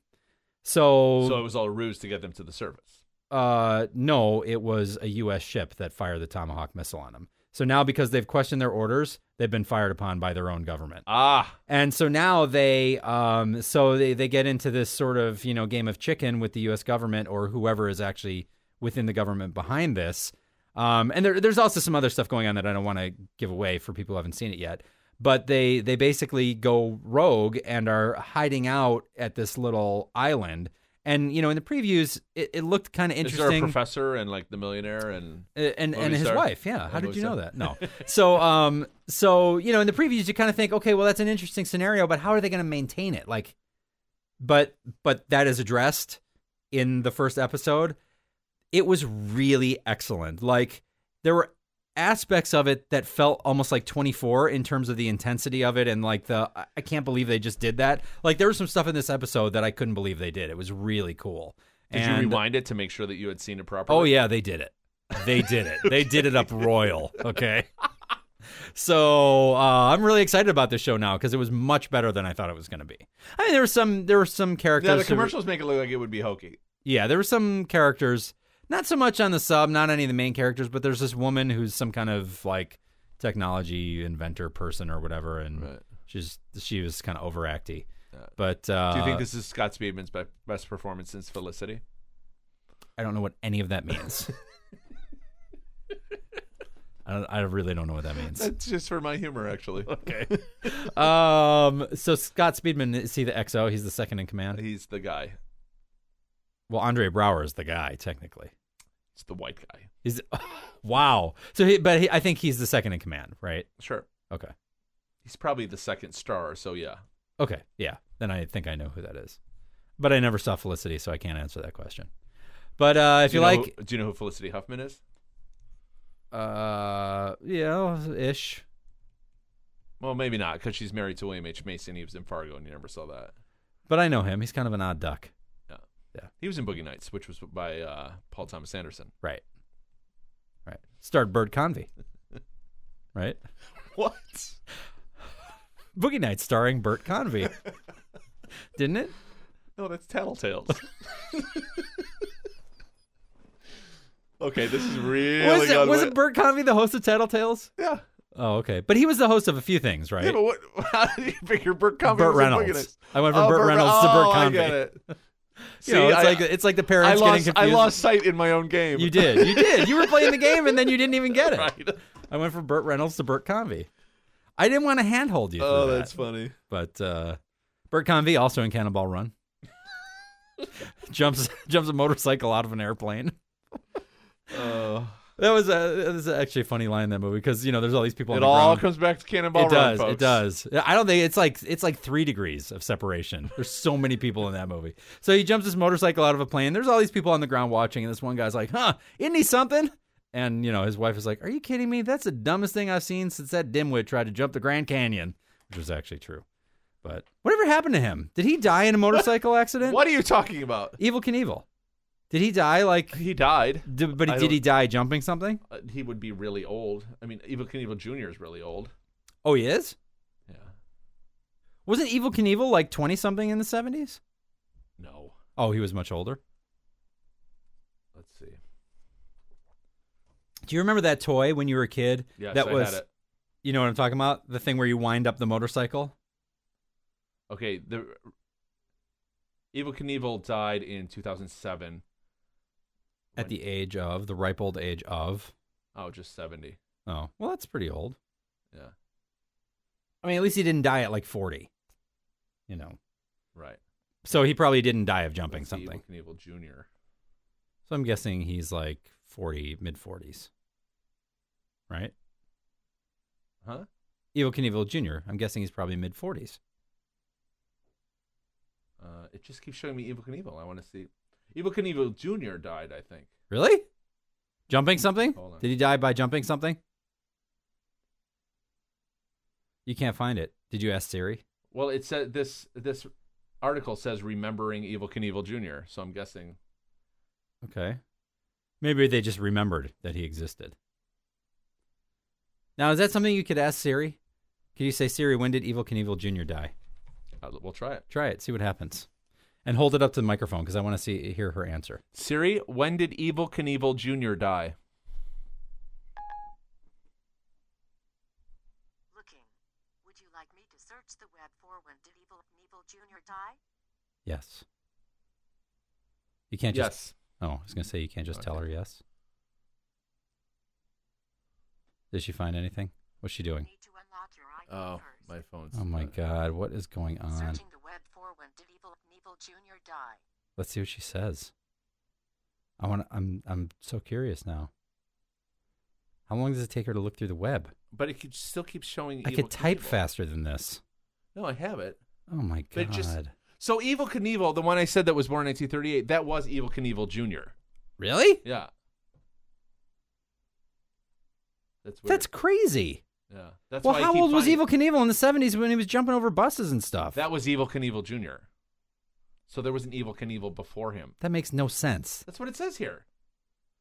S1: So,
S2: so it was all a ruse to get them to the surface.
S1: uh, no, it was a U.S. ship that fired the Tomahawk missile on them. So now, because they've questioned their orders, they've been fired upon by their own government.
S2: Ah,
S1: And so now they, um, so they, they get into this sort of you know game of chicken with the U.S. government or whoever is actually within the government behind this. Um, and there, there's also some other stuff going on that I don't want to give away for people who haven't seen it yet. But they they basically go rogue and are hiding out at this little island. And you know, in the previews, it, it looked kind of
S2: is
S1: interesting
S2: there a professor and like the millionaire and
S1: Uh, and and,
S2: Movie
S1: his
S2: star.
S1: wife. Yeah, how
S2: Yeah,
S1: did
S2: movie
S1: you know
S2: star.
S1: that? No. so um so you know in the previews you kind of think okay well that's an interesting scenario but how are they going to maintain it like but but that is addressed in the first episode. It was really excellent. Like there were aspects of it that felt almost like 24 in terms of the intensity of it and like the I- I can't believe they just did that. Like there was some stuff in this episode that I couldn't believe they did. It was really cool.
S2: Did
S1: and,
S2: you rewind it to make sure that you had seen it properly?
S1: Oh yeah, they did it. They did it. They did it up royal. Okay. So uh, I'm really excited about this show now because it was much better than I thought it was going to be. I mean, there were some there were some characters.
S2: Yeah, the
S1: who-
S2: commercials make it look like it would be hokey.
S1: yeah, there were some characters. Not so much on the sub, not any of the main characters, but there's this woman who's some kind of like technology inventor person or whatever, and
S2: Right.
S1: she's she was kind of overacty.
S2: Yeah.
S1: But uh,
S2: Do you think this is Scott Speedman's be- best performance since Felicity?
S1: I don't know what any of that means. I, don't, I really don't know what that means.
S2: That's just for my humor, actually. Okay.
S1: um. So Scott Speedman is he the XO? He's the second in command.
S2: Uh, He's the guy.
S1: Well, Andre Brower is the guy technically.
S2: It's the white guy.
S1: He's wow. So, he, but he, I think he's the second in command, right?
S2: Sure.
S1: Okay.
S2: He's probably the second star, so yeah.
S1: Okay. Yeah. Then I think I know who that is, but I never saw Felicity, so I can't answer that question. But uh, if
S2: Do
S1: you,
S2: know
S1: like,
S2: who- do you know who Felicity Huffman is?
S1: uh, yeah, ish.
S2: Well, maybe not, because she's married to William H. Macy and he was in Fargo and you never saw that.
S1: But I know him. He's kind of an odd duck.
S2: He was in Boogie Nights, which was by uh, Paul Thomas Anderson.
S1: Right. Right. Starred Bird Convey. right.
S2: What?
S1: Boogie Nights starring Bert Convey. Didn't it?
S2: No, that's Tattletales. okay, this is really
S1: was it, was it Bert Convey the host of Tattletales?
S2: Yeah.
S1: Oh, okay. But he was the host of a few things, right?
S2: Yeah, but what? How did you figure Burt Convey?
S1: Burt
S2: was a fucking-
S1: Reynolds. I went from
S2: Oh,
S1: Burt Reynolds to
S2: oh,
S1: Burt
S2: I
S1: Convey.
S2: get it. See,
S1: you know, it's
S2: I,
S1: like it's like the parents
S2: I
S1: getting
S2: lost.
S1: confused.
S2: I lost sight in my own game.
S1: You did. You did. You were playing the game and then you didn't even get it.
S2: Right.
S1: I went from Burt Reynolds to Burt Convey. I didn't want to handhold you.
S2: Oh,
S1: through that.
S2: that's funny.
S1: But uh, Bert Convey also in Cannonball Run jumps jumps a motorcycle out of an airplane.
S2: Oh.
S1: That was a that was actually a funny line in that movie because you know there's all these people. on
S2: it
S1: the
S2: all
S1: ground.
S2: comes back to Cannonball
S1: it
S2: Run,
S1: does.
S2: folks.
S1: It does. I don't think it's like it's like three degrees of separation. There's so many people in that movie. So he jumps his motorcycle out of a plane. There's all these people on the ground watching, and this one guy's like, "Huh? Isn't he something?" And you know, his wife is like, "Are you kidding me? That's the dumbest thing I've seen since that dimwit tried to jump the Grand Canyon," which was actually true. But whatever happened to him? Did he die in a motorcycle accident?
S2: What are you talking about?
S1: Evil Knievel. Did he die like?
S2: He died.
S1: d- But
S2: I
S1: did he die jumping something?
S2: Uh, He would be really old. I mean, Evil Knievel Jr. is really old.
S1: Oh, he is.
S2: Yeah.
S1: Wasn't Evil Knievel like twenty something in the seventies?
S2: No.
S1: Oh, he was much older.
S2: Let's see.
S1: Do you remember that toy when you were a kid?
S2: Yes,
S1: that
S2: I
S1: was
S2: had it.
S1: you know what I'm talking about? The thing where you wind up the motorcycle?
S2: Okay. The Evil Knievel died in 2007.
S1: At the age of, the ripe old age of.
S2: Oh, just 70.
S1: Oh. Well that's pretty old.
S2: Yeah.
S1: I mean at least he didn't die at like forty. You know.
S2: Right.
S1: So he probably didn't die of jumping
S2: That's the
S1: something.
S2: Evil Knievel Jr.
S1: So I'm guessing he's like forty, mid forties. Right?
S2: Huh?
S1: Evil Knievel Jr. I'm guessing he's probably mid forties.
S2: Uh, it just keeps showing me Evil Knievel. I want to see. Evil Knievel Jr. died, I think.
S1: Really? Jumping something?
S2: Hold on.
S1: Did he die by jumping something? You can't find it. Did you ask Siri?
S2: Well, it said this this article says remembering Evil Knievel Jr. So I'm guessing.
S1: Okay. Maybe they just remembered that he existed. Now, is that something you could ask Siri? Could you say, Siri, when did Evil Knievel Jr. die?
S2: Uh, we'll try it.
S1: Try it, see what happens. And hold it up to the microphone because I want to see hear her answer.
S2: Siri, when did Evil Knievel Jr. die?
S5: Looking. Would you like me to search the web for when did Evil Knievel Jr. die?
S1: Yes. You can't just.
S2: yes.
S1: Oh, I was going to say you can't just tell
S2: Okay.
S1: her yes. Did she find anything? What's she doing?
S5: Need to unlock your iPhone
S2: Oh,
S5: first.
S2: my phone's.
S1: Oh my
S2: uh,
S1: God, what is going on?
S5: Searching the web for when did Evil Knievel Jr. die.
S1: Let's see what she says. I want. I'm. I'm so curious now. How long does it take her to look through the web?
S2: But it could still keeps showing.
S1: I
S2: Evil
S1: could type
S2: Knievel.
S1: faster than this.
S2: No, I have it.
S1: Oh my
S2: But it
S1: god!
S2: just- So Evil Knievel, the one I said that was born in 1938, that was Evil Knievel Jr.
S1: really?
S2: Yeah. That's weird.
S1: That's crazy.
S2: yeah. That's
S1: well,
S2: why I
S1: how
S2: keep
S1: old was
S2: finding-
S1: Evil Knievel in the '70s when he was jumping over buses and stuff?
S2: That was Evil Knievel Jr. So there was an Evil Knievel before him.
S1: That makes no sense.
S2: That's what it says here.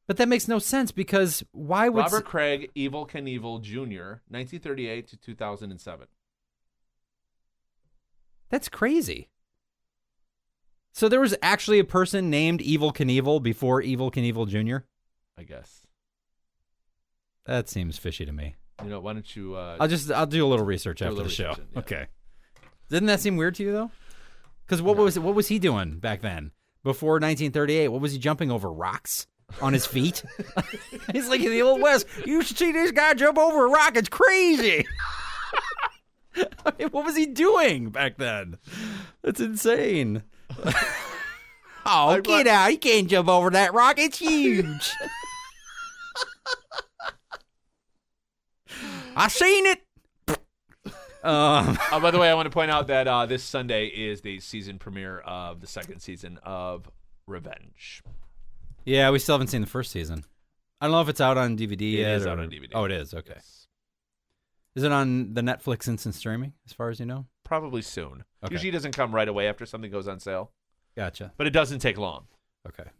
S1: But that makes no sense because why would? s-
S2: Robert Craig, Evil Knievel Jr., 1938 to 2007.
S1: That's crazy. So there was actually a person named Evil Knievel before Evil Knievel Jr.
S2: I guess.
S1: That seems fishy to me.
S2: You know, why don't you? Uh,
S1: I'll just I'll do a little research
S2: Do a
S1: after
S2: little
S1: the show.
S2: research, yeah.
S1: Okay. Didn't that seem weird to you though? Because what was what was he doing back then? Before 1938, what was he jumping over rocks on his feet? He's like in the old west. You should see this guy jump over a rock. It's crazy. I mean, what was he doing back then? That's insane. oh, get out! You can't jump over that rock. It's huge. I seen it. Um,
S2: oh, by the way, I want to point out that uh, this Sunday is the season premiere of the second season of Revenge.
S1: yeah, we still haven't seen the first season. I don't know if it's out on DVD
S2: It
S1: yet.
S2: is
S1: or-
S2: out on DVD.
S1: Oh, it is. Okay.
S2: Yes.
S1: Is it on the Netflix instant streaming, as far as you know?
S2: Probably soon.
S1: Okay.
S2: Usually it doesn't come right away after something goes on sale,
S1: Gotcha.
S2: but it doesn't take long.
S1: Okay.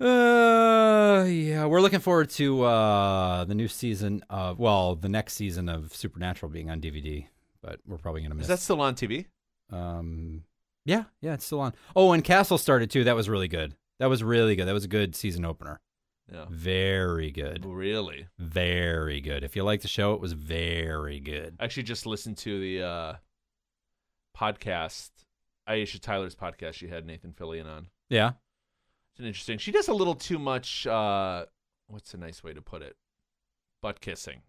S1: Uh, yeah, we're looking forward to uh the new season of well, the next season of Supernatural being on DVD, but we're probably gonna miss.
S2: Is that still on TV?
S1: um, yeah, yeah, it's still on. Oh, and Castle started too. That was really good. That was really good. That was a good season opener.
S2: Yeah.
S1: Very good.
S2: Really?
S1: Very good. If you like the show, it was very good.
S2: I actually just listened to the uh, podcast, Aisha Tyler's podcast. She had Nathan Fillion on.
S1: Yeah.
S2: It's an interesting. She does a little too much. Uh, what's a nice way to put it? Butt kissing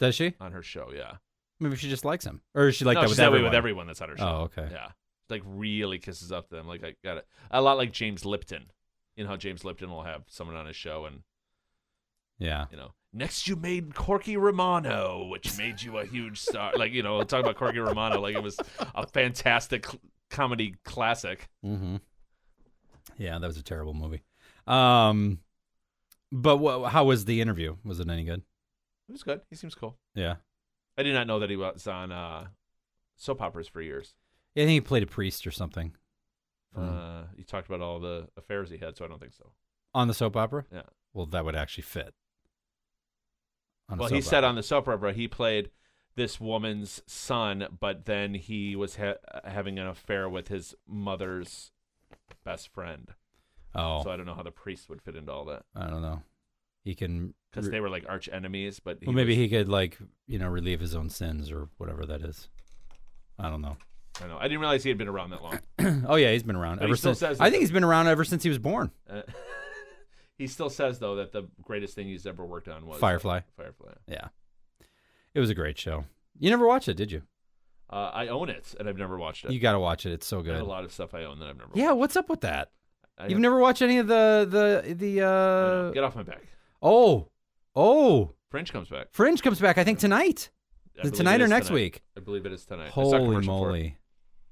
S1: Does she?
S2: on her show. Yeah.
S1: Maybe she just likes him. Or is she like
S2: No,
S1: that with
S2: she's that way
S1: everyone?
S2: with everyone that's on her show.
S1: Oh, okay.
S2: Yeah. Like really kisses up to them. Like I got it. A lot like James Lipton. You know how James Lipton will have someone on his show and
S1: Yeah.
S2: you know, next you made Corky Romano, which made you a huge star. like, you know, talk about Corky Romano like it was a fantastic cl- comedy classic.
S1: Mm-hmm. Yeah, that was a terrible movie. Um, but wha how was the interview? Was it any good?
S2: It was good. He seems cool.
S1: Yeah.
S2: I did not know that he was on uh, soap operas for years.
S1: I think he played a priest or something from-
S2: Uh, you talked about all the affairs he had, so I don't think so.
S1: on the soap opera.
S2: Yeah.
S1: Well, that would actually fit. On a
S2: Well, he
S1: soap
S2: said
S1: opera.
S2: on the soap opera he played this woman's son, but then he was ha- uh, having an affair with his mother's best friend.
S1: "Oh,
S2: So I don't know how the priest would fit into all that
S1: I don't know. He can
S2: because they were like arch enemies. But he
S1: well, maybe
S2: was-
S1: he could like you know relieve his own sins or whatever that is. I don't know.
S2: I don't know. I didn't realize he had been around that long.
S1: oh yeah, he's been around
S2: But he
S1: ever
S2: still
S1: since.
S2: says
S1: I
S2: that-
S1: think he's been around ever since he was born.
S2: Uh, he still says though that the greatest thing he's ever worked on was
S1: Firefly.
S2: Firefly.
S1: Yeah. It was a great show. You never watched it, did you?
S2: Uh, I own it, and I've never watched it.
S1: You got to watch it. It's so
S2: I have
S1: good.
S2: a lot of stuff I own that I've never.
S1: Yeah,
S2: watched.
S1: what's up with that?
S2: I
S1: You've
S2: have-
S1: never watched any of the the the
S2: I know.
S1: uh
S2: Get off my back.
S1: Oh. Oh,
S2: Fringe comes back.
S1: Fringe comes back I think tonight.
S2: I
S1: Is it
S2: believe
S1: tonight or
S2: is
S1: next
S2: tonight.
S1: week?
S2: I believe it is tonight. I saw a
S1: Holy
S2: commercial for it.
S1: moly.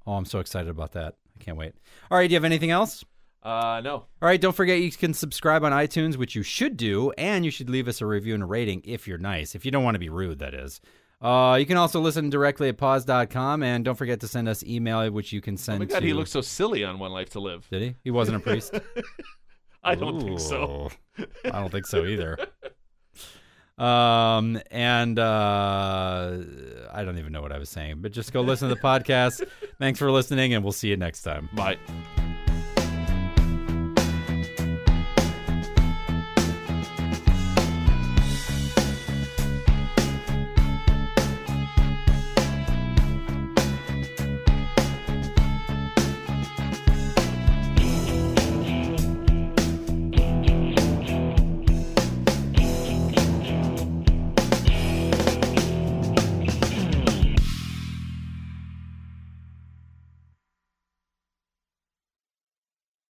S1: Oh, I'm so excited about that. I can't wait. All right, do you have anything else?
S2: Uh, no.
S1: All right, don't forget you can subscribe on iTunes, which you should do, and you should leave us a review and a rating if you're nice. If you don't want to be rude, that is. Uh, you can also listen directly at pause.com, and don't forget to send us email, which you can send
S2: Oh my god,
S1: to.
S2: he looks so silly on One Life to Live.
S1: Did he? He wasn't a priest.
S2: I don't think so.
S1: Ooh. I don't think so either. Um, and uh, I don't even know what I was saying, but just go listen to the podcast. Thanks for listening, and we'll see you next time.
S2: Bye.